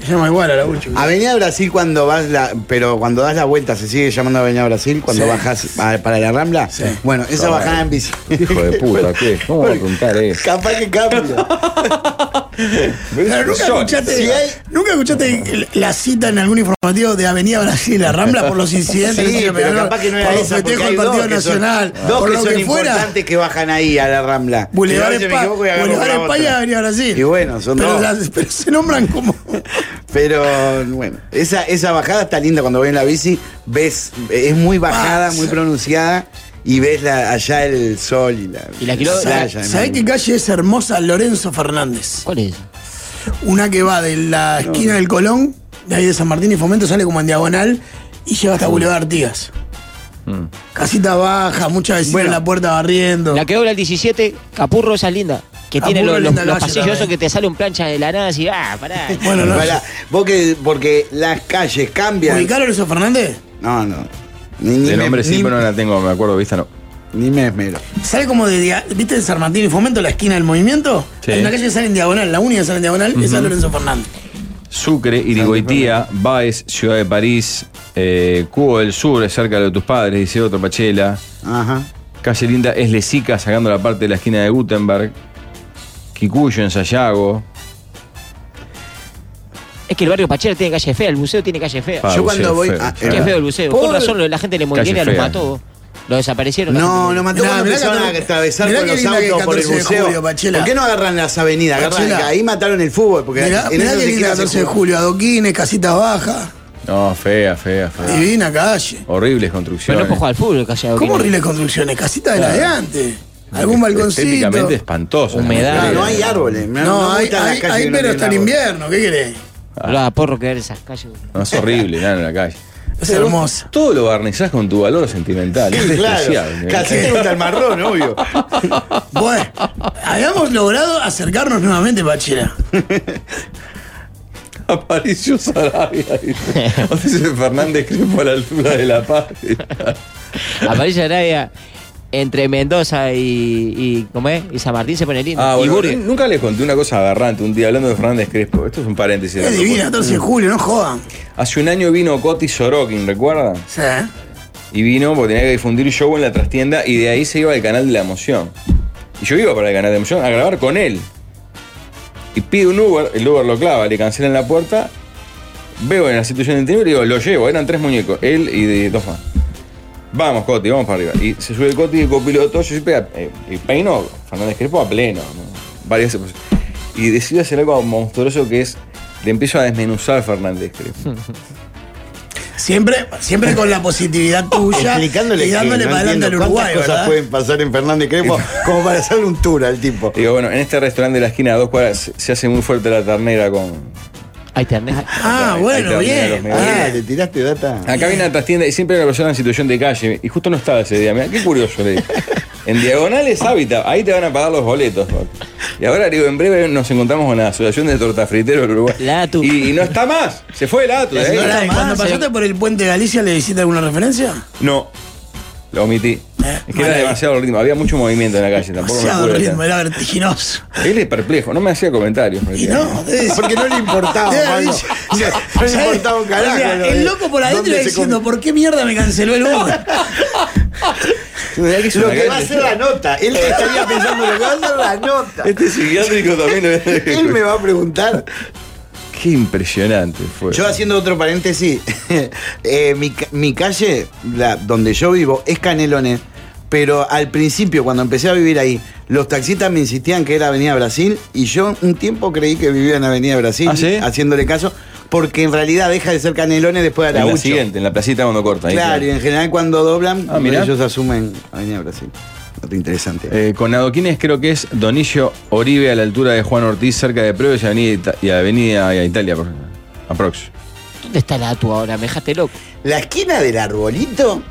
Se llama igual a la Ucho.
Avenida Brasil cuando vas la, pero cuando das la vuelta se sigue llamando Avenida Brasil cuando
Sí.
bajas a- para la Rambla. Bueno, esa bajada en bici.
Hijo de puta, ¿qué? ¿Cómo va a contar eso?
Capaz que cambia.
Pero nunca
Son-
escuchaste,
si hay-
nunca escuchaste la cita en algún informativo de Avenida Brasil, la Rambla, por los incidentes que
Sí,
se
pero
pegaron,
capaz que no
por
era
los
esa porque
festejos
hay
del
dos
Partido
que son,
Nacional,
dos
por
que
lo
son
que fuera.
importantes que bajan ahí a la Rambla.
Boulevard,
Si no, si me
Espa-
equivoco, voy a agarrar
Boulevard
una
España y
otra.
Avenida Brasil.
Y bueno, son
pero,
dos.
las- pero se nombran como.
Pero bueno, esa, esa bajada está linda cuando ven la bici, ves, es muy bajada, muy pronunciada, y ves la- allá el sol y la,
Y la quiló-
playa.
¿Sabés qué calle es hermosa? Lorenzo Fernández.
¿Cuál es?
Una que va de la esquina del Colón, de ahí de San Martín y Fomento, sale como en diagonal y llega hasta Boulevard Artigas. Casita baja, muchas veces en la puerta barriendo.
La que dobla el 17, Capurro, esa es linda. Que
Capurro
tiene los,
es
los-
linda
los
calle
pasillos
también.
esos que te sale un plancha de la nada y ah, pará.
Bueno, no.
Pará, vos que, porque las calles cambian.
¿Ubicá a Lorenzo Fernández?
No, no. Ni, ni
El nombre
me,
sí,
ni-
pero no la tengo, me acuerdo, vista no.
ni me esmero.
Sale como de. dia- ¿Viste en San Martín y Fomento la esquina del movimiento?
Sí.
Hay una calle que sale en diagonal, la única que sale en diagonal es a Lorenzo Fernández.
Sucre, Irigoitía, Baez, Ciudad de París, eh, Cubo del Sur, es cerca de lo de tus padres, dice otro Pachela.
Ajá.
Calle Linda es Lesica, sacando la parte de la esquina de Gutenberg. Kikuyo en Sayago.
Es que el barrio Pachera tiene calle fea, el buceo tiene calle fea.
Pa, buceo
Yo cuando voy
feo,
a-
ya.
Qué
Claro.
feo el buceo.
Por-
Por razón, lo de la gente le molinera
Calle
los
fea.
mató. Lo desaparecieron. la gente
No,
de
lo mató
Nah,
cuando
mirá
empezaron
catorce-
a atravesar
mirá
con
qué
los
linda que
autos
es
por el
14 de
museo.
julio, Pachela.
¿Por qué no agarran las avenidas? Agarran,
Pachela.
ahí mataron el fútbol, porque
Mirá,
en
mirá
eso
que
se
linda
queda
14
sin
de
fútbol.
julio, adoquines, casitas bajas.
No, fea, fea,
Ah.
fea.
Divina calle.
Horribles
Pero
construcciones.
no puedo jugar al fútbol, calle
¿Cómo
Adoquín.
horribles construcciones? Casita de la de antes. Algún balconcito.
Ah, Este, Estéticamente espantoso.
Humedad.
Claro,
Claro.
no hay árboles. me-
No,
me
hay,
gustan las
hay,
calles
hay
que no
pero está
tienen
el
árboles.
invierno, ¿qué querés?
Hablaba porro que ver esas calles.
No, es horrible, nada en la calle.
Es hermosa.
Todo lo barnizás con tu valor sentimental. es despreciable.
Claro, casita contra el marrón, obvio.
Bueno, habíamos logrado acercarnos nuevamente, Pachela.
Apareció Sarabia. Dice Fernández Crespo a la altura de la paz.
Aparece Arabia entre Mendoza y, y. ¿Cómo es? Y San Martín se pone lindo.
Ah,
y
bueno,
Burgos.
nunca les conté una cosa agarrante un día hablando de Fernández Crespo. Esto es un paréntesis.
Es divina, 14
Mm.
de julio, no jodan.
Hace un año vino Coti Sorokin, ¿recuerdan?
O sea,
Y vino porque tenía que difundir show en la trastienda y de ahí se iba al canal de la emoción. Y yo iba para el canal de la emoción a grabar con él. Y pide un Uber, el Uber lo clava, le cancelan la puerta. Veo en la situación interior y digo, lo llevo, eran tres muñecos, él y de- dos más. Vamos, Coti, vamos para arriba. Y se sube el Coti, el copiloto, yo siempre eh, y peino Fernández Crespo a pleno. ¿no? Varias pues, Y decido hacer algo monstruoso que es, le empiezo a desmenuzar Fernández Crespo.
siempre, siempre con la positividad tuya
Explicándole
y dándole
que no
para adelante al
entiendo
Uruguay,
cuántas
¿verdad?
cosas pueden pasar en Fernández Crespo como para hacerle un tour al tipo.
Digo, bueno, en este restaurante de la esquina a dos cuadras se- se hace muy fuerte la ternera con.
Ahí te andás.
Ah,
Ahí
bueno,
termina
bien.
los medios.
Ah, le tiraste data.
Acá viene la trastienda y siempre hay una persona en situación de calle. Y justo no estaba ese día. Mira, qué curioso le dije. En diagonal es hábitat, ahí te van a pagar los boletos. ¿no? Y ahora digo, en breve nos encontramos con la Asociación de Tortafriteros del Uruguay.
La ATU.
Y, y no está más, se fue el ATU. ¿eh?
Pará, ¿y
Ah,
Cuando
se-
pasaste por el puente de Galicia, ¿le hiciste alguna referencia?
No, lo omití. Es que era demasiado ritmo, había mucho movimiento en la calle, tampoco me
Demasiado
acuerdo.
ritmo, eh.
tanto.
era vertiginoso.
Él es perplejo, no me hacía comentarios.
Y no, debe ser-
Porque no le importaba,
Debe
Pablo.
ser-
O sea, no le importaba un carajo,
O sea,
¿no? eh,
el loco por adentro
¿Dónde
iba
se
diciendo, ¿por qué mierda me canceló el gol?
Lo que va a hacer la nota. Él
Eh.
estaría pensando lo que va a hacer la nota.
Este psiquiátrico también.
Él me va a preguntar.
Qué impresionante fue.
Yo haciendo otro paréntesis, eh, mi, ca- mi calle, la, donde yo vivo, es Canelones, pero al principio, cuando empecé a vivir ahí, los taxistas me insistían que era Avenida Brasil y yo un tiempo creí que vivía en Avenida Brasil,
¿Ah, sí?
haciéndole caso, porque en realidad deja de ser Canelones después de
en la
Araucho.
siguiente, en la placita cuando corta. ahí,
claro, y en general cuando doblan,
Ah, mirá.
ellos asumen Avenida Brasil. Dato interesante.
Eh, con adoquines creo que es Donillo Oribe a la altura de Juan Ortiz, cerca de Preves y Avenida, Ita- y Avenida Italia, por- aprox.
¿Dónde está la atua ahora? Me dejaste loco.
La esquina del arbolito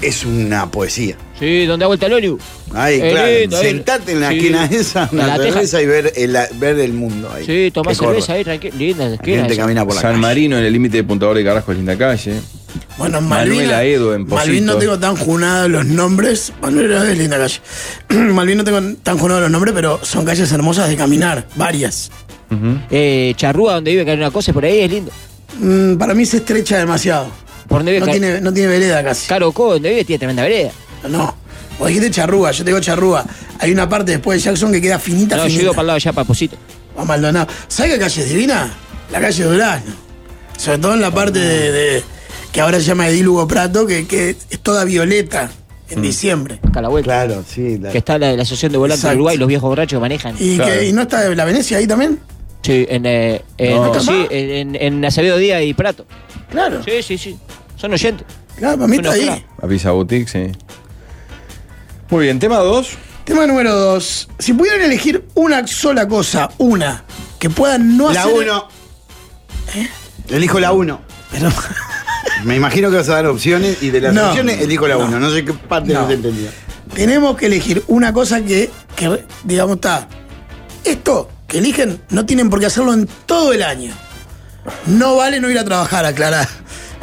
es una poesía.
Sí, ¿dónde ha vuelta el Oliu?
Ay,
Eh,
claro.
lindo, ahí.
Sentarte en la
Sí.
esquina esa,
En
una
la teja.
cerveza y ver el, ver el mundo ahí.
Sí,
Qué
tomás
corro.
cerveza ahí, tranquilo. Linda,
La
esquina
gente
esa.
camina Ah, por la
San
calle.
Marino en el límite de Puntador de Carrasco, es linda calle.
Bueno, en
Manuel
Malvinas-
Aedo en Positos.
Malvin no tengo tan junados los nombres. Manuel Aedo es linda calle. Malvin no tengo tan junados los nombres, pero son calles hermosas de caminar, varias.
Eh, Charrúa, donde vive Carolina Cose, por ahí es lindo.
Mm, para mí se estrecha demasiado.
Por donde vive
No
Ca-
tiene, no tiene vereda casi.
Caro Co, donde vive, tiene tremenda vereda.
No. Vos dijiste charrúa, yo te digo charrúa. Hay una parte después de Jackson que queda finita,
No, yo
finita.
digo para el lado allá, para Posito.
A Maldonado. ¿Sabes qué calle es divina? La calle Durazno. Sobre todo en la parte de, de- que ahora se llama Edil Hugo Prato, que, que es toda violeta
Mm.
en diciembre.
Acá a la vuelta.
Claro, sí. la-
Que está la, la Asociación de Volantes de
Exacto.
Uruguay, los viejos borrachos que manejan.
¿Y,
Claro.
que, ¿y no está la Venecia ahí también?
Sí, en, eh, en-
No.
sí, en, en- en Acevedo Díaz y Prato.
Claro.
Sí, sí, sí. Son oyentes.
Claro, para mí
Bueno,
está ahí.
claro.
A Pisa Boutique, sí. Muy bien, tema 2.
Tema número dos. Si pudieran elegir una sola cosa, una, que puedan no
La
hacer.
1.
¿Eh?
Elijo la 1.
Pero-
Me imagino que vas a dar opciones y de las
No.
opciones elijo la 1. No. sé qué parte no,
No.
te entendía.
tenemos que elegir una cosa que, que, digamos, está. Esto que eligen no tienen por qué hacerlo en todo el año. No vale no ir a trabajar, aclarar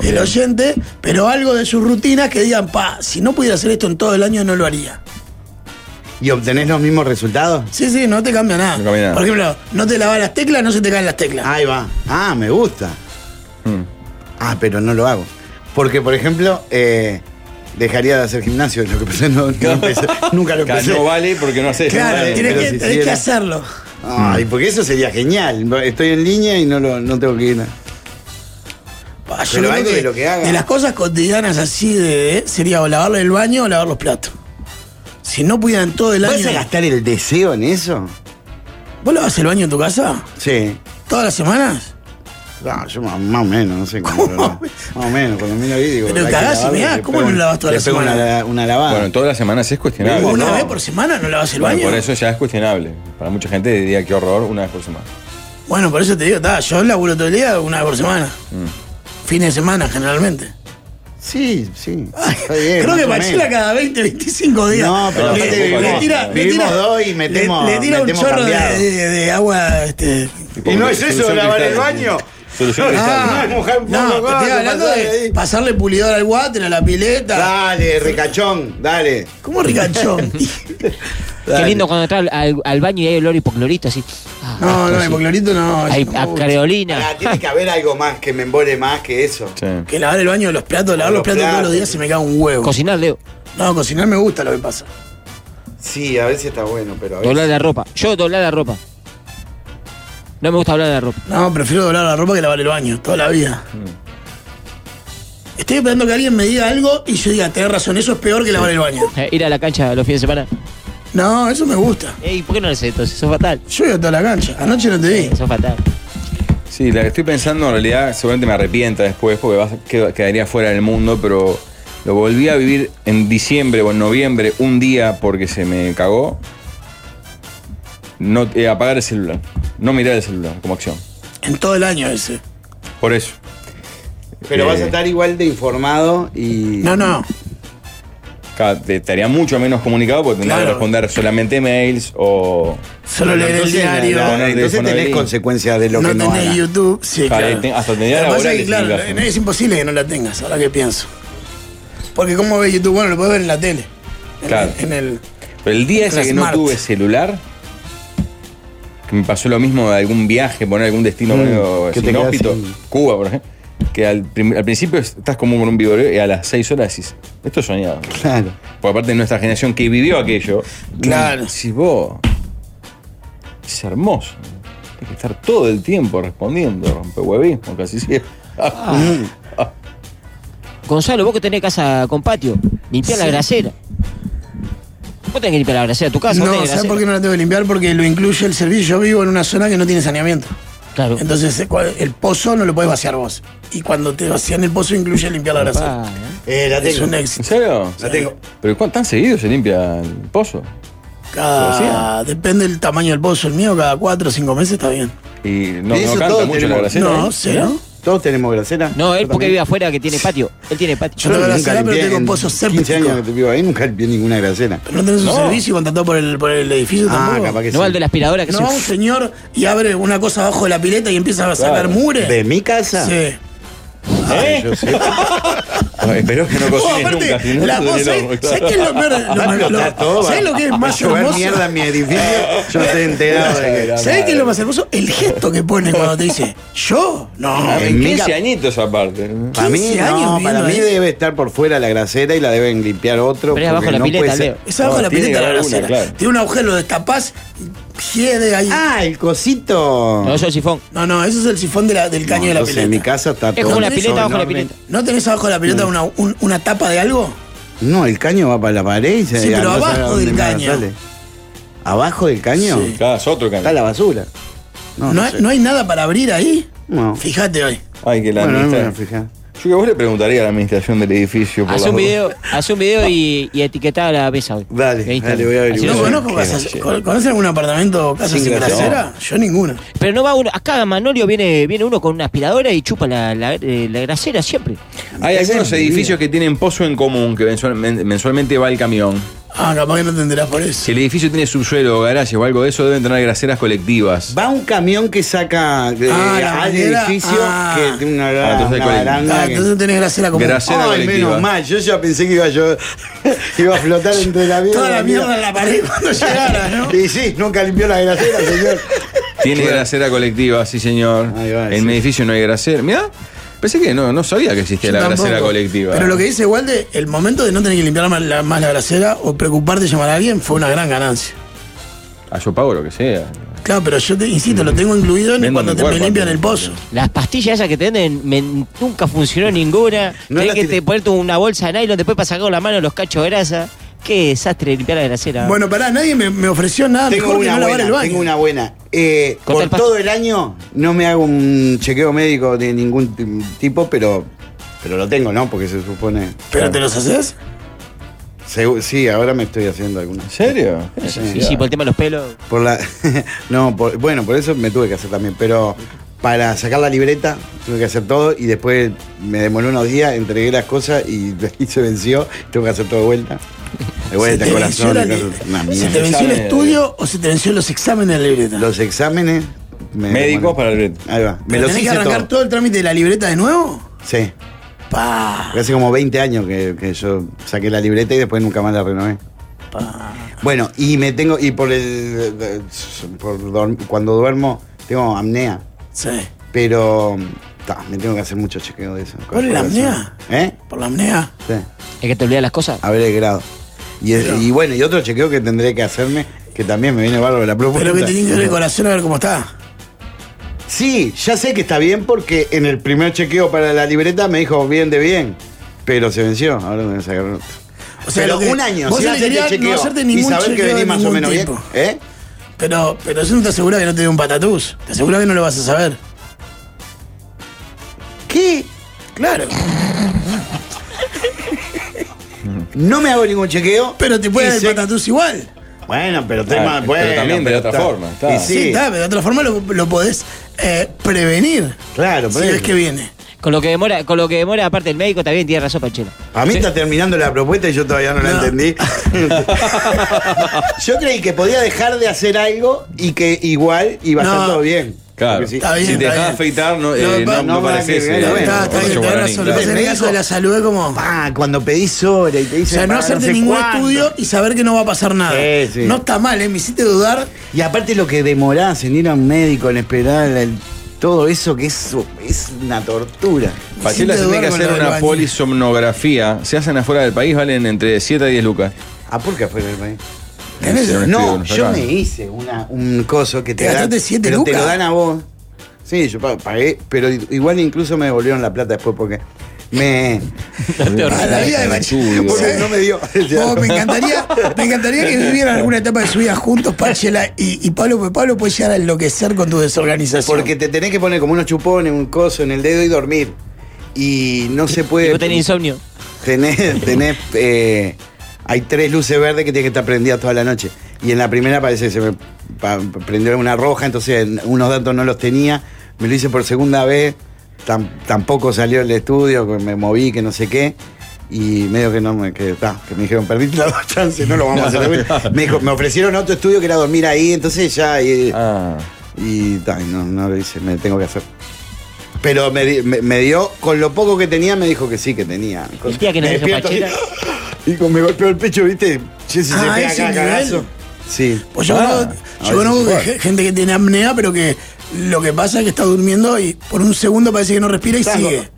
el oyente, pero algo de sus rutinas que digan, pa, si no pudiera hacer esto en todo el año no lo haría.
¿Y obtenés los mismos resultados?
Sí, sí, no te cambia nada.
No cambia nada.
Por ejemplo, no te lavas las teclas, no se te caen las teclas.
Ahí va. Ah, me gusta.
Mm.
Ah, pero no lo hago. Porque, por ejemplo, eh, dejaría de hacer gimnasio, lo que pensé, no, no empecé- nunca lo empecé.
No vale porque no haces.
claro,
vale,
tienes
pero
que,
si
tenés que
hiciera-
hacerlo.
Ay, porque eso sería genial. Estoy en línea y no, lo, no tengo que ir. a-
Pa, yo
Pero
creo
algo de lo que haga.
de las cosas cotidianas así de, eh, sería o lavarle el baño o lavar los platos. Si no pudieran todo el
¿Vas
año.
a gastar el deseo en eso?
¿Vos lavas el baño en tu casa?
Sí.
¿Todas las semanas?
No, yo más, más o menos, no sé cómo.
¿Cómo?
lo- Más o menos, cuando miro ahí digo.
Pero
hay que
cagás y
lavarlo,
meás,
le
¿cómo
pego
no
un-
lavas toda
le
la
pego
semana?
Una, una lavada.
Bueno, todas las semanas es cuestionable.
¿Una
No.
vez por semana no lavas el
Bueno,
baño?
por eso ya es cuestionable. Para mucha gente diría qué horror una vez por semana.
Bueno, por eso te digo, ta, yo laburo todo el día una vez por semana.
Mm.
Fines de semana, generalmente.
sí, sí. Está bien,
Creo
más
que
o
Marcela
menos.
cada 20, 25 días.
No, pero
le,
aparte
le
vivimos-
tira, le
vivimos
tira-
dos y metemos-
Le, le tira
metemos
un chorro de,
cambiado.
de- de agua. Este,
¿Y no es eso,
Solución
lavar el
cristal.
baño?
Solución
Ah,
cristal.
mojar un
no,
poco,
te estoy
algo,
hablando
pasarle
de
ahí. Ah.
pasarle pulidor al water, a la pileta.
Dale, ricachón, dale.
¿Cómo ricachón?
Qué lindo cuando entras al- al, al baño y hay olor hipoclorito así. Ah,
no,
esto
no,
así.
hipoclorito no.
Hay
no me
a
gusta.
creolina.
Pará, Ah, tiene que haber algo más que me embole más que eso.
Sí.
que lavar el baño de los platos, lavar los,
Los
platos, todos
platos.
los días se me cae un huevo.
Cocinar, Leo.
no, cocinar me gusta lo que pasa.
Sí, a veces está bueno, pero a veces.
Doblar la ropa. Yo doblar la ropa. No me gusta doblar la ropa.
No, prefiero doblar la ropa que lavar el baño, toda la vida. Estoy esperando que alguien me diga algo y yo diga, tenés razón, eso es peor que lavar el baño.
Eh, ir a la cancha los fines de semana.
No, eso me gusta.
Ey, ¿por qué no lo haces entonces? Eso es fatal.
Yo iba a toda la cancha. Anoche no te vi.
Eso es fatal.
Sí, la que estoy pensando en realidad seguramente me arrepienta después porque vas- qued- quedaría fuera del mundo, pero lo volví a vivir en diciembre o en noviembre un día porque se me cagó. No, eh, apagar el celular. No mirar el celular como acción.
En todo el año ese.
Por eso.
Pero vas
Eh.
a estar igual de informado y.
No, no.
Ca- te- Estaría mucho menos comunicado porque tendría que
Claro.
responder solamente mails o.
Solo
Bueno,
leer el
entonces, la-
diario.
la-
Poner
entonces
teléfono
tenés
ahí.
consecuencias de lo
no
que no
tenés
hagas.
YouTube. Sí,
Claro,
claro.
te- hasta tener
Lo que pasa
laborales
es que, claro,
significa eso.
es imposible que no la tengas, ahora que pienso. Porque cómo ves YouTube, bueno, lo puedes ver en la tele.
Claro.
en el.
Pero el día ese que no
Smart.
tuve celular, que me pasó lo mismo de algún viaje, poner algún destino
Mm,
medio
que te quedas
inhóspito,
sin-
Cuba, por ejemplo, que al, prim- al principio estás como con un vigoreo y a las 6 horas decís, esto es soñado.
Claro.
Porque aparte de nuestra generación que vivió aquello,
Claro.
decís vos, es hermoso. Hay que estar todo el tiempo respondiendo, rompehuevismo, casi siempre.
Ah.
Gonzalo, vos que tenés casa con patio, limpiá la grasera. Vos tenés que limpiar la grasera de tu casa, vos
no,
tenés
¿sabes
grasera.
por qué no la tengo que limpiar? Porque lo incluye el servicio. Yo vivo en una zona que no tiene saneamiento.
Claro.
Entonces eh, cua- el pozo no lo podés vaciar vos. Y cuando te vacían el pozo incluye limpiar la grasera.
Ah, ¿eh?
Eh, la
Es
tengo.
un
¿En
éxito.
serio?
La tengo.
¿Pero cuán- tan seguido se limpia el pozo?
Cada, depende del tamaño del pozo. El mío cada cuatro o cinco meses está bien.
Y no,
Y eso
no canta
todo
mucho la
tenemos.
grasera.
no,
¿eh?
cero.
Todos tenemos grasera.
No, él
Yo
porque
también.
vive afuera que tiene patio. Él tiene patio.
Yo tengo
nunca
grasera, pero
limpié
tengo
en
pozo
15 años que
séptico.
te vivo ahí, nunca limpié ninguna grasera.
Pero no tenés un servicio contratado por el, por el edificio
Ah,
tampoco.
capaz que
No va
sí.
el de la aspiradora que
No
se-
va un señor y abre una cosa abajo de la pileta y empieza a sacar mugre.
¿De mi casa?
Sí.
Ay, yo sé.
Ah, Espero que no
Oh,
cocines
¿Eh? aparte,
nunca. si no,
la
te
voz,
tenés
¿sabes
loco,
¿sabes
claro.
qué es lo peor? Lo-
Va a
lo-
explotar todo, va.
¿Sabes lo que es más
Va a llover
hermoso?
mierda en mi edificio? Yo no estoy enterado de que...
¿Sabes qué es lo más hermoso? El gesto que pone cuando te dice, ¿yo? No.
Ah,
En mi
15
ca-
añitos aparte.
Para mí,
15 años
no,
viviendo
para mí
ahí.
debe estar por fuera la grasera y la deben limpiar otro.
Pero es abajo
porque
la
no
pileta,
puede ser-
Leo.
Es abajo
No,
de la
tiene
pileta
que
de la
haber una,
grasera.
claro.
Tiene un agujero, lo destapás, hiede ahí.
Ah, el cosito.
No, yo sifón.
No, no, eso es el sifón de la- del caño
No,
de la
entonces
pileta.
En mi casa está todo.
Es como la
eso
pileta abajo de la
enorme.
pileta.
¿No tenés abajo de la pileta una, un- una tapa de algo?
No, el caño va para la pared y se
Sí,
ya
pero
no sabe
abajo
dónde
del
mierda
caño.
sale. ¿Abajo del caño?
Sí.
Claro, es otro
Está
cambio.
la basura.
¿No,
No, no
hay,
sé.
no hay nada para abrir ahí?
No.
Fíjate hoy.
Ay, que la
Bueno, no me voy a
administra-
fijar.
Yo que vos le preguntaría a la administración del edificio. por
Hace
las
un
dudas.
video, hace un video y, y etiquetá la mesa hoy.
Dale,
En Instagram.
dale, voy a
Así
No
averiguar.
lo-
bueno,
conozco
qué
casas.
gracia.
¿Con- ¿Conocen algún apartamento o casa sin,
Sin grasera.
grasera? Yo ninguna.
Pero no va uno. Acá Manolio viene, viene uno con una aspiradora y chupa la, la, eh, la grasera siempre.
Hay
Ese
algunos
es mi
edificios que tienen pozo en común, que mensual- men- mensualmente va el camión.
Ah, capaz que no entenderás por eso.
Si el edificio tiene subsuelo o garaje o algo de eso, deben tener graseras colectivas.
Va un camión que saca eh,
Ah, la
al
manera-
edificio
ah.
que tiene una,
Ah, entonces
una
cuál es.
baranda.
Ah,
que-
entonces tenés grasera como
Grasera. Cena
Ay,
colectiva.
menos mal. Yo ya pensé que iba yo iba a flotar entre la mierda.
toda la mierda en la pared cuando llegara, ¿no?
Y sí, nunca limpió la grasera, señor.
Tiene grasera colectiva, sí señor.
Ahí va,
en
sí.
mi edificio no hay grasera. Mirá, pensé que no, no sabía que existía
Yo
la
tampoco.
grasera colectiva.
Pero lo que dice Walde, el momento de no tener que limpiar más la, más la grasera o preocuparte de llamar a alguien fue una gran ganancia.
Ah, yo pago lo que sea.
Claro, pero yo te insisto, lo tengo incluido en
Vendo
cuando
mi
te me
cuerpo,
limpian
amigo.
el pozo.
Las pastillas esas que te venden me- nunca funcionó ninguna.
No
Tenés
las
que
tiré.
te ponerte una bolsa de nylon después para sacar con la mano los cachos de grasa. Qué desastre limpiar la grasera.
Bueno, pará, nadie me, me ofreció nada
tengo,
mejor que
una
no lavar el
buena,
baño.
tengo una buena. Eh,
Corta
Por
el pasto.
todo el año no me hago un chequeo médico de ningún t- tipo, pero, pero lo tengo, ¿no? Porque se supone.
¿Pero te los haces?
Segu- sí, ahora me estoy haciendo
¿En
algunas.
serio? ¿Qué
y
necesidad?
si por el tema de los pelos.
Por la. no, por- bueno, por eso me tuve que hacer también. Pero para sacar la libreta tuve que hacer todo y después me demoró unos días, entregué las cosas y, y se venció. Tuve que hacer todo de vuelta. De
¿Se
vuelta,
te venció,
corazón.
la-
de cosas- una
¿Se
mierda.
te venció el
Examen.
estudio o se te venció los exámenes de la libreta?
Los exámenes. me
Médicos
demoró.
para el reto.
Ahí va. Me
¿Pero
los
tenés que
hice
arrancar todo.
todo.
el trámite de la libreta de nuevo?
Sí.
Pa.
Hace como 20 años que, que yo saqué la libreta y después nunca más la renové. Bueno, y me tengo. Y por el. Por dorm- cuando duermo, tengo amnea.
Sí.
Pero. ta, me tengo que hacer mucho chequeo de eso.
¿Cuál es la apnea?
¿Eh?
¿Por la apnea?
Sí.
Es que te olvidas las cosas.
A ver el grado. Y, es- y bueno, y otro chequeo que tendré que hacerme, que también me viene bárbaro la propuesta.
Pero que te tiene que ver el corazón a ver cómo está.
Sí, ya sé que está bien porque en el primer chequeo para la libreta me dijo bien de bien. Pero se venció, ahora me voy a sacar otro.
O sea,
pero
lo que-
un año,
vos
sin hacerte
elegirías
chequeo.
no hacerte
y
ningún
saber que
chequeo de
venís más o
ningún
menos bien.
tipo.
¿Eh?
Pero, pero eso no te asegura que no te dé un patatús. Te asegura que no lo vas a saber.
¿Qué?
Claro.
No me hago ningún chequeo.
Pero te puede
y
dar el
sé-
patatús igual.
Bueno, pero
Ah,
tema.
pero
bueno,
también de otra
está-
forma, está.
Y
Sí,
sí,
está, pero de otra forma lo, lo podés eh, prevenir.
Claro,
Si
pero-
ves que viene.
Con lo que demora, con lo que demora aparte el médico también tiene razón Panchero.
A mí está terminando la propuesta y yo todavía no, la
No.
entendí. yo creí que podía dejar de hacer algo y que igual iba a
No.
estar todo bien.
Claro.
Porque si-
Está bien,
si te
está
dejás
bien.
afeitar, no, eh,
No,
no,
pa-
no
no,
pareces,
nada que ver,
eh,
Está,
bueno,
está bien,
Nacho
tenés
Guaraní,
razón.
claro.
Lo que pasa es que en el caso de la salud es como.
Pa, ah, cuando pedís hora y te
O
dicen.
sea, no
pa,
hacerte
sé
ningún
cuánto.
estudio y saber que no va a pasar nada.
Sí, sí.
No está mal, ¿eh? Me hiciste dudar.
Y aparte lo que demorás en ir a un médico, en esperar el- todo eso, que es, es una tortura.
Pachela se tiene
Siempre
que
duermo en
hacer
lo del
una
baño.
polisomnografía. Se hacen afuera del país, valen entre 7 a 10 lucas.
¿A Ah, por qué fue el país?
¿Tenés?
Hicieron un estudio,
No,
nos
yo
sacaron.
me hice una, un coso que
Te
te, dan-
gastaste siete
pero te
lucas.
lo dan a vos. Sí, yo pa- pagué, pero i- igual incluso me devolvieron la plata después porque me.
Ah,
A la vida de Bachela.
Estudio.
¿Sabés?
no me dio.
Oh, me encantaría, me encantaría que vivieran alguna etapa de su vida juntos, Pachela y, y Pablo, porque Pablo puede llegar a enloquecer con tu desorganización.
Porque te tenés que poner como unos chupones, un coso en el dedo y dormir. Y no se puede.
Tipo, tenés insomnio.
Tenés, tenés, eh, hay tres luces verdes que tienen que estar prendidas toda la noche. Y en la primera parece que se me pa- prendió una roja, entonces en- unos datos no los tenía. Me lo hice por segunda vez. tam- tampoco salió el estudio, que me moví, que no sé qué. Y medio que no me. Que, ta, que me dijeron, perdiste las dos chances, no lo vamos a hacer. de vuelta". Me, dijo, me ofrecieron otro estudio que era dormir ahí, entonces ya. eh,
Ah,
y ta, y no, no lo hice, me tengo que hacer. Pero me, di- me- me dio, con lo poco que tenía, me dijo que sí, que tenía.
El día que nos
Me
hizo
despierto
Pachela.
Y como me golpeó el pecho, ¿viste? Jesse
Ah,
se pega
ese
acá,
nivel.
cagazo. Sí.
Pues yo
Ah,
conozco-
a
yo
ver si
conozco
se
que
puede.
ge- gente que tiene apnea, pero que lo que pasa es que está durmiendo y por un segundo parece que no respira y
Tango.
sigue.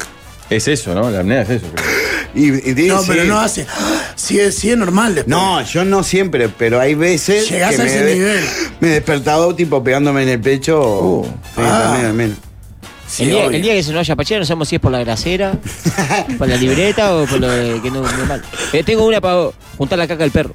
es eso, ¿no? La apnea es eso. creo.
Y, y te-
No,
sí.
pero no hace. Sigue, sigue normal después.
No, yo no siempre, pero hay veces.
Llegás
que
a
me
ese
de-
nivel.
Me he despertado, tipo, pegándome en el pecho.
Uh.
sí,
Ah.
también, también.
Sí,
El día,
obvio.
el día que se nos vaya Pachela, no sabemos si es por la grasera, por la libreta o por lo de que no no es mal. Eh, tengo una para vos, juntar la caca del perro.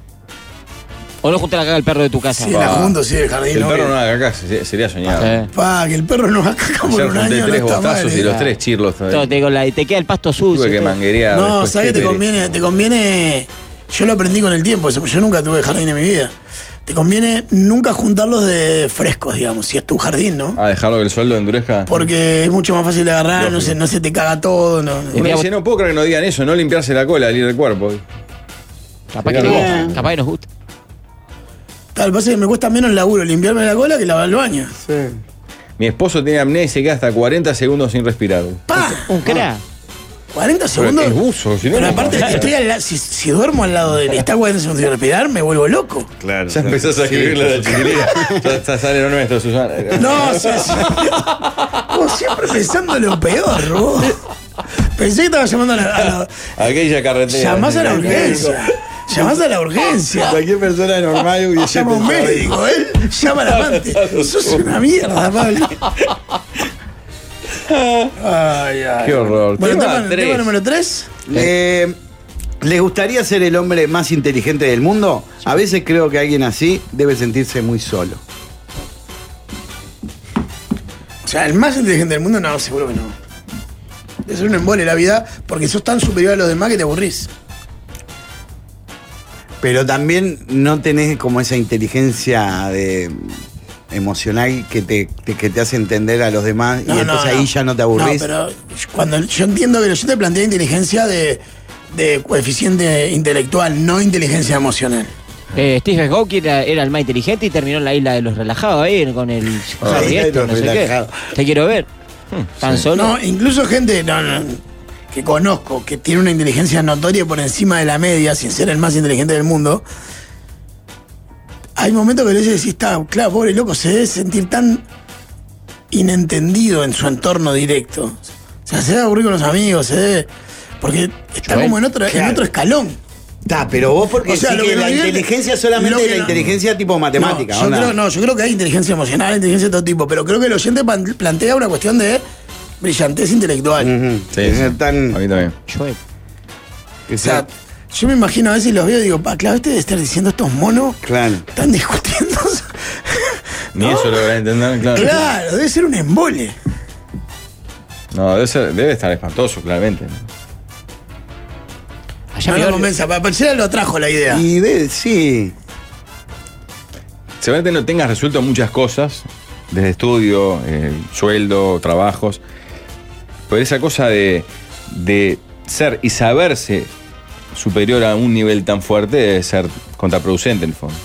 O no juntar la caca del perro de tu casa.
Sí, la
Va.
junto, sí, el jardín.
el
no,
perro
que-
no haga caca, se- sería soñado.
Eh.
Pa, que el perro no haga como
Ayer
un
junté
año, no
tres
está
bostazos
mal.
y
eh.
los tres chirlos.
Todo, te, digo, la- y te queda el pasto sucio.
Tuve que
todo.
manguerear.
No,
después, qué
¿sabes qué te
pereza.
conviene? Te conviene. Yo lo aprendí con el tiempo, eso, porque yo nunca tuve jardín en mi vida. Te conviene nunca juntarlos de frescos, digamos, si es tu jardín, ¿no?
Ah, dejarlo que el sueldo endurezca.
Porque es mucho más fácil de agarrar, no se, no se te caga todo. No, no.
Uno dice, no puedo creer que no digan eso, no limpiarse la cola, al ir del cuerpo.
Capaz que,
Sería
no,
hermoso.
capaz que nos gusta.
Tal, pasa que me cuesta menos laburo limpiarme la cola que lavar el baño.
Mi esposo tiene apnea y se queda hasta 40 segundos sin respirar.
¡Pa!
Este,
Un crack.
40 segundos.
es buzo, si no,
Pero
no.
aparte, estoy al la- si, si duermo al lado de él, está 40 segundos sin respirar, me vuelvo loco.
Claro.
Ya empezás a escribirlo de la chiquilina. Ya- ya sale lo nuestro, Susana.
No, o sea, si- vos siempre pensando lo peor, vos. Pensé que estaba llamando a la. a la-
Aquella carretera.
llamás a la urgencia. Llamás a la urgencia.
Cualquier persona normal hubiese
Llama a un
pensado,
médico, él llama al amante. Sos una mierda, Pablo. Ay, ay.
Qué horror.
Bueno,
Tema
tema,
tres.
tema número 3.
Eh, ¿Les gustaría ser el hombre más inteligente del mundo? A veces creo que alguien así debe sentirse muy solo.
O sea, el más inteligente del mundo, no, seguro que no. Es un embole la vida porque sos tan superior a los demás que te aburrís.
Pero también no tenés como esa inteligencia de- emocional que te, te- que te hace entender a los demás
No,
y
no,
entonces
no.
ahí ya no te aburrís.
No, pero yo- cuando yo entiendo que yo te planteé inteligencia de, de coeficiente intelectual, no inteligencia emocional.
Eh, Stephen Hawking era, era el más inteligente y terminó en la isla de los relajados ahí con el con
Ah,
el
isla de
esto,
los
no sé qué.
relajados.
Te quiero ver. Tan solo.
Hmm, No, incluso gente no, no, que conozco, que tiene una inteligencia notoria por encima de la media, sin ser el más inteligente del mundo. Hay momentos que le decís, está, claro, pobre loco, se debe sentir tan inentendido en su entorno directo. O sea, se debe aburrir con los amigos, se debe. Porque está
Joel,
como en otro, en
claro.
otro escalón.
Está, pero vos porque
O sea,
sí
lo
que
que no
la
viene-
inteligencia
lo
solamente
que
la
no-
inteligencia tipo matemática.
No, yo
onda.
creo, no, yo creo que hay inteligencia emocional, inteligencia de todo tipo, pero creo que el oyente pan- plantea una cuestión de brillantez intelectual.
Ujú.
Sí, sí.
Es tan-
A mí también.
Yo, eh,
O sea, yo me imagino a veces los veo y digo, pa, claro, este debe estar diciendo estos monos
Claro.
están discutiendo.
Ni eso lográs entender, claro.
claro, debe ser un embole.
No, debe, ser- debe estar espantoso, claramente.
allá
No
me
lo
iba-
convenza, pa- Pachela lo trajo la idea.
Y de, sí.
Seguramente no tengas resuelto muchas cosas, desde estudio, eh, sueldo, trabajos, pero esa cosa de, de ser y saberse superior a un nivel tan fuerte debe ser contraproducente en el fondo.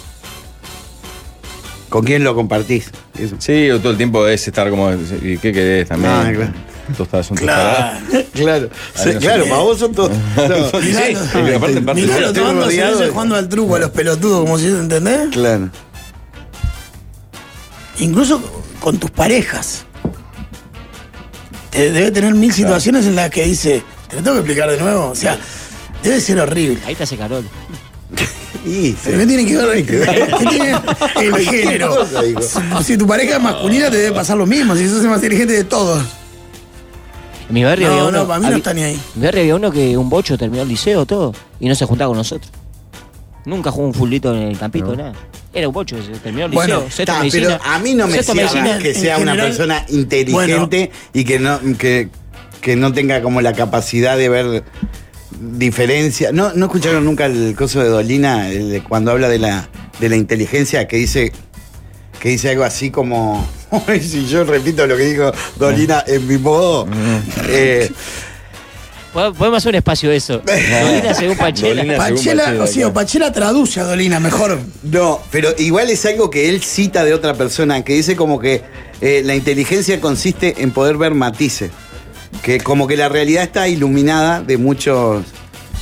¿Con quién lo compartís? eso.
Sí, o todo el tiempo es estar como. ¿y ¿Qué querés también?
Ah, claro.
Tostadas, un
Claro.
tostado. Ahí
Claro, Sí,
no sé
claro,
qué.
para vos son todos. no.
Sí,
Miralo,
sí, que aparte parte-
miralo
estoy
tomando
rodeado
cerveza y
de-
jugando al truco a los pelotudos, como si ¿entendés?
Claro.
Incluso con tus parejas. Te- debe tener mil situaciones en las que dice, te lo tengo que explicar de nuevo. O sea, debe ser horrible.
Ahí te hace calor.
Y
Pero ¿qué tiene que ver ¿Qué tiene el género?
cosa, digo.
Si- Si tu pareja es masculina, te debe pasar lo mismo. Si sos el más inteligente de todos.
En mi barrio había
No,
uno.
no, para mí no
había-
está ni ahí.
en mi barrio había uno que un bocho terminó el liceo, todo, y no se juntaba con nosotros. Nunca jugó un fulito en el campito, nada. Era un bocho, se terminó el liceo.
Bueno,
sexto
Ta,
medicina,
pero a mí no me
sexto
cierra
medicina.
medicina,
que
en
sea una
general-
persona inteligente y que no, que, que no tenga como la capacidad de ver diferencia. ¿No, no escucharon nunca el coso de Dolina el de cuando habla de la, de la inteligencia que dice, que dice algo así como... "Ay, si yo repito lo que dijo Dolina en mi modo...
Mm.
eh,
Pod- Podemos hacer un espacio de eso. Molina según Pachela.
Dolina. según
Pachela,
Pachela,
o sea,
claro.
Pachela traduce a Dolina mejor.
No, pero igual es algo que él cita de otra persona, que dice como que eh, la inteligencia consiste en poder ver matices. Que como que la realidad está iluminada de muchos.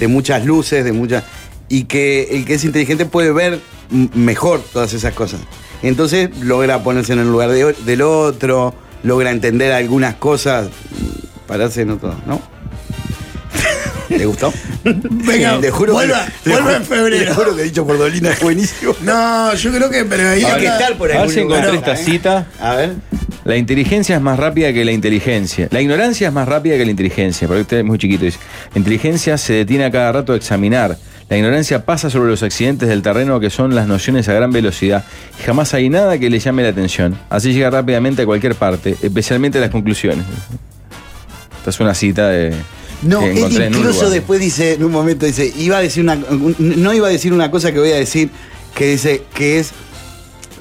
de muchas luces, de muchas. Y que el que es inteligente puede ver m- mejor todas esas cosas. Entonces logra ponerse en el lugar de o- del otro, logra entender algunas cosas. Pararse en otro, ¿no? ¿Le gustó?
Venga,
Te juro que-
vuelva,
te
vuelva
ju-
en febrero.
Te juro que dicho por Dolina es buenísimo.
No, yo creo que, pero ahí
Tiene
acá-
que estar por
A ver
algún
si encontré
lugar,
esta
¿eh?
cita.
A ver.
La inteligencia es más rápida que la inteligencia. La ignorancia es más rápida que la inteligencia. Porque usted es muy chiquito. Dice, la inteligencia se detiene a cada rato a examinar. La ignorancia pasa sobre los accidentes del terreno que son las nociones a gran velocidad. Y jamás hay nada que le llame la atención. Así llega rápidamente a cualquier parte, especialmente a las conclusiones. Esta es una cita de.
No,
que
él
encontré en un
incluso
lugar.
después dice, en un momento dice, iba a decir una, un- no iba a decir una cosa que voy a decir, que dice que es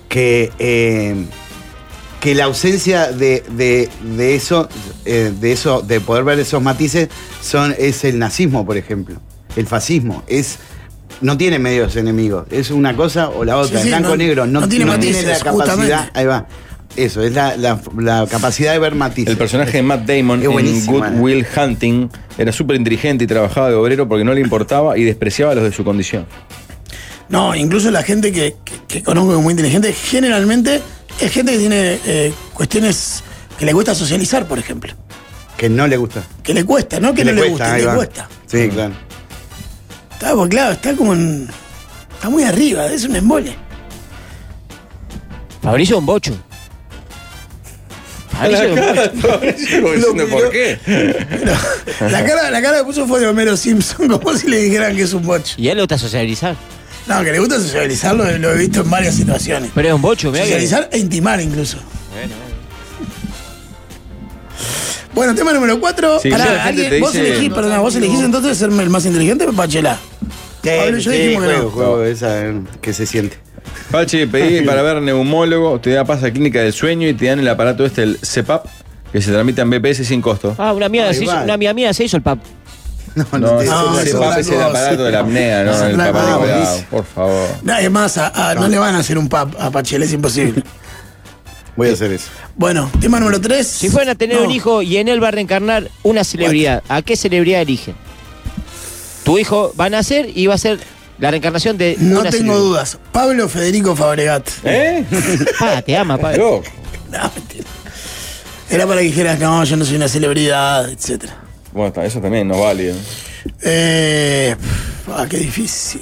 que, eh, que la ausencia de, de- de eso, eh, de eso, de poder ver esos matices, son, es el nazismo, por ejemplo, el fascismo, es no tiene medios enemigos, es una cosa o la otra,
Sí, sí,
blanco
no-
negro, no,
no tiene
no
matices,
la capacidad,
justamente.
ahí va, eso, es la, la- la capacidad de ver matices.
El personaje de Matt Damon
Es
en
buenísima,
Good
¿no?
Will Hunting era súper inteligente y trabajaba de obrero porque no le importaba y despreciaba a los de su condición.
No, incluso la gente que, que- que conozco que es muy inteligente, generalmente es gente que tiene eh, cuestiones que le cuesta socializar, por ejemplo.
que no le gusta.
Que le cuesta, no que, no le guste,
ahí
que le
va.
cuesta.
Mm. Sí, claro.
Está, pues, claro, está como en- Está muy arriba, es un embole.
Fabricio es un bocho. Fabricio es un bocho.
diciendo, ¿Por qué?
Pero la, cara, la cara que puso fue de Homero Simpson, como si le dijeran que es un bocho.
Y a él le gusta socializar.
No, que le gusta socializar, lo, lo he visto en varias situaciones.
Pero es un bocho, mirá que-
Socializar e intimar incluso. Bueno, tema número 4.
Sí, mucha gente te
vos
dice-
elegís, perdona, vos elegís entonces ser el más inteligente o Pachela. Pablo y yo dijimos que no.
juego, juego, esa eh, que se siente.
Pachi, pedí para ver neumólogo, te da pasa clínica del sueño y te dan el aparato este, el CEPAP, que se tramita en BPS sin costo.
Ah, una amiga,
Ahí
se hizo-
va.
una amiga mía se hizo el pap.
No, no,
No,
te
el
no,
te-
eso
CEPAP
es
es el
otra
aparato
cosa.
de la apnea,
Eso
no
es
el
otra
papá
cosa.
de cuidado, por favor.
Nadie más, a- a- no le van a hacer un pap a Pachela, es imposible.
Voy a hacer eso.
Bueno, tema número 3.
Si fueran a tener un hijo y en él va a reencarnar una celebridad, ¿a qué celebridad eligen? Tu hijo va a nacer y va a ser la reencarnación de
No
una
tengo
celebridad.
dudas. Pablo Federico Fabregat.
¿Eh?
Pa, te ama, pa.
Loco.
No, mentira. Era para que dijeras, no, yo no soy una celebridad, etcétera.
Bueno, está, eso también no vale. ¿no?
Eh, pf, ah, qué difícil.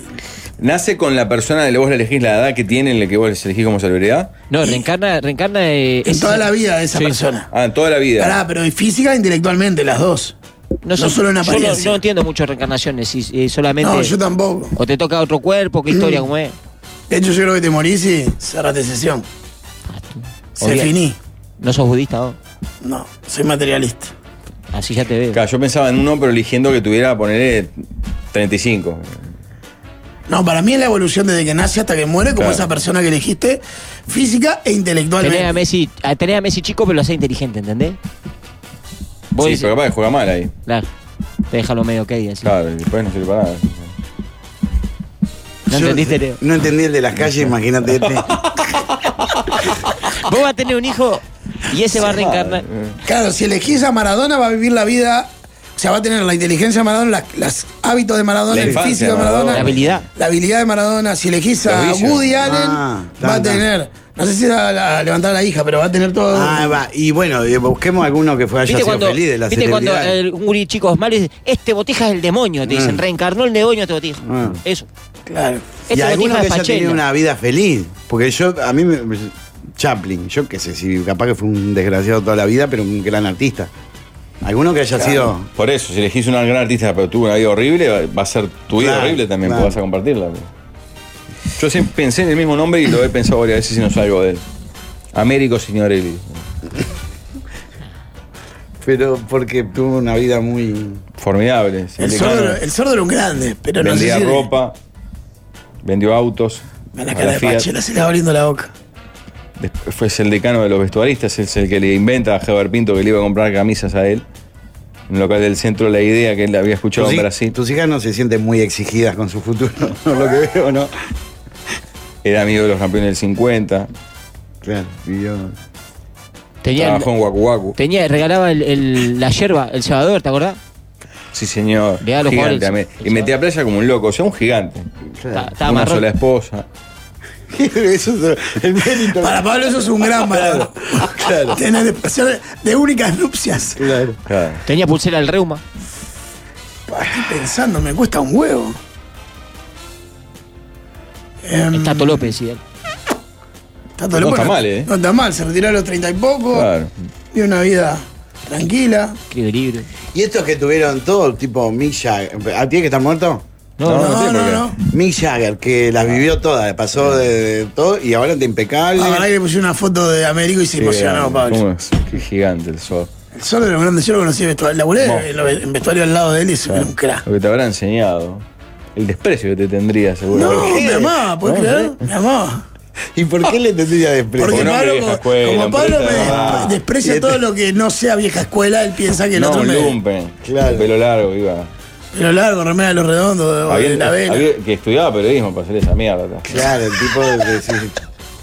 ¿Nace con la persona de la que vos le elegís la edad que tiene, en la que vos elegís como celebridad?
No, reencarna, reencarna eh,
En
ese-
toda la vida de esa
Sí.
persona.
Ah, toda la vida.
Pará, pero física e intelectualmente, las dos. No,
son-
solo en
yo no-
apariencia.
no, entiendo mucho reencarnaciones, si, eh, solamente.
No, yo Mm. tampoco.
o te toca otro cuerpo, qué historia, cómo es.
De hecho, yo creo que te morís y cerraste sesión. Se
Obvia-
finí.
No sos budista, vos.
No, soy materialista.
Así ya te veo.
Claro, yo pensaba en uno, pero eligiendo que tuviera, ponerle 35.
No, para mí es la evolución desde que nace hasta que muere, como
Claro.
esa persona que elegiste, física e intelectualmente.
Tenés a Messi, a- tenés a Messi chico, pero lo haces inteligente, ¿entendés? Vos
Sí,
dices-
pero capaz que juega mal ahí.
Claro, te deja lo medio que así.
Claro, y después no sirve para nada.
¿No
Yo
entendiste, Leo?
No entendí el de las calles, imagínate este.
Vos vas a tener un hijo y ese va a reencarnar.
Claro, si elegís a Maradona va a vivir la vida, o sea, va a tener la inteligencia de Maradona, las- los hábitos de Maradona,
La
el
infancia
físico
de
de
Maradona.
Maradona,
La habilidad.
la habilidad de Maradona. Si elegís a
Los vicios.
Woody Allen,
Ah,
va
tan,
a
tan.
tener, no sé si va a la- levantar a la hija, pero va a tener todo.
Ah, va. Y bueno, eh, busquemos alguno que fue haya
¿Viste
sido
cuando,
feliz de la
¿viste cuando
celebridad. Mm.
el- un gurí chico es malo y dice, este botija es el demonio? Te dicen, reencarnó el demonio este botija.
Ah.
Eso.
claro.
y
Este
alguno
botija
que
es
haya
Pachela.
tenido una vida feliz. Porque yo, a mí, me- Chaplin, yo qué sé, si capaz que fue un desgraciado toda la vida, pero un gran artista. Alguno que haya sido.
Por eso, si elegís una gran artista pero tuvo una vida horrible, va- va a ser tu vida
Claro,
horrible también,
claro.
porque vas a compartirla. pues. Yo siempre pensé en el mismo nombre y lo he pensado varias veces y no salgo de él. Américo Signorelli.
Pero porque tuvo una vida muy.
Formidable.
El
sindicano.
sordo, el sordo era un grande, pero no
Vendía
sé si-
ropa, vendió autos.
A la cara de
Fiat.
Pachela se le va abriendo la boca.
Después fue el decano de los vestuaristas, es el que le inventa a Heber Pinto que le iba a comprar camisas a él. En un local del centro, la idea que él había escuchado
Tus,
en
hij-
Brasil.
tus hijas no se sienten muy exigidas con su futuro, lo que veo, ¿no?
Era amigo de los campeones del 50.
Claro, vivió.
Tenía,
Trabajó en Waku Waku.
tenía, regalaba el- el- la yerba, el cebador, ¿te acordás?
Sí, señor.
Mirá los
Gigante,
jugadores.
amé- Y metía playa como un loco, o sea, un gigante.
Está- Estaba
Una sola
marrón.
esposa.
Eso es el mérito.
Para Pablo eso es un gran Maradona.
Claro,
Tener de, de únicas nupcias.
claro.
Claro.
Tenía pulsera del reuma.
Estoy pensando, me cuesta un huevo. Em, Mm.
El Tato López, decía él.
Tato
No
López
está mal, ¿eh?
No está mal, se retiró a los treinta y poco.
Claro.
Vive una vida tranquila.
Escribe libre.
Y estos que tuvieron todo, tipo Mick Jagger. ¿A ti que está muerto?
No,
No,
no,
sí,
No, no,
porque-
no.
Mick Jagger, que las vivió todas, pasó de, de todo y ahora está impecable.
Ah, verdad que le pusieron una foto de Américo y se emocionó,
Sí, ah,
Pablo.
¿cómo es? Qué gigante el sol.
El solo de los grandes, yo lo conocí en vestuario. Laburé
Vos.
en lo- en vestuario al lado de él y se un crack.
Lo que te habrá enseñado. El desprecio que te tendría, seguro.
No, me amaba, ¿puedes creer? Me amaba.
¿Y por qué le tendría desprecio?
Porque
un hombre
Pablo,
vieja
como,
escuela,
como
un
Pablo
purista de verdad.
me desprecia todo lo que no sea vieja escuela, él piensa que el
No,
otro
un
me.
lumpen.
Claro.
El pelo largo, iba.
Pero largo, remera de los redondos, de- de
Había-
la vela.
había- que estudiaba periodismo para hacer esa mierda.
Claro, el tipo de decir.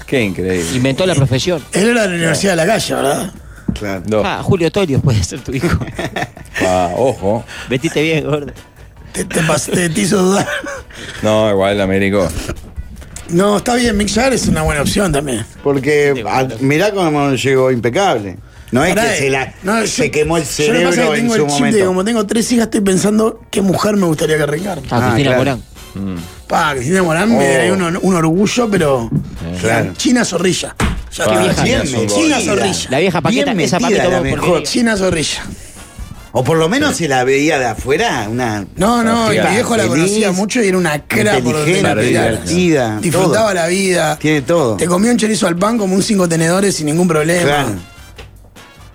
Qué increíble.
inventó la profesión.
Él era de la Universidad de la Calle, ¿verdad?
Claro.
Dos.
Ah, Julio Torio puede ser tu hijo.
Ah, ojo.
Vestite bien, gordo.
Te, te, pas- te- te hizo dudar.
No, igual Américo.
No, está bien, Mick Jagger es una buena opción también.
Porque a- mirá cómo llegó impecable. No es
Pará, eh,
que se, la,
no,
se
yo-
quemó el
yo lo que pasa es
cerebro
que
en
tengo
su
el chip de que
momento.
como tengo tres hijas, estoy pensando qué mujer me gustaría que reencarne.
Ah,
Ah,
Cristina
claro.
Morán.
Pa, Cristina Morán me daría un, un orgullo, pero.
Claro.
China zorrilla. Ya
Qué
está.
vieja.
China,
Bien
China
metida.
zorrilla.
La vieja
Bien
paqueta, esa
metida
paqueta
la
vos,
mejor.
porquería.
China zorrilla.
O por lo menos se la veía de afuera, una
No, no,
Claro,
el viejo la
feliz,
conocía mucho y era una cra por donde la
inteligente,
piraña.
tiraras.
divertida.
Disfrutaba
todo.
la vida.
Tiene todo.
Te comía un chorizo al pan como un cinco tenedores sin ningún problema.
Claro.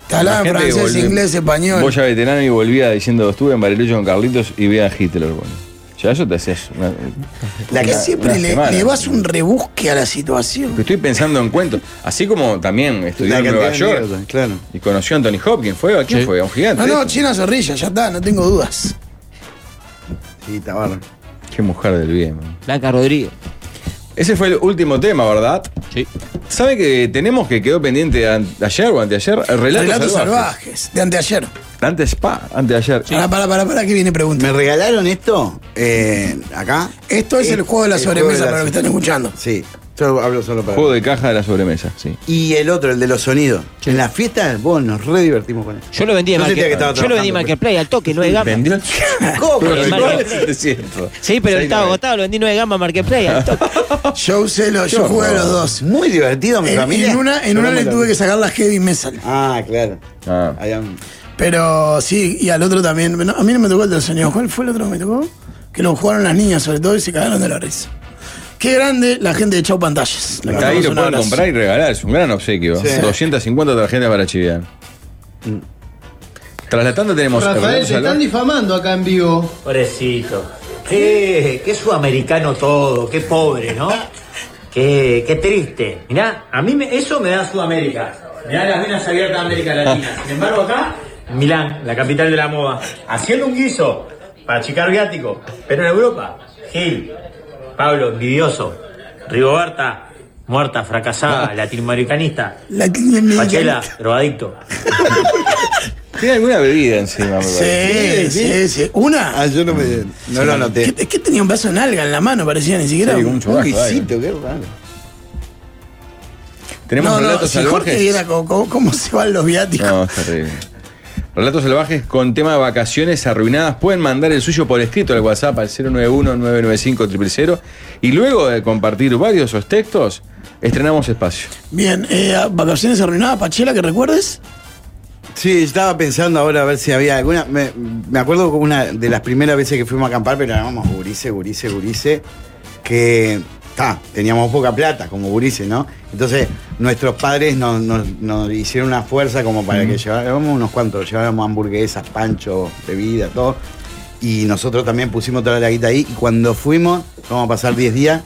Te hablaba en
La gente
francés,
volvió-
inglés, español.
Vos ya veterano y volvía diciendo, estuve en Bariloche con Carlitos y ve a Hitler. Bueno. Ya eso te hacías. una-
¿Por qué
una-
siempre
una
le,
semana.
le vas un rebusque a la situación?
Estoy pensando en cuentos. Así como también estudió
La
en Nueva
cantidad de
York
mierda, claro.
y conoció a Anthony Hopkins. ¿Fue? ¿A quién fue? ¿A un gigante?
No, Ah, no, China zorrilla, ya está, no tengo dudas.
Sí, tabarra.
Qué mujer del bien. man.
Blanca Rodríguez.
Ese fue el último tema, ¿verdad?
Sí.
¿Sabe que tenemos que quedó pendiente an- ayer o anteayer? Relatos,
Relatos
salvajes.
salvajes, de anteayer.
Antes pa, anteayer. Ah,
Pará, pará, pará, pará, que viene pregunta.
Me regalaron esto eh, acá.
Esto es el juego de la
juego
sobremesa
de la
para los que están escuchando.
Sí, yo hablo solo para.
Juego de caja de la sobremesa, sí.
Y el otro, el de los sonidos. En las fiestas, vos nos re divertimos con eso.
Yo lo vendí en
Yo sentía que estaba
Market- Yo lo vendí
trabajando,
en
pero-
pues.
Marketplace al toque, no de gama.
¿Vendió el
¿Cómo?
Pero
el
de cuál?
Market-
700.
Sí, pero
Seis
estaba
nueve.
agotado, lo vendí 9 gama en Marketplace al toque.
Yo usé los, yo jugué a los dos.
Muy divertido, mi
En,
familia.
en una, en una le tuve que sacar la heavy metal.
Ah, claro.
Ah.
Había un-
Pero sí, y al otro también. No, a mí no me tocó el de los sonidos. ¿Cuál fue el otro que me tocó? Que lo jugaron las niñas sobre todo y se cagaron de la risa. Qué grande la gente de Chau Pantallas. Le
Ahí
mandamos
lo
un
pueden
abrazo.
comprar y regalar, es un gran obsequio. 250 tarjetas para chiviar. Tras la tanda tenemos.
Rafael,
Relatos
se están
Salvajes.
difamando acá en vivo.
Pobrecito. Qué, qué sudamericano todo, qué pobre, ¿no? Qué, qué triste. Mirá, a mí me- eso me da Sudamérica. Mirá las venas abiertas de América Latina. Sin embargo, acá, Milán, la capital de la moda, haciendo un guiso para achicar viático. Pero en Europa, Gil, Pablo, envidioso, Rigoberta,
Muerta, fracasada, latinoamericanista.
Latinoamericanista.
Pachela, drogadicto.
Tiene alguna bebida encima, me
Sí,
parece.
sí, sí. ¿Una?
Ah, yo no me. No lo anoté.
Es que tenía un vaso de nalga en la mano, parecía ni siquiera.
Sí, un ¿eh? chubasco,
guisito, qué raro.
Tenemos
no, no,
relatos
si
salvajes.
Jorge viera co- co- cómo, se van los viáticos.
No, es terrible. Relatos salvajes con tema de vacaciones arruinadas pueden mandar el suyo por escrito al WhatsApp al 091-995-000 y luego de compartir varios de esos textos, estrenamos espacio.
Bien, eh, vacaciones arruinadas, Pachela, que recuerdes.
Sí, estaba pensando ahora a ver si había alguna. Me, me acuerdo como una de las primeras veces que fuimos a acampar, pero éramos gurice, gurice, gurice. Que. ta, teníamos poca plata como gurice, ¿no? Entonces, nuestros padres nos, nos- nos hicieron una fuerza como para que lleváramos unos cuantos, lleváramos hamburguesas, pancho, bebida, todo. Y nosotros también pusimos toda la guita ahí. Y cuando fuimos, vamos a pasar 10 días.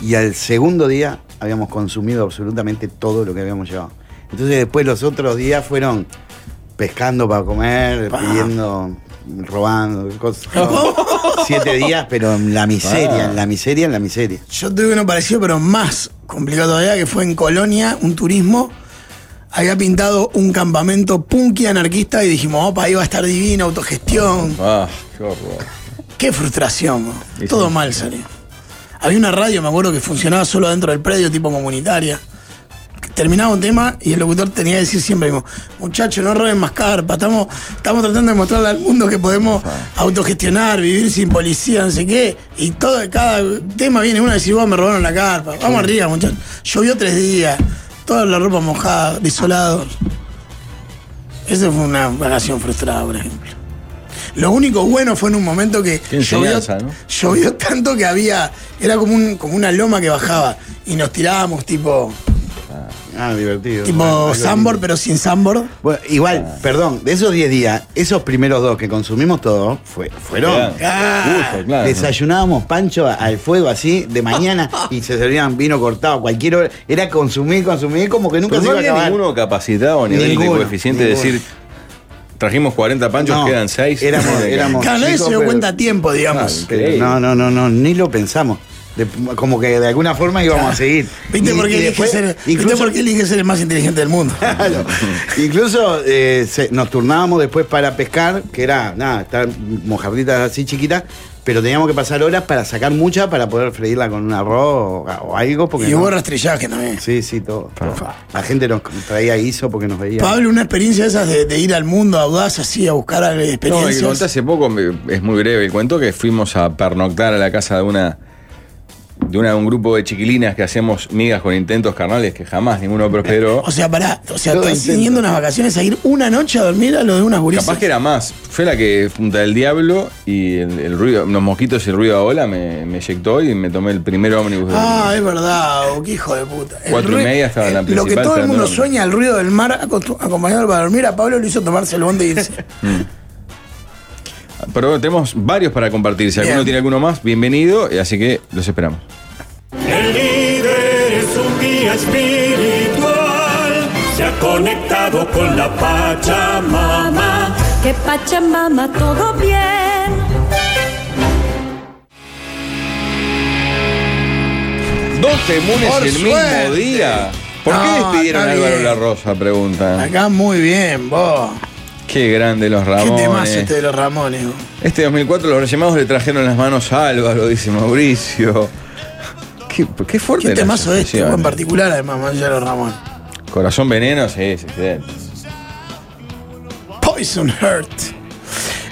Y al segundo día habíamos consumido absolutamente todo lo que habíamos llevado. Entonces, después los otros días fueron pescando para comer, pidiendo, robando, cosas. Siete días, pero en la miseria,
Ah.
en la miseria, en la miseria.
Yo tuve uno parecido, pero más complicado todavía, que fue en Colonia, un turismo. Había pintado un campamento punky anarquista y dijimos, opa, ahí va a estar divino, autogestión.
Ah, qué horror.
Qué frustración, mo.
Sí,
todo
sí.
mal salió. Había una radio, me acuerdo, que funcionaba solo dentro del predio, tipo comunitaria. Que Terminaba un tema y el locutor tenía que decir siempre, como, muchachos, no roben más carpa, estamos, estamos tratando de mostrarle al mundo que podemos
Ah.
autogestionar, vivir sin policía, no sé qué. Y todo, cada tema viene uno a decir, vos me robaron la carpa, vamos arriba, muchachos. Llovió tres días, toda la ropa mojada, desolados. Esa fue una vacación frustrada, por ejemplo. Lo único bueno fue en un momento que
Qué enseñanza, ¿no?
llovió tanto que había. Era como, un, como una loma que bajaba. Y nos tirábamos tipo.
Ah, divertido. Algo
tipo
lindo.
Sambor, pero sin Sambor.
Bueno, igual, perdón, de esos 10 días, esos primeros dos que consumimos todo, fue, fueron.
Claro.
Ah,
Gusto, claro.
Desayunábamos pancho a- al fuego así de mañana y se servían vino cortado a cualquier hora. Era consumir, consumir, como que nunca
Pero
se
no
iba a
había
acabar.
ninguno capacitado a nivel
Ninguno,
de coeficiente de
ninguno.
decir, trajimos 40 panchos,
No,
quedan 6.
éramos- éramos-
Claro, nadie se
chicos,
dio
pero-
cuenta a tiempo, digamos.
Pero
Sí.
no, no, no, no, ni lo pensamos. De- como que de alguna forma íbamos a seguir.
¿Viste,
Y-
por qué
y
elige
después,
ser, ¿viste
incluso-
por qué elige ser el más inteligente del mundo?
Claro. Incluso eh, se- nos turnábamos después para pescar, que era, nada, estar mojarditas así chiquitas, pero teníamos que pasar horas para sacar mucha para poder freírla con un arroz o, o algo. Porque
y
no-
hubo rastrillaje también.
Sí, sí, todo. La gente nos traía guiso porque nos veía.
Pablo, una experiencia de esas de, de ir al mundo audaz así a buscar algo de
No, el que conté
experiencias.
hace poco me- es muy breve. El cuento que fuimos a pernoctar a la casa de una de una, un grupo de chiquilinas que hacemos migas con intentos carnales que jamás ninguno prosperó.
o sea, pará, o sea,
Todo
estás
intento.
siguiendo unas vacaciones a ir una noche a dormir a lo de unas gurisas.
Capaz que era más. Fue la que punta del diablo y el, el ruido, los mosquitos y el ruido a ola me, me eyectó y me tomé el primer ómnibus. del-
Ah, es verdad, oh, qué hijo de puta. El
Cuatro y
ruido-
media estaba la
el- Lo
principal
que todo el mundo
esperando.
sueña, el ruido del mar acostu- acompañado para dormir, a Pablo lo hizo tomarse el bonde y irse.
Pero bueno, tenemos varios para compartir. Si alguno
Bien.
tiene alguno más, bienvenido. eh, Así que los esperamos.
El líder es un guía espiritual, se ha conectado con la Pachamama.
Que Pachamama todo bien.
Dos temunes
Por
el mismo
suerte.
día. ¿Por qué
No,
despidieron a
está
Álvaro
bien.
La Rosa? Pregunta.
Acá muy bien, vos.
Qué grande los
Qué
Ramones.
temazo este de los Ramones. vos.
Este 2004 los rellamados le trajeron las manos a Álvaro, dice Mauricio. Qué, qué fuerte.
Qué
las
temazo este, vos, en
asociaciones.
particular, además, más allá de los Ramones.
Corazón veneno, sí, sí, sí.
Poison Hurt.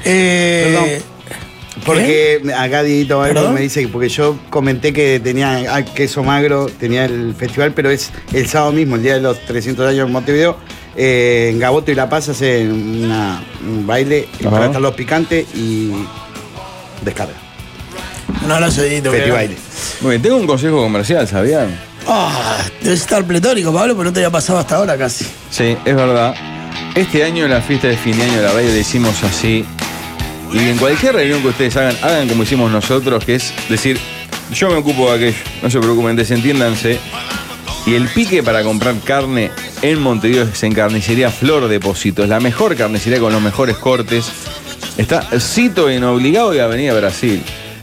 Eh,
Porque acá Dieguito Barco
¿Perdón?
me dice que porque yo comenté que tenía ah, queso magro, tenía el festival, pero es el sábado mismo, el día de los 300 años en Montevideo. eh, en Gaboto y La Paz hace una- un baile
Ajá.
para estar los picantes y descarga.
un abrazo, Edito.
Festival.
Muy bien, tengo un consejo comercial, ¿sabían?
Ah, debes estar pletórico, Pablo, pero no te había pasado hasta ahora casi.
Sí, es verdad. Este año la fiesta de fin de año de la radio le hicimos así. Y en cualquier reunión que ustedes hagan, hagan como hicimos nosotros, que es decir, yo me ocupo de aquello, no se preocupen, desentiéndanse. Y el pique para comprar carne en Montevideo es en Carnicería Flor Depósito. Es la mejor carnicería con los mejores cortes. Está cito en Obligado y Avenida Brasil.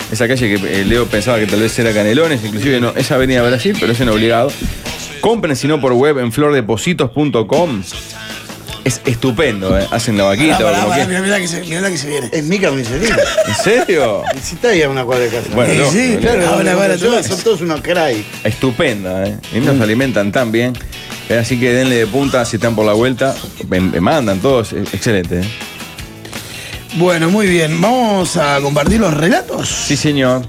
Esa calle que eh, Leo pensaba que tal vez era Canelones, inclusive no, es Avenida Brasil, pero es en obligado. Compren, si no, por web en flordepositos.com. Es estupendo, ¿eh? Hacen la vaquita.
Pará, pará,
como
pará,
que-
mirá, mirá que se, mirá la que se viene.
Es mi carnicería.
¿En serio?
Si está ahí a una cuadra de casa.
Bueno,
Eh,
no,
sí,
no,
claro,
no.
ahora,
Ahora,
ahora,
ahora,
ahora, son todos unos cray.
estupenda, ¿eh? Y nos alimentan tan bien. Eh, Así que denle de punta si están por la vuelta. Me, me mandan todos. Eh, Excelente. ¿eh?
Bueno, muy bien. Vamos a compartir los relatos.
Sí, señor.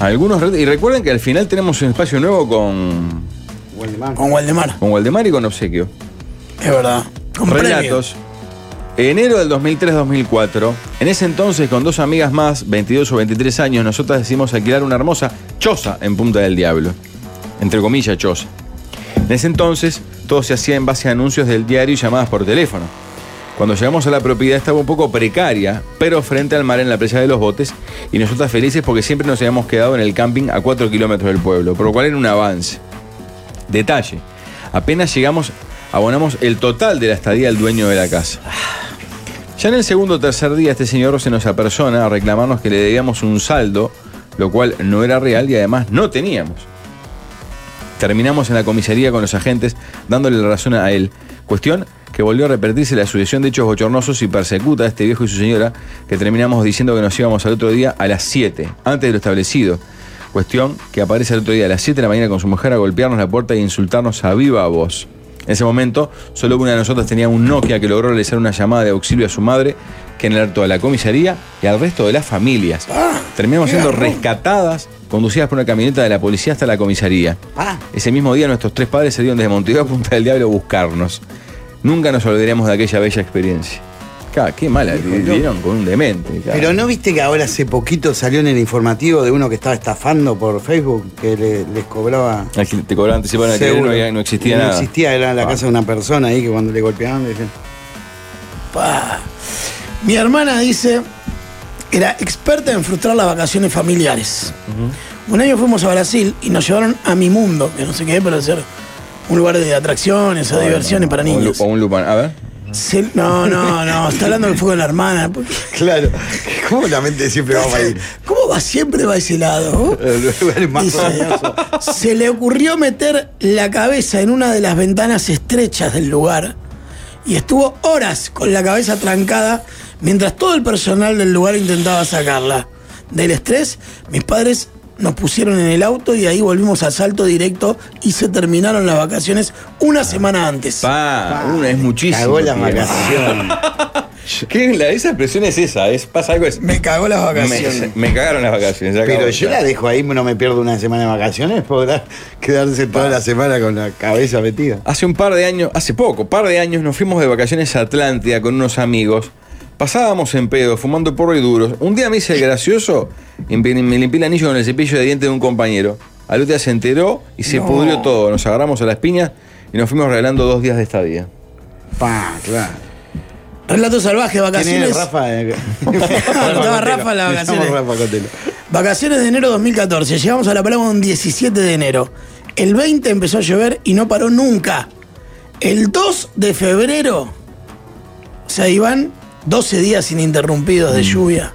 Algunos retos. Y recuerden que al final tenemos un espacio nuevo con.
Con Waldemar.
Con Waldemar y con Obsequio.
Es verdad. Con
Relatos. Enero del 2003-2004. En ese entonces, con dos amigas más, 22 o 23 años, nosotras decidimos alquilar una hermosa choza en Punta del Diablo. Entre comillas, choza. En ese entonces, todo se hacía en base a anuncios del diario y llamadas por teléfono. Cuando llegamos a la propiedad estaba un poco precaria, pero frente al mar en la presa de los botes, y nosotras felices porque siempre nos habíamos quedado en el camping a 4 kilómetros del pueblo, por lo cual era un avance. Detalle, apenas llegamos, abonamos el total de la estadía al dueño de la casa. Ya en el segundo o tercer día este señor se nos apersona a reclamarnos que le debíamos un saldo, lo cual no era real y además no teníamos. Terminamos en la comisaría con los agentes dándole la razón a él. Cuestión que volvió a repetirse la sucesión de hechos bochornosos y persecuta a este viejo y su señora, que terminamos diciendo que nos íbamos al otro día a las 7, antes de lo establecido. Cuestión que aparece al otro día a las 7 de la mañana con su mujer a golpearnos la puerta e insultarnos a viva voz. En ese momento, solo una de nosotras tenía un Nokia que logró realizar una llamada de auxilio a su madre, que alertó a la comisaría y al resto de las familias. Terminamos siendo rescatadas, conducidas por una camioneta de la policía hasta la comisaría.
Ah,
Ese mismo día nuestros tres padres se dieron desde Montevideo a Punta del Diablo a buscarnos. Nunca nos olvidaremos de aquella bella experiencia. Ca, qué mala, vivieron con un demente. ca.
Pero ¿no viste que ahora hace poquito salió en el informativo de uno que estaba estafando por Facebook? Que le- les cobraba...
Ah, que Te cobraban anticipado en el
Seguro.
no, había- no existía
no
nada.
existía, era la casa de una persona ahí que cuando le golpeaban le decían...
Pa. Mi hermana dice, era experta en frustrar las vacaciones familiares. Un año fuimos a Brasil y nos llevaron a mi mundo, que no sé qué, pero ser un lugar de atracciones o diversiones para
O un,
niños.
lu- o un lupan. A ver.
Se- no, no, no, está hablando del fuego de la hermana.
Claro, ¿cómo la mente siempre va a ir?
¿Cómo va siempre va a ese lado? Dice, se le ocurrió meter la cabeza en una de las ventanas estrechas del lugar y estuvo horas con la cabeza trancada mientras todo el personal del lugar intentaba sacarla. Del estrés, mis padres nos pusieron en el auto y ahí volvimos a salto directo y se terminaron las vacaciones una semana antes.
Pa, una es muchísimo.
cagó las
tío.
vacaciones.
¿Qué? La- esa expresión es esa, es, pasa algo es.
Me cagó las
Me, cagaron las vacaciones. se acabó.
Pero yo la dejo ahí, no me pierdo una semana de vacaciones, podrá quedarse toda la semana con la cabeza metida.
Hace un par de años, hace poco, par de años, nos fuimos de vacaciones a Atlántida con unos amigos. Pasábamos en pedo, fumando porro y duros. Un día me hice el gracioso y me me limpié el anillo con el cepillo de dientes de un compañero. Al otro día se enteró y se
No.
pudrió todo. Nos agarramos a las piñas y nos fuimos regalando dos días de estadía.
Pa, claro.
Relato salvaje,
¿Quién
vacaciones.
es Rafa? Eh,
Estaba Rafa en las
Me llamo
vacaciones.
Rafa Cotelo.
Vacaciones de enero 2014. Llegamos a La Paloma un 17 de enero. El 20 empezó a llover y no paró nunca. El 2 de febrero, o sea, iban 12 días ininterrumpidos de lluvia.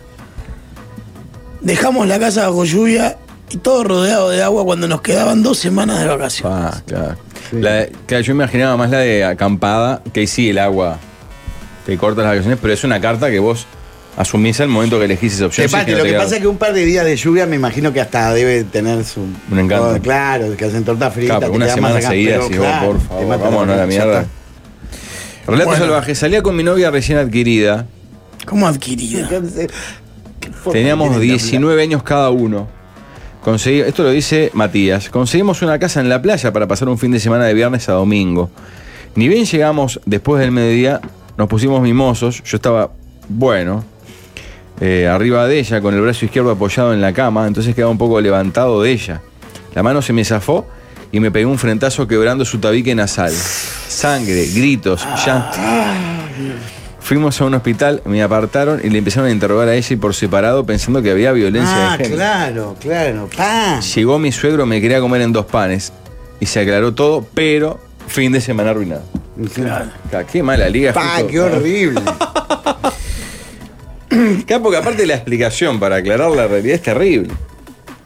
Dejamos la casa bajo lluvia y todo rodeado de agua cuando nos quedaban dos semanas de vacaciones.
Ah, claro. La- claro, yo imaginaba más la de acampada, que ahí sí el agua te corta las vacaciones, pero es una carta que vos asumís al momento que elegís esa opción.
Te
si es
pate,
no
lo
te
que
queda-
pasa es que un par de días de lluvia me imagino que hasta debe tener su.
Un encanto.
Oh, claro, que hacen torta frita.
Claro, pero
te
una
queda más
semana
acá,
seguida,
pero
si
claro,
vos, por
te
favor,
mata
vámonos a la
ya
mierda.
está.
Relato
Bueno.
salvaje, salía con mi novia recién adquirida.
¿Cómo adquirida?
Teníamos 19 años cada uno. Conseguí- esto lo dice Matías. Conseguimos una casa en la playa para pasar un fin de semana de viernes a domingo. Ni bien llegamos después del mediodía, nos pusimos mimosos. Yo estaba, bueno, eh, arriba de ella con el brazo izquierdo apoyado en la cama, entonces quedaba un poco levantado de ella. La mano se me zafó y me pegó un frentazo quebrando su tabique nasal. Sangre, gritos, llanto. Fuimos a un hospital, me apartaron y le empezaron a interrogar a ella y por separado pensando que había violencia de
Ah,
género.
claro, claro. Pa.
Llegó mi suegro, me quería comer en dos panes y se aclaró todo, pero fin de semana arruinado. Claro, Qué mala liga.
Pa,
justo.
qué horrible.
Claro, porque aparte la explicación para aclarar la realidad es terrible.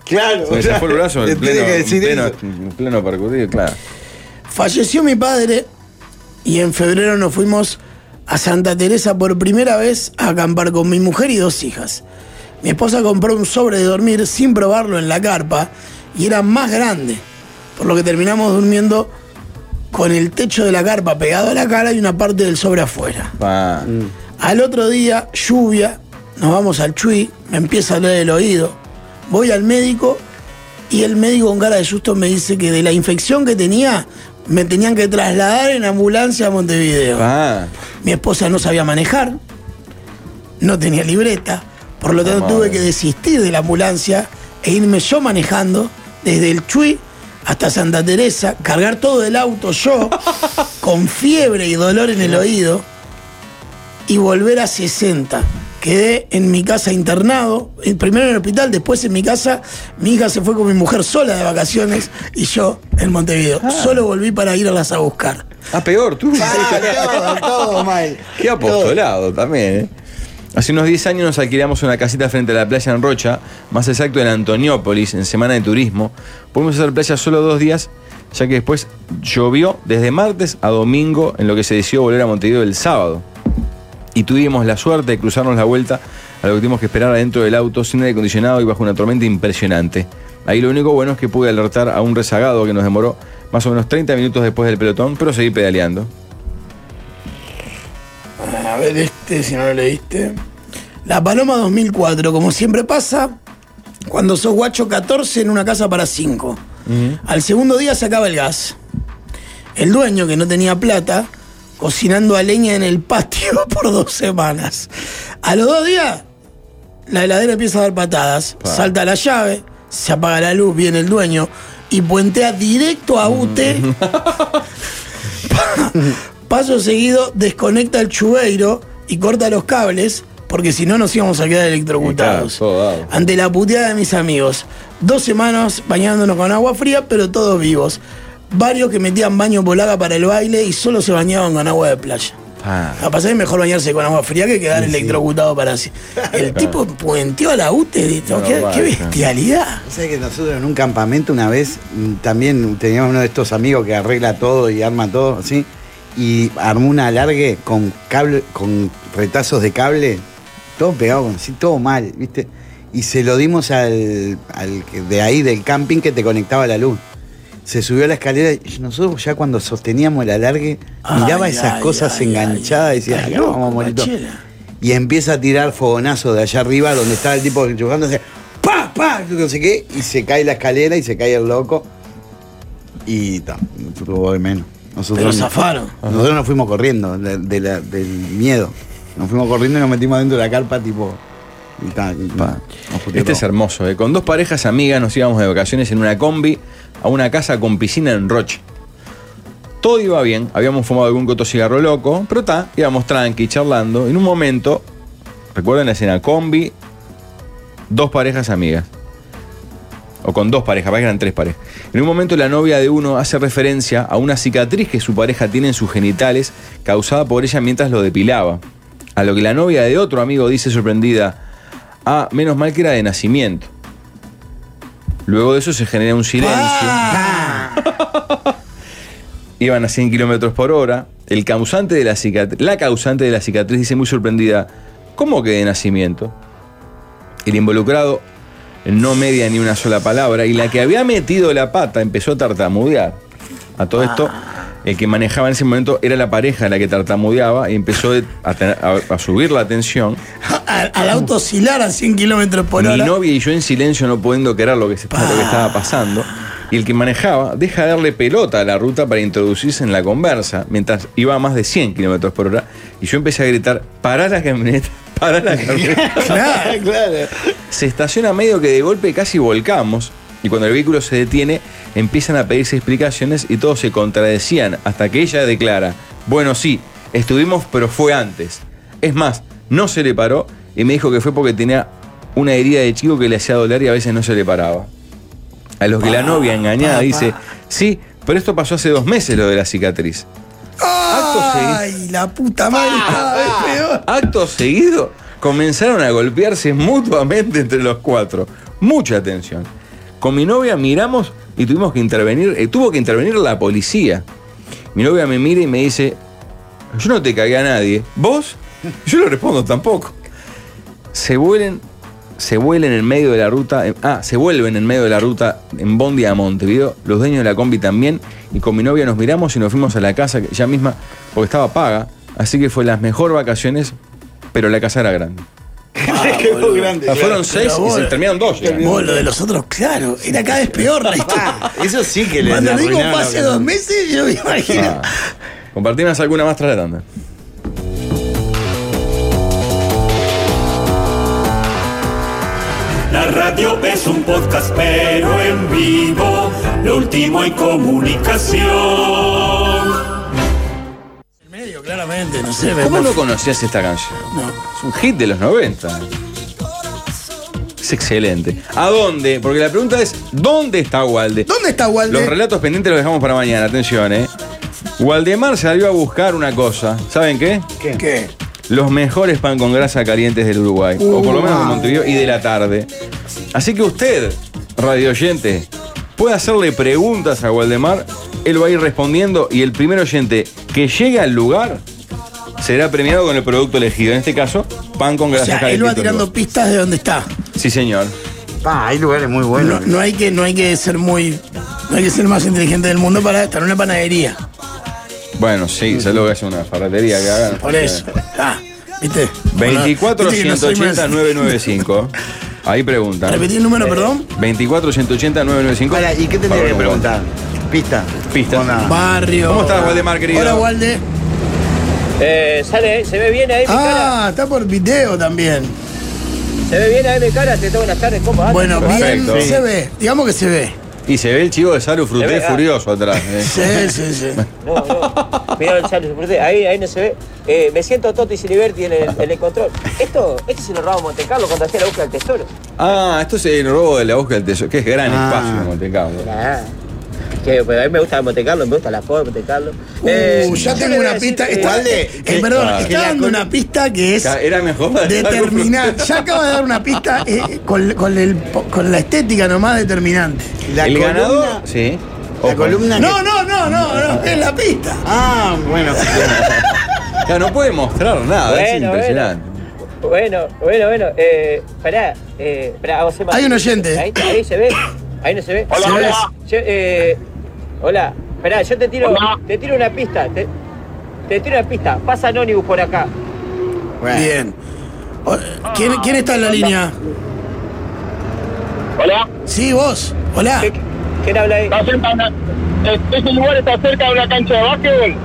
Claro.
Se me
o sea,
zafó el brazo en
le
el
tiene
pleno,
que decir
en pleno,
eso.
en pleno percutido, claro.
Falleció mi padre y en febrero nos fuimos a Santa Teresa por primera vez a acampar con mi mujer y dos hijas. Mi esposa compró un sobre de dormir sin probarlo en la carpa y era más grande, por lo que terminamos durmiendo con el techo de la carpa pegado a la cara y una parte del sobre afuera.
Pa.
Al otro día, lluvia, nos vamos al Chuy, me empieza a doler el oído. Voy al médico y el médico con cara de susto me dice que de la infección que tenía, me tenían que trasladar en ambulancia a Montevideo. Mi esposa no sabía manejar, no tenía libreta, por lo tanto
La madre.
tuve que desistir de la ambulancia e irme yo manejando desde el Chuy hasta Santa Teresa, cargar todo el auto yo, con fiebre y dolor en el oído y volver a 60. Quedé en mi casa internado, eh, primero en el hospital, después en mi casa. Mi hija se fue con mi mujer sola de vacaciones y yo en Montevideo. Solo volví para irlas a buscar.
Ah, peor, tú.
todo,
Ah,
todo mal.
Qué apostolado también, ¿eh? Hace unos 10 años nos alquilamos una casita frente a la playa en Rocha, más exacto en Antoniópolis, en semana de turismo. Pudimos hacer playa solo dos días, ya que después llovió desde martes a domingo, en lo que se decidió volver a Montevideo el sábado. Y tuvimos la suerte de cruzarnos la vuelta a lo que tuvimos que esperar adentro del auto, sin aire acondicionado y bajo una tormenta impresionante. Ahí lo único bueno es que pude alertar a un rezagado que nos demoró más o menos 30 minutos después del pelotón, pero seguí pedaleando.
A ver este, si no lo leíste. La Paloma 2004, como siempre pasa, cuando sos guacho 14 en una casa para 5. Al segundo día se acaba el gas. El dueño, que no tenía plata, cocinando a leña en el patio por dos semanas. A los dos días, la heladera empieza a dar patadas. Salta la llave, se apaga la luz, viene el dueño y puentea directo a UTE. Pa- Paso seguido, desconecta el chuveiro y corta los cables, porque si no nos íbamos a quedar electrocutados ante la puteada de mis amigos. Dos semanas bañándonos con agua fría, pero todos vivos. Varios que metían baño polaga para el baile y solo se bañaban con agua de playa. A pasar es mejor bañarse con agua fría que quedar electrocutado para sí. El tipo puenteó a la UTE. dijo, ¿Qué, qué bestialidad.
O sea que nosotros en un campamento una vez mm, también teníamos uno de estos amigos que arregla todo y arma todo, ¿sí? Y armó un alargue con cable, con retazos de cable, todo pegado, así, todo mal, ¿viste? Y se lo dimos al, al que- de ahí, del camping que te conectaba la luz. Se subió a la escalera y nosotros ya cuando sosteníamos el alargue, miraba
Ay,
esas
ay,
cosas enganchadas y decía, acá vamos a morir todos".
Pachela.
Y empieza a tirar fogonazos de allá arriba donde estaba el tipo enchufándose. ¡Pa! ¡Pa! No sé qué. Y se cae la escalera y se cae el loco. Y ta, tuvo de menos.
Pero
no-
zafaron.
Nosotros nos fuimos corriendo de- de la- del miedo. Nos fuimos corriendo y nos metimos adentro de la carpa, tipo. Y ta, y nos puteó
Este
todo.
es hermoso. eh. Con dos parejas amigas nos íbamos de vacaciones en una combi a una casa con piscina en Roche. Todo iba bien, habíamos fumado algún coto cigarro loco, pero está, íbamos tranqui, charlando. En un momento, recuerden la escena, combi, dos parejas amigas. O con dos parejas, parece que eran tres parejas. En un momento la novia de uno hace referencia a una cicatriz que su pareja tiene en sus genitales, causada por ella mientras lo depilaba. A lo que la novia de otro amigo dice sorprendida, Ah, menos mal que era de nacimiento. Luego de eso se genera un silencio. Iban a 100 kilómetros por hora. El causante de la cicatriz, la causante de la cicatriz dice muy sorprendida, ¿cómo que de nacimiento? El involucrado no media ni una sola palabra y la que había metido la pata empezó a tartamudear. A todo esto, el que manejaba en ese momento era la pareja la que tartamudeaba y empezó de- a tener- a- a subir la tensión.
Al, al auto oscilar a 100 kilómetros por
Mi
hora.
novia y yo en silencio no pudiendo creer lo que, se, lo que estaba pasando. Y el que manejaba deja de darle pelota a la ruta para introducirse en la conversa, mientras iba a más de 100 kilómetros por hora. Y yo empecé a gritar: ¡Pará la camioneta! ¡Pará la camioneta!
claro,
claro.
Se estaciona medio que de golpe casi volcamos. Y cuando el vehículo se detiene, empiezan a pedirse explicaciones y todos se contradecían hasta que ella declara, bueno, sí, estuvimos, pero fue antes. Es más, no se le paró y me dijo que fue porque tenía una herida de chico que le hacía doler y a veces no se le paraba. A los que la novia engañada dice, sí, pero esto pasó hace dos meses lo de la cicatriz.
¡Ay, la puta madre!
Ah,
cada vez peor.
Acto seguido, comenzaron a golpearse mutuamente entre los cuatro. Mucha tensión. Con mi novia miramos y tuvimos que intervenir, eh, tuvo que intervenir la policía. Mi novia me mira y me dice, yo no te cagué a nadie. ¿Vos? Yo no respondo tampoco. Se vuelen, se vuelen en medio de la ruta, eh, ah, se vuelven en medio de la ruta en Bondi a Montevideo, los dueños de la combi también, y con mi novia nos miramos y nos fuimos a la casa que ya misma, porque estaba paga, así que fue las mejores vacaciones, pero la casa era grande.
grande.
Ah, fueron seis
Pero
y
vos-
se terminaron dos. llegando.
Vos, lo de los otros, claro, era cada vez peor la historia.
Ah,
Eso sí que le
Cuando
le
digo
arruinaron
pase
la-
dos meses, yo me
Ah.
imagino.
Compartimos alguna más tras la tanda.
La radio es un podcast, pero en vivo, lo último en comunicación.
Claramente, no sé.
¿Cómo
me-
no conocías esta canción?
No.
Es un hit de los 90. Es excelente. ¿A dónde? Porque la pregunta es, ¿dónde está Walde?
¿Dónde está Walde?
Los relatos pendientes los dejamos para mañana, atención, ¿eh? Waldemar salió a buscar una cosa. ¿Saben qué?
¿Qué?
Los mejores pan con grasa calientes del Uruguay. o por lo menos de Montevideo y de la tarde. Así que usted, radio oyente, puede hacerle preguntas a Waldemar. Él va a ir respondiendo y el primer oyente que llegue al lugar será premiado con el producto elegido. En este caso, pan con grasa
O sea,
caliente.
él va tirando pistas de dónde está.
Sí, señor.
hay lugares muy
No, no hay que, no hay que ser muy. No hay que ser el más inteligente del mundo para estar en una panadería.
Bueno, sí, se lo que hace una ferretería que hagan.
Por eso. Ah, ¿viste?
24
Viste que no soy
180 995. Ahí preguntan. Eh,
Repetí el número, perdón.
24 180 995. ¿y qué tendría que preguntar?
Pista.
Pista.
Barrio.
¿Cómo estás, Waldemar, querido?
Hola, Walde.
Eh, sale, se ve bien ahí mi cara.
Ah, está por video también.
Se ve bien ahí mi cara, te tengo buenas tardes, ¿cómo andas?
Bueno, bien,
Perfecto.
se ve. Digamos que se ve.
Y se ve el chivo de Saru
Se
Fruté
ve, ah.
furioso atrás. eh.
Sí, sí, sí.
No, no. Mira el salto, disfruté. ahí, ahí no se ve. Eh, me siento Totti Siliberti en el, en el control. Esto, esto se lo robó Monte Carlo cuando hacía la búsqueda del tesoro.
Ah, esto es el robo de la búsqueda del tesoro, que es gran
Ah.
espacio en Monte Carlo.
Ah, que, pues, a mí me gusta Monte Carlo, me gusta la forma de Monte Carlo.
Uh, ya
Eh, yo
tengo
le voy a
una
decir
pista.
que-
Está, eh, perdón,
Ah.
está dando una pista que es
Era mejor la de Saru
determinante.
Fruté.
Ya acaba de dar una pista eh, con, con el- con la estética nomás determinante.
el ganador, sí. Ojo.
No, no, no, no, no, es la pista.
Ah, bueno.
Ya no puede mostrar nada, es
Bueno,
impresionante.
Bueno, bueno, bueno. Eh, pará, eh, pará, hago más.
Hay un oyente.
Ahí, ahí se ve. Ahí no se ve.
Hola,
Se ve.
hola.
Yo, eh, hola. Pará, yo te tiro, te tiro una pista. Te, te tiro una pista. Pasa Anonymous por acá.
Bien. O- ¿Quién,
Ah,
quién está en la línea?
Hola.
Sí, vos. Hola.
¿Quién habla ahí?
Ese lugar está cerca de una cancha de básquetbol.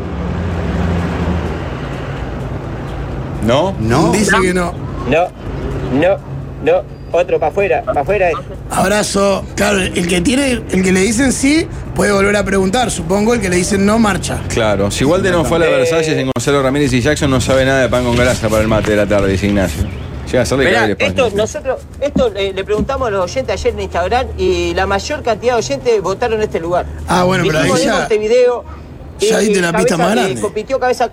¿No?
No.
Dice que no.
No, no, no. Otro, para afuera, para afuera.
Abrazo. Claro, el que tiene, el que le dicen sí, puede volver a preguntar. Supongo el que le dicen no marcha.
Claro, si Walde no fue
Eh.
a la Versalles en Gonzalo Ramírez y Jackson no sabe nada de pan con grasa para el mate de la tarde, dice Ignacio. Llega a ser de
Mirá,
caer espacio.
esto nosotros, esto eh, le preguntamos a los oyentes ayer en Instagram y la mayor cantidad de oyentes votaron en este lugar.
Ah, bueno, pero ahí
Dijimos de
ya-
Montevideo,
ya
y-
diste
y
la pista más
eh,
grande.
compitió cabeza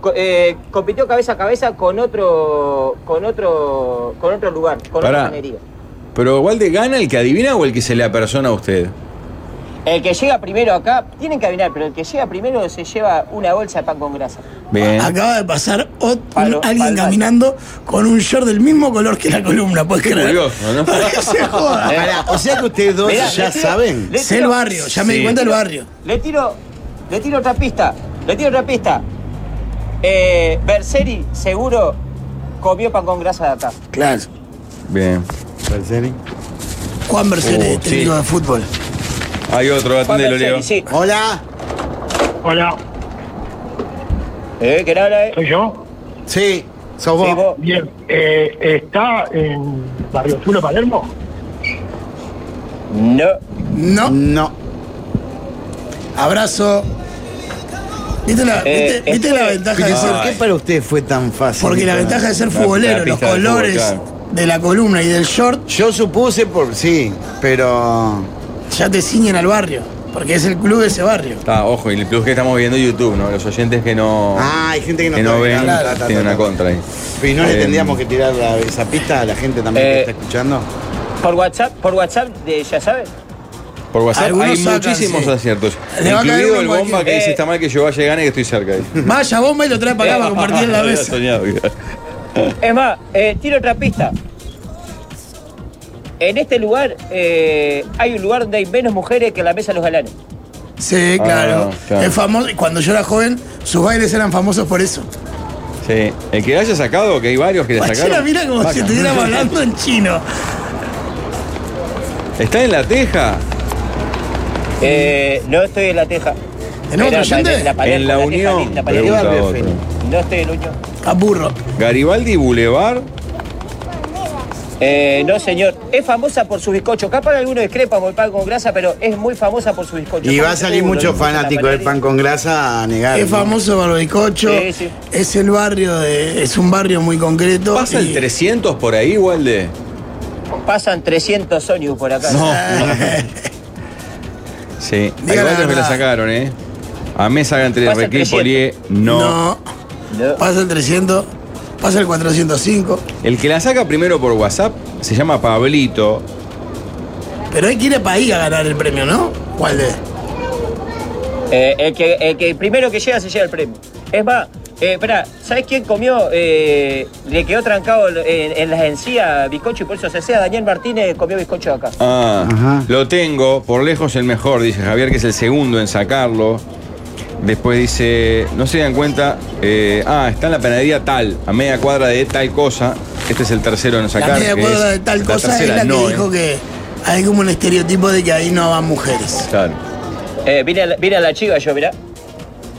co- eh, compitió cabeza a cabeza con otro con otro con otro lugar, con
Pará.
otra minería.
Pero Walde gana el que adivina o el que se le apersona a usted.
El que llega primero acá, tienen que adivinar, pero el que llega primero se lleva una bolsa de pan con grasa.
Bien.
Acaba de pasar ot- un- alguien caminando con un short del mismo color que la columna, puedes
Qué
creer.
curioso, ¿no? Eh.
Para que se joda.
Pará, o sea que ustedes dos
Mirá,
ya
le tiro-
saben.
le
Sé
tiro-
el barrio, ya me di
Sí.
cuenta del barrio.
Le tiro, le tiro otra pista, le tiro otra pista. Eh, Berseri seguro comió pan con grasa de acá.
Claro.
Bien.
Juan Bercene,
Oh,
técnico
sí.
de fútbol.
Hay otro, atendelo, Leo.
Hola.
Hola.
¿Eh? ¿Quién habla? Eh?
¿Soy yo?
Sí, sos
vos. Bien. eh, ¿Está en Barrio Chulo, Palermo?
No.
No.
No.
Abrazo. ¿Viste la,
Eh,
viste- viste la ventaja de
Pero
ser-
¿Por qué para usted fue tan fácil?
Porque la
Nicolás?
ventaja de ser futbolero, los colores de la columna y del short.
Yo supuse por. sí, pero.
Ya te ciñen al barrio. Porque es el club de ese barrio.
Está, ojo, y el plus que estamos viendo YouTube, ¿no? Los oyentes que no.
Ah, hay gente que no está
ven,
viendo, claro, está,
tienen
está,
una
está.
contra ahí.
Y no
Eh,
le tendríamos que tirar la- esa pista a la gente también que está escuchando.
Por WhatsApp, por WhatsApp, de, ya sabes.
Por WhatsApp
Algunos
hay
sacan,
muchísimos
sí.
aciertos.
Le va a caer
Incluido
uno
el
en
bomba
cualquier-
que dice
Eh.
está mal que yo vaya a ganar y estoy cerca ahí.
Vaya bomba y lo trae para acá para compartir en la
Había
mesa.
soñado, mira.
Es más, eh, tiro otra pista. En este lugar eh, hay un lugar donde hay menos mujeres que en la mesa de los galanes.
Sí,
Ah,
claro.
claro.
Es famoso. Cuando yo era joven, sus bailes eran famosos por eso.
Sí. El que haya sacado, que hay varios que la
Pachela
sacaron.
mira como si
Sacan.
estuviéramos hablando en chino.
¿Está en la teja?
Eh, no estoy en la teja.
¿Tenemos
Era
oyente?
Pale- Palermo,
En La
Teja,
Unión,
la Palermo.
pregunta ¿Qué barrio es, otro.
No estoy en Unión.
Aburro.
Garibaldi Boulevard.
Eh, no, señor. Es famosa por sus bizcochos. Capaz alguno discrepa por el pan con grasa, pero es muy famosa por sus bizcochos.
Y va a
Como
salir
uno,
mucho
¿no?
fanático del pan con grasa a negar.
Es
¿no?
famoso Barbicocho.
Sí, sí.
Es el barrio de. Es un barrio muy
Oh,
concreto.
¿Pasa
y-
el 300 por ahí, Walde?
Pasan 300 Sonius por acá.
No. Sí. Hay
Diga la
varios que la
verdad.
sacaron, ¿eh? A mesa entre
Pasa el
Requil
300.
Polié, no.
No. Pasa el 300. Pasa el 405.
El que la saca primero por WhatsApp se llama Pablito.
Pero hay que ir para ahí a ganar el premio, ¿no? ¿Cuál de?
Eh, el, que, el que primero que llega se lleva el premio. Es más, eh, espera, ¿sabes quién comió? eh, le quedó trancado el- en, en las encías bizcocho y por eso se sea Daniel Martínez comió bizcocho de acá.
Ah, lo tengo, por lejos el mejor, dice Javier, que es el segundo en sacarlo. Después dice, no se dan cuenta, eh, ah, está en la panadería tal, a media cuadra de tal cosa. Este es el tercero en sacar.
la media
que
cuadra
es-
de tal
la
cosa es
tercera,
la
no,
que dijo
¿eh?
que hay como un estereotipo de que ahí no van mujeres.
Claro.
Eh, vine, a la, vine a la chiva yo, mirá.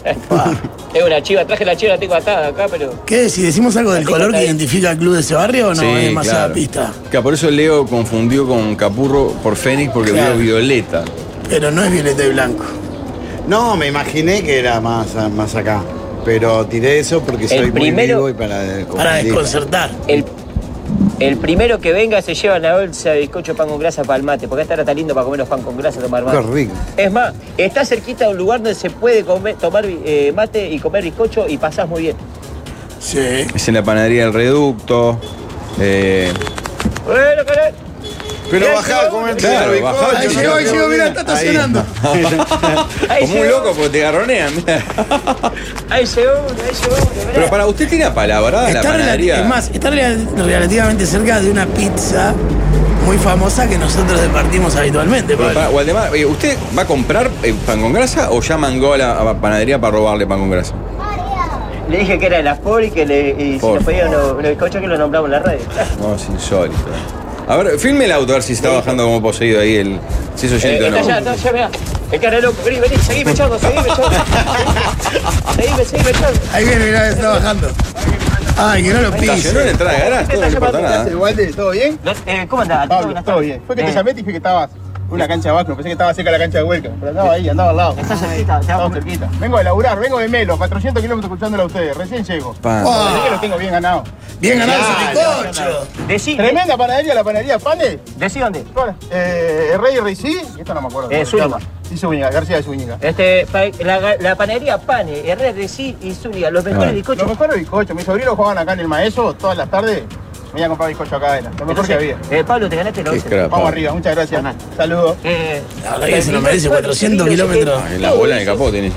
es una chiva, traje la chiva, la tengo atada acá, pero.
¿Qué? Si decimos algo del color que identifica al club de ese barrio o no,
Sí,
es demasiada
claro.
pista.
Que por eso Leo confundió con Capurro por Fénix porque
Claro.
vio Violeta.
Pero no es violeta y blanco.
No, me imaginé que era más, más acá. Pero tiré eso porque
El
soy
primero-
muy vivo y para, confundir.
El, el primero que venga se lleva la bolsa de bizcocho pan con grasa para el mate, porque esta era tan lindo para comer los pan con grasa tomar mate.
Qué rico.
Es más, está cerquita de un lugar donde se puede comer- tomar eh, mate y comer bizcocho y pasás muy bien.
Sí.
Es en la panadería del reducto. eh,
Bueno, caray.
Pero
Mirá,
bajá,
llegó,
comete
Claro,
el bizcocho,
bajá,
no
llegó,
te
llegó,
olvides.
llegó, mirá, está
Ahí.
estacionando.
Ahí
como un
llegó.
loco porque te garronean.
Ahí llegó uno, ahí llegó uno. mirá.
Pero para usted tiene apalabrada la
Está relati-
panadería.
es más, está rela- relativamente cerca de una pizza muy famosa que nosotros departimos habitualmente.
Pero
Pablo.
para- Waldemar, eh, ¿usted va a comprar eh, pan con grasa o ya mangó a la a la panadería para robarle pan con grasa?
Le dije que era de la FOR y que le, y si
Por.
nos pedía unos unos bizcochos que lo nombramos en la radio.
No, es insólito. A ver, filme el auto, a ver si está bajando como poseído ahí el. Si es
Eh,
oyente o
está allá,
no.
está allá, mirá. El cara loco, vení, vení, seguime echando, seguime echando. Seguime, seguime echando.
Ahí viene, mirá, está bajando. Ay, que no lo
Está
pise.
lleno de entrada de garaje, todo, no le importa nada.
eh, ¿Todo bien?
eh, ¿Cómo andás? Eh,
Pablo, todo bien. Eh. Fue que te llamé y dije que estabas en una cancha de básquet. Pensé que estaba cerca de la cancha de Huelca, pero andaba ahí, andaba al lado. Estás cerquita, cerquita. Vengo de laburar, vengo de Melo, 400 kilómetros escuchándolo a ustedes. Recién llego.
Pa.
Pensé que lo tengo bien ganado.
Bien ganado
Claro,
ese
bien ganado.
bizcocho.
Decí.
Tremenda panadería, la panadería Pane.
Decí dónde.
Eh, Rey Rey sí, esta no me acuerdo.
Eh, Zúñiga.
Sí, Zúñiga, García de Zúñiga.
Este, pa- la, la panadería Pane, RDC y Zúñiga, los mejores bizcochos.
Los mejores bizcochos. Mis sobrinos jugaban acá en el Maeso todas las tardes. Me iba a comprar bizcocho acá, era lo mejor que había.
Eh, Pablo, te ganaste Eh, los
Qué crack,
Vamos
Pablo.
arriba, muchas gracias. Saludos.
La verdad que se lo merece, 400 kilómetros.
Ah, en La bola en el capó tiene.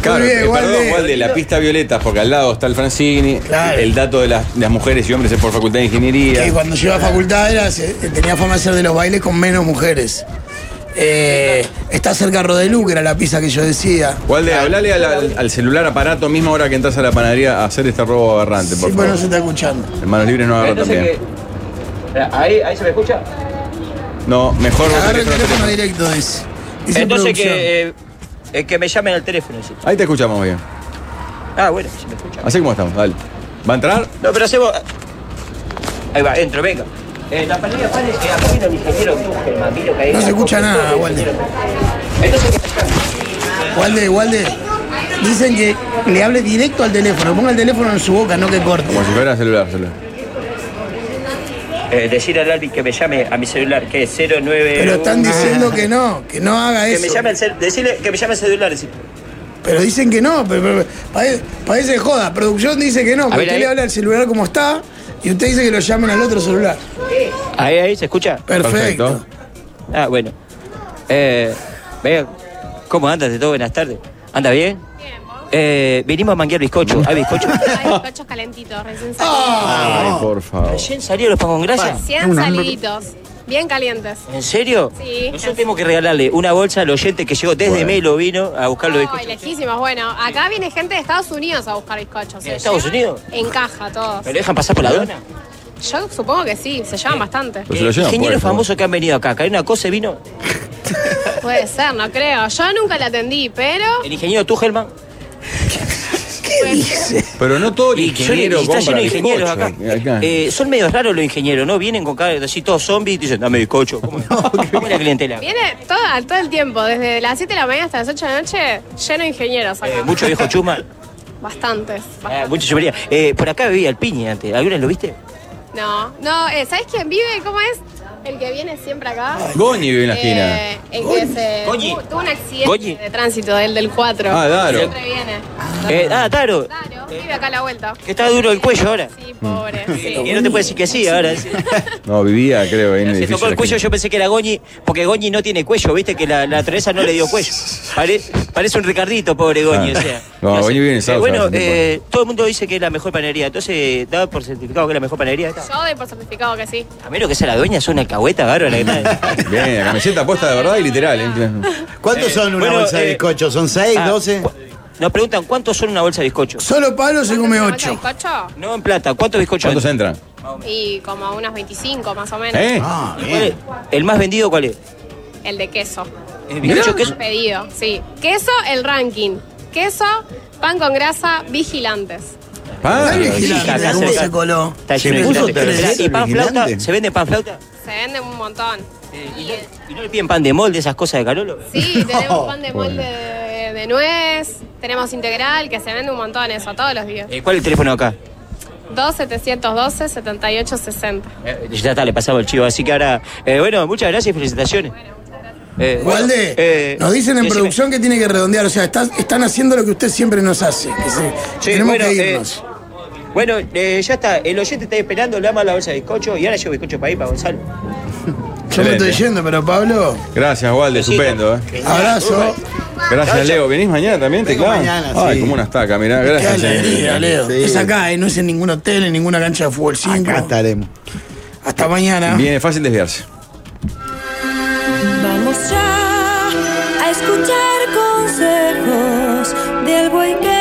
Claro,
Muy bien,
eh, perdón,
Walde.
Walde, la pista violeta, porque al lado está el Francini,
Claro.
el dato de las, las mujeres y hombres es por facultad de ingeniería.
Que cuando yo iba a facultad era, se- tenía fama de ser de los bailes con menos mujeres. Eh, está cerca Rodelú, que era la pizza que yo decía.
Walde, hablale al, al- al celular aparato mismo ahora que entras a la panadería a hacer este robo aberrante, por
Sí,
favor.
bueno, se está escuchando.
Hermanos libres
Ah,
no agarra
Entonces
también.
que. Espera, Ahí, ahí se me escucha.
No, mejor vos
Agarra el
tenés otro
teléfono
teléfono.
directo, dice. Dice
Entonces
producción.
que, eh, eh, que me llamen al teléfono. sí.
Ahí te escuchamos bien.
Ah, bueno, se me escucha.
Así como estamos, dale. ¿Va a entrar?
No, pero hacemos. Ahí va, entro, venga. Eh, la panadería Pane, eh, acá vino el ingeniero Tuchelman, vino que ahí-
No se escucha nada, Walde.
eh,
Walde, Walde. Dicen que le hable
Eh,
directo al teléfono. Ponga el teléfono en su boca, no que corte.
Como si fuera celular, celular.
eh, decir al Albi que me llame a mi celular, que es 09.
Pero están
eh,
diciendo que no, que no haga
Que
eso.
me llame al cel- decirle que me llame al celular. decir,
Pero dicen que no, pero, pero- parece, parece joda. Producción dice que no,
A
que
ver,
usted
ahí.
le habla al celular como está y usted dice que lo llamen al otro celular.
Ahí, ahí, ¿se escucha?
Perfecto.
Ah, bueno. Eh, vea, ¿cómo andas de todo? Buenas tardes. ¿Anda bien? Eh, venimos a manguear bizcocho. ¿Hay bizcocho?
Hay bizcochos calentitos, recién salidos.
Ay,
Ah.
por favor.
¿Recién salieron los pan con grasa?
Recién saliditos. Bien calientes.
¿En serio?
Sí.
Nosotros tenemos que regalarle una bolsa al oyente que llegó desde Melo, vino a buscarlo.
Ay, lejísimos. Bueno, acá viene gente de Estados Unidos a buscar bizcochos.
¿De Estados Unidos?
Encaja todos.
¿Me lo dejan pasar por la aduana?
Yo supongo que sí, Pues se llevan bastante.
Eh, Ingenieros famosos que han venido acá. Karina Cose vino.
Puede ser, no creo. Yo nunca la atendí, pero.
El ingeniero Tugelman.
¿Qué
Pero no todo el
Y
ingeniero
y está lleno
compra
de ingenieros acá.
bizcocho. Acá.
Eh, son medios raros los ingenieros, ¿no? Vienen con cara así todos zombies y dicen, dame bizcocho. ¿Cómo, ¿Cómo es la clientela?
Viene todo, todo el tiempo, desde las 7 de la mañana hasta las 8 de la noche, lleno de ingenieros acá.
Eh, mucho viejo chuma,
Bastantes.
eh, mucha chumería. Eh, por acá vivía el piñe antes. ¿Alguna vez lo viste?
No, no, eh, ¿sabes quién vive? ¿Cómo es? El que viene siempre acá.
Ah, Goñi vive en la esquina.
Eh, el que se
Goñi.
tu- tuvo un accidente
Goñi.
de tránsito, el del 4.
Ah, Daro.
Siempre viene.
Eh, ah, Taro.
Claro, vive acá a la vuelta.
Que está duro el cuello ahora.
Sí, pobre. sí.
Y no te puede decir que sí ahora.
No, vivía, creo, en el
Se
edificio.
tocó
de
el
la
cuello, yo pensé que era Goñi, porque Goñi no tiene cuello, viste que la, la Teresa no le dio cuello. Pare- parece un Ricardito, pobre Goñi,
Ah.
o sea.
No,
sé.
Goñi vive en
Eh,
Sauce,
Bueno,
bastante
eh, todo el mundo dice que es la mejor panadería, entonces, ¿da por certificado que es la mejor panadería? Está.
Yo doy por certificado que sí.
A menos que sea la dueña, es una alcahueta bárbara que está.
Bien, la camiseta puesta de verdad y literal.
Ah.
¿eh?
¿Cuántos son
una bolsa de
bizcocho? ¿Son 6, 12? Ah, Nos preguntan cuántos son una bolsa de bizcocho.
Solo Pablo se come
¿Ocho
8.
bizcocho?
No en plata, ¿cuántos bizcochos?
¿Cuántos entran?
Y como unos 25 más o menos.
¿Eh? Ah, bien. ¿El más vendido cuál es?
El de queso.
¿El bizcocho queso?
Pedido, sí. Queso, el ranking. Queso, pan con grasa, vigilantes.
Pan.
Acá
¿Cómo
cerca.
se coló?
Está
Se
lleno de
puso
vigilantes.
tercero
¿Y pan flauta?
vigilante.
¿Se vende pan flauta? Eh,
Se venden un montón.
¿Y no le piden pan de molde, esas cosas de Carolo?
Sí, tenemos pan de molde de, de nuez, tenemos integral, que se vende un montón eso, todos los días.
Eh, ¿Cuál es el teléfono acá?
2-712-7860.
Eh, Ya está, le pasamos el chivo. Así que ahora, eh, bueno, muchas gracias y felicitaciones. Eh, bueno,
Walde,
eh,
nos dicen en
decime.
producción que tiene que redondear, o sea, estás- están haciendo lo que usted siempre nos hace. que se-
Sí,
tenemos
bueno,
que
eh,
irnos.
Bueno, eh, ya está. El oyente está esperando, le damos la bolsa de bizcocho y ahora llevo bizcocho para ahí, para Gonzalo.
Yo me estoy
excelente.
yendo, pero Pablo.
Gracias, Walde,
Besito.
estupendo. ¿eh?
Abrazo.
Gracias, Leo. ¿Venís mañana también,
Vengo
teclado?
mañana,
Ay,
sí.
como una estaca, mirá. Gracias.
Qué alegría, Leo. Es acá, eh, no es en ningún hotel, en ninguna cancha de fútbol 5. Acá
estaremos.
Hasta mañana.
Viene fácil desviarse.
Vamos ya a escuchar consejos del buen que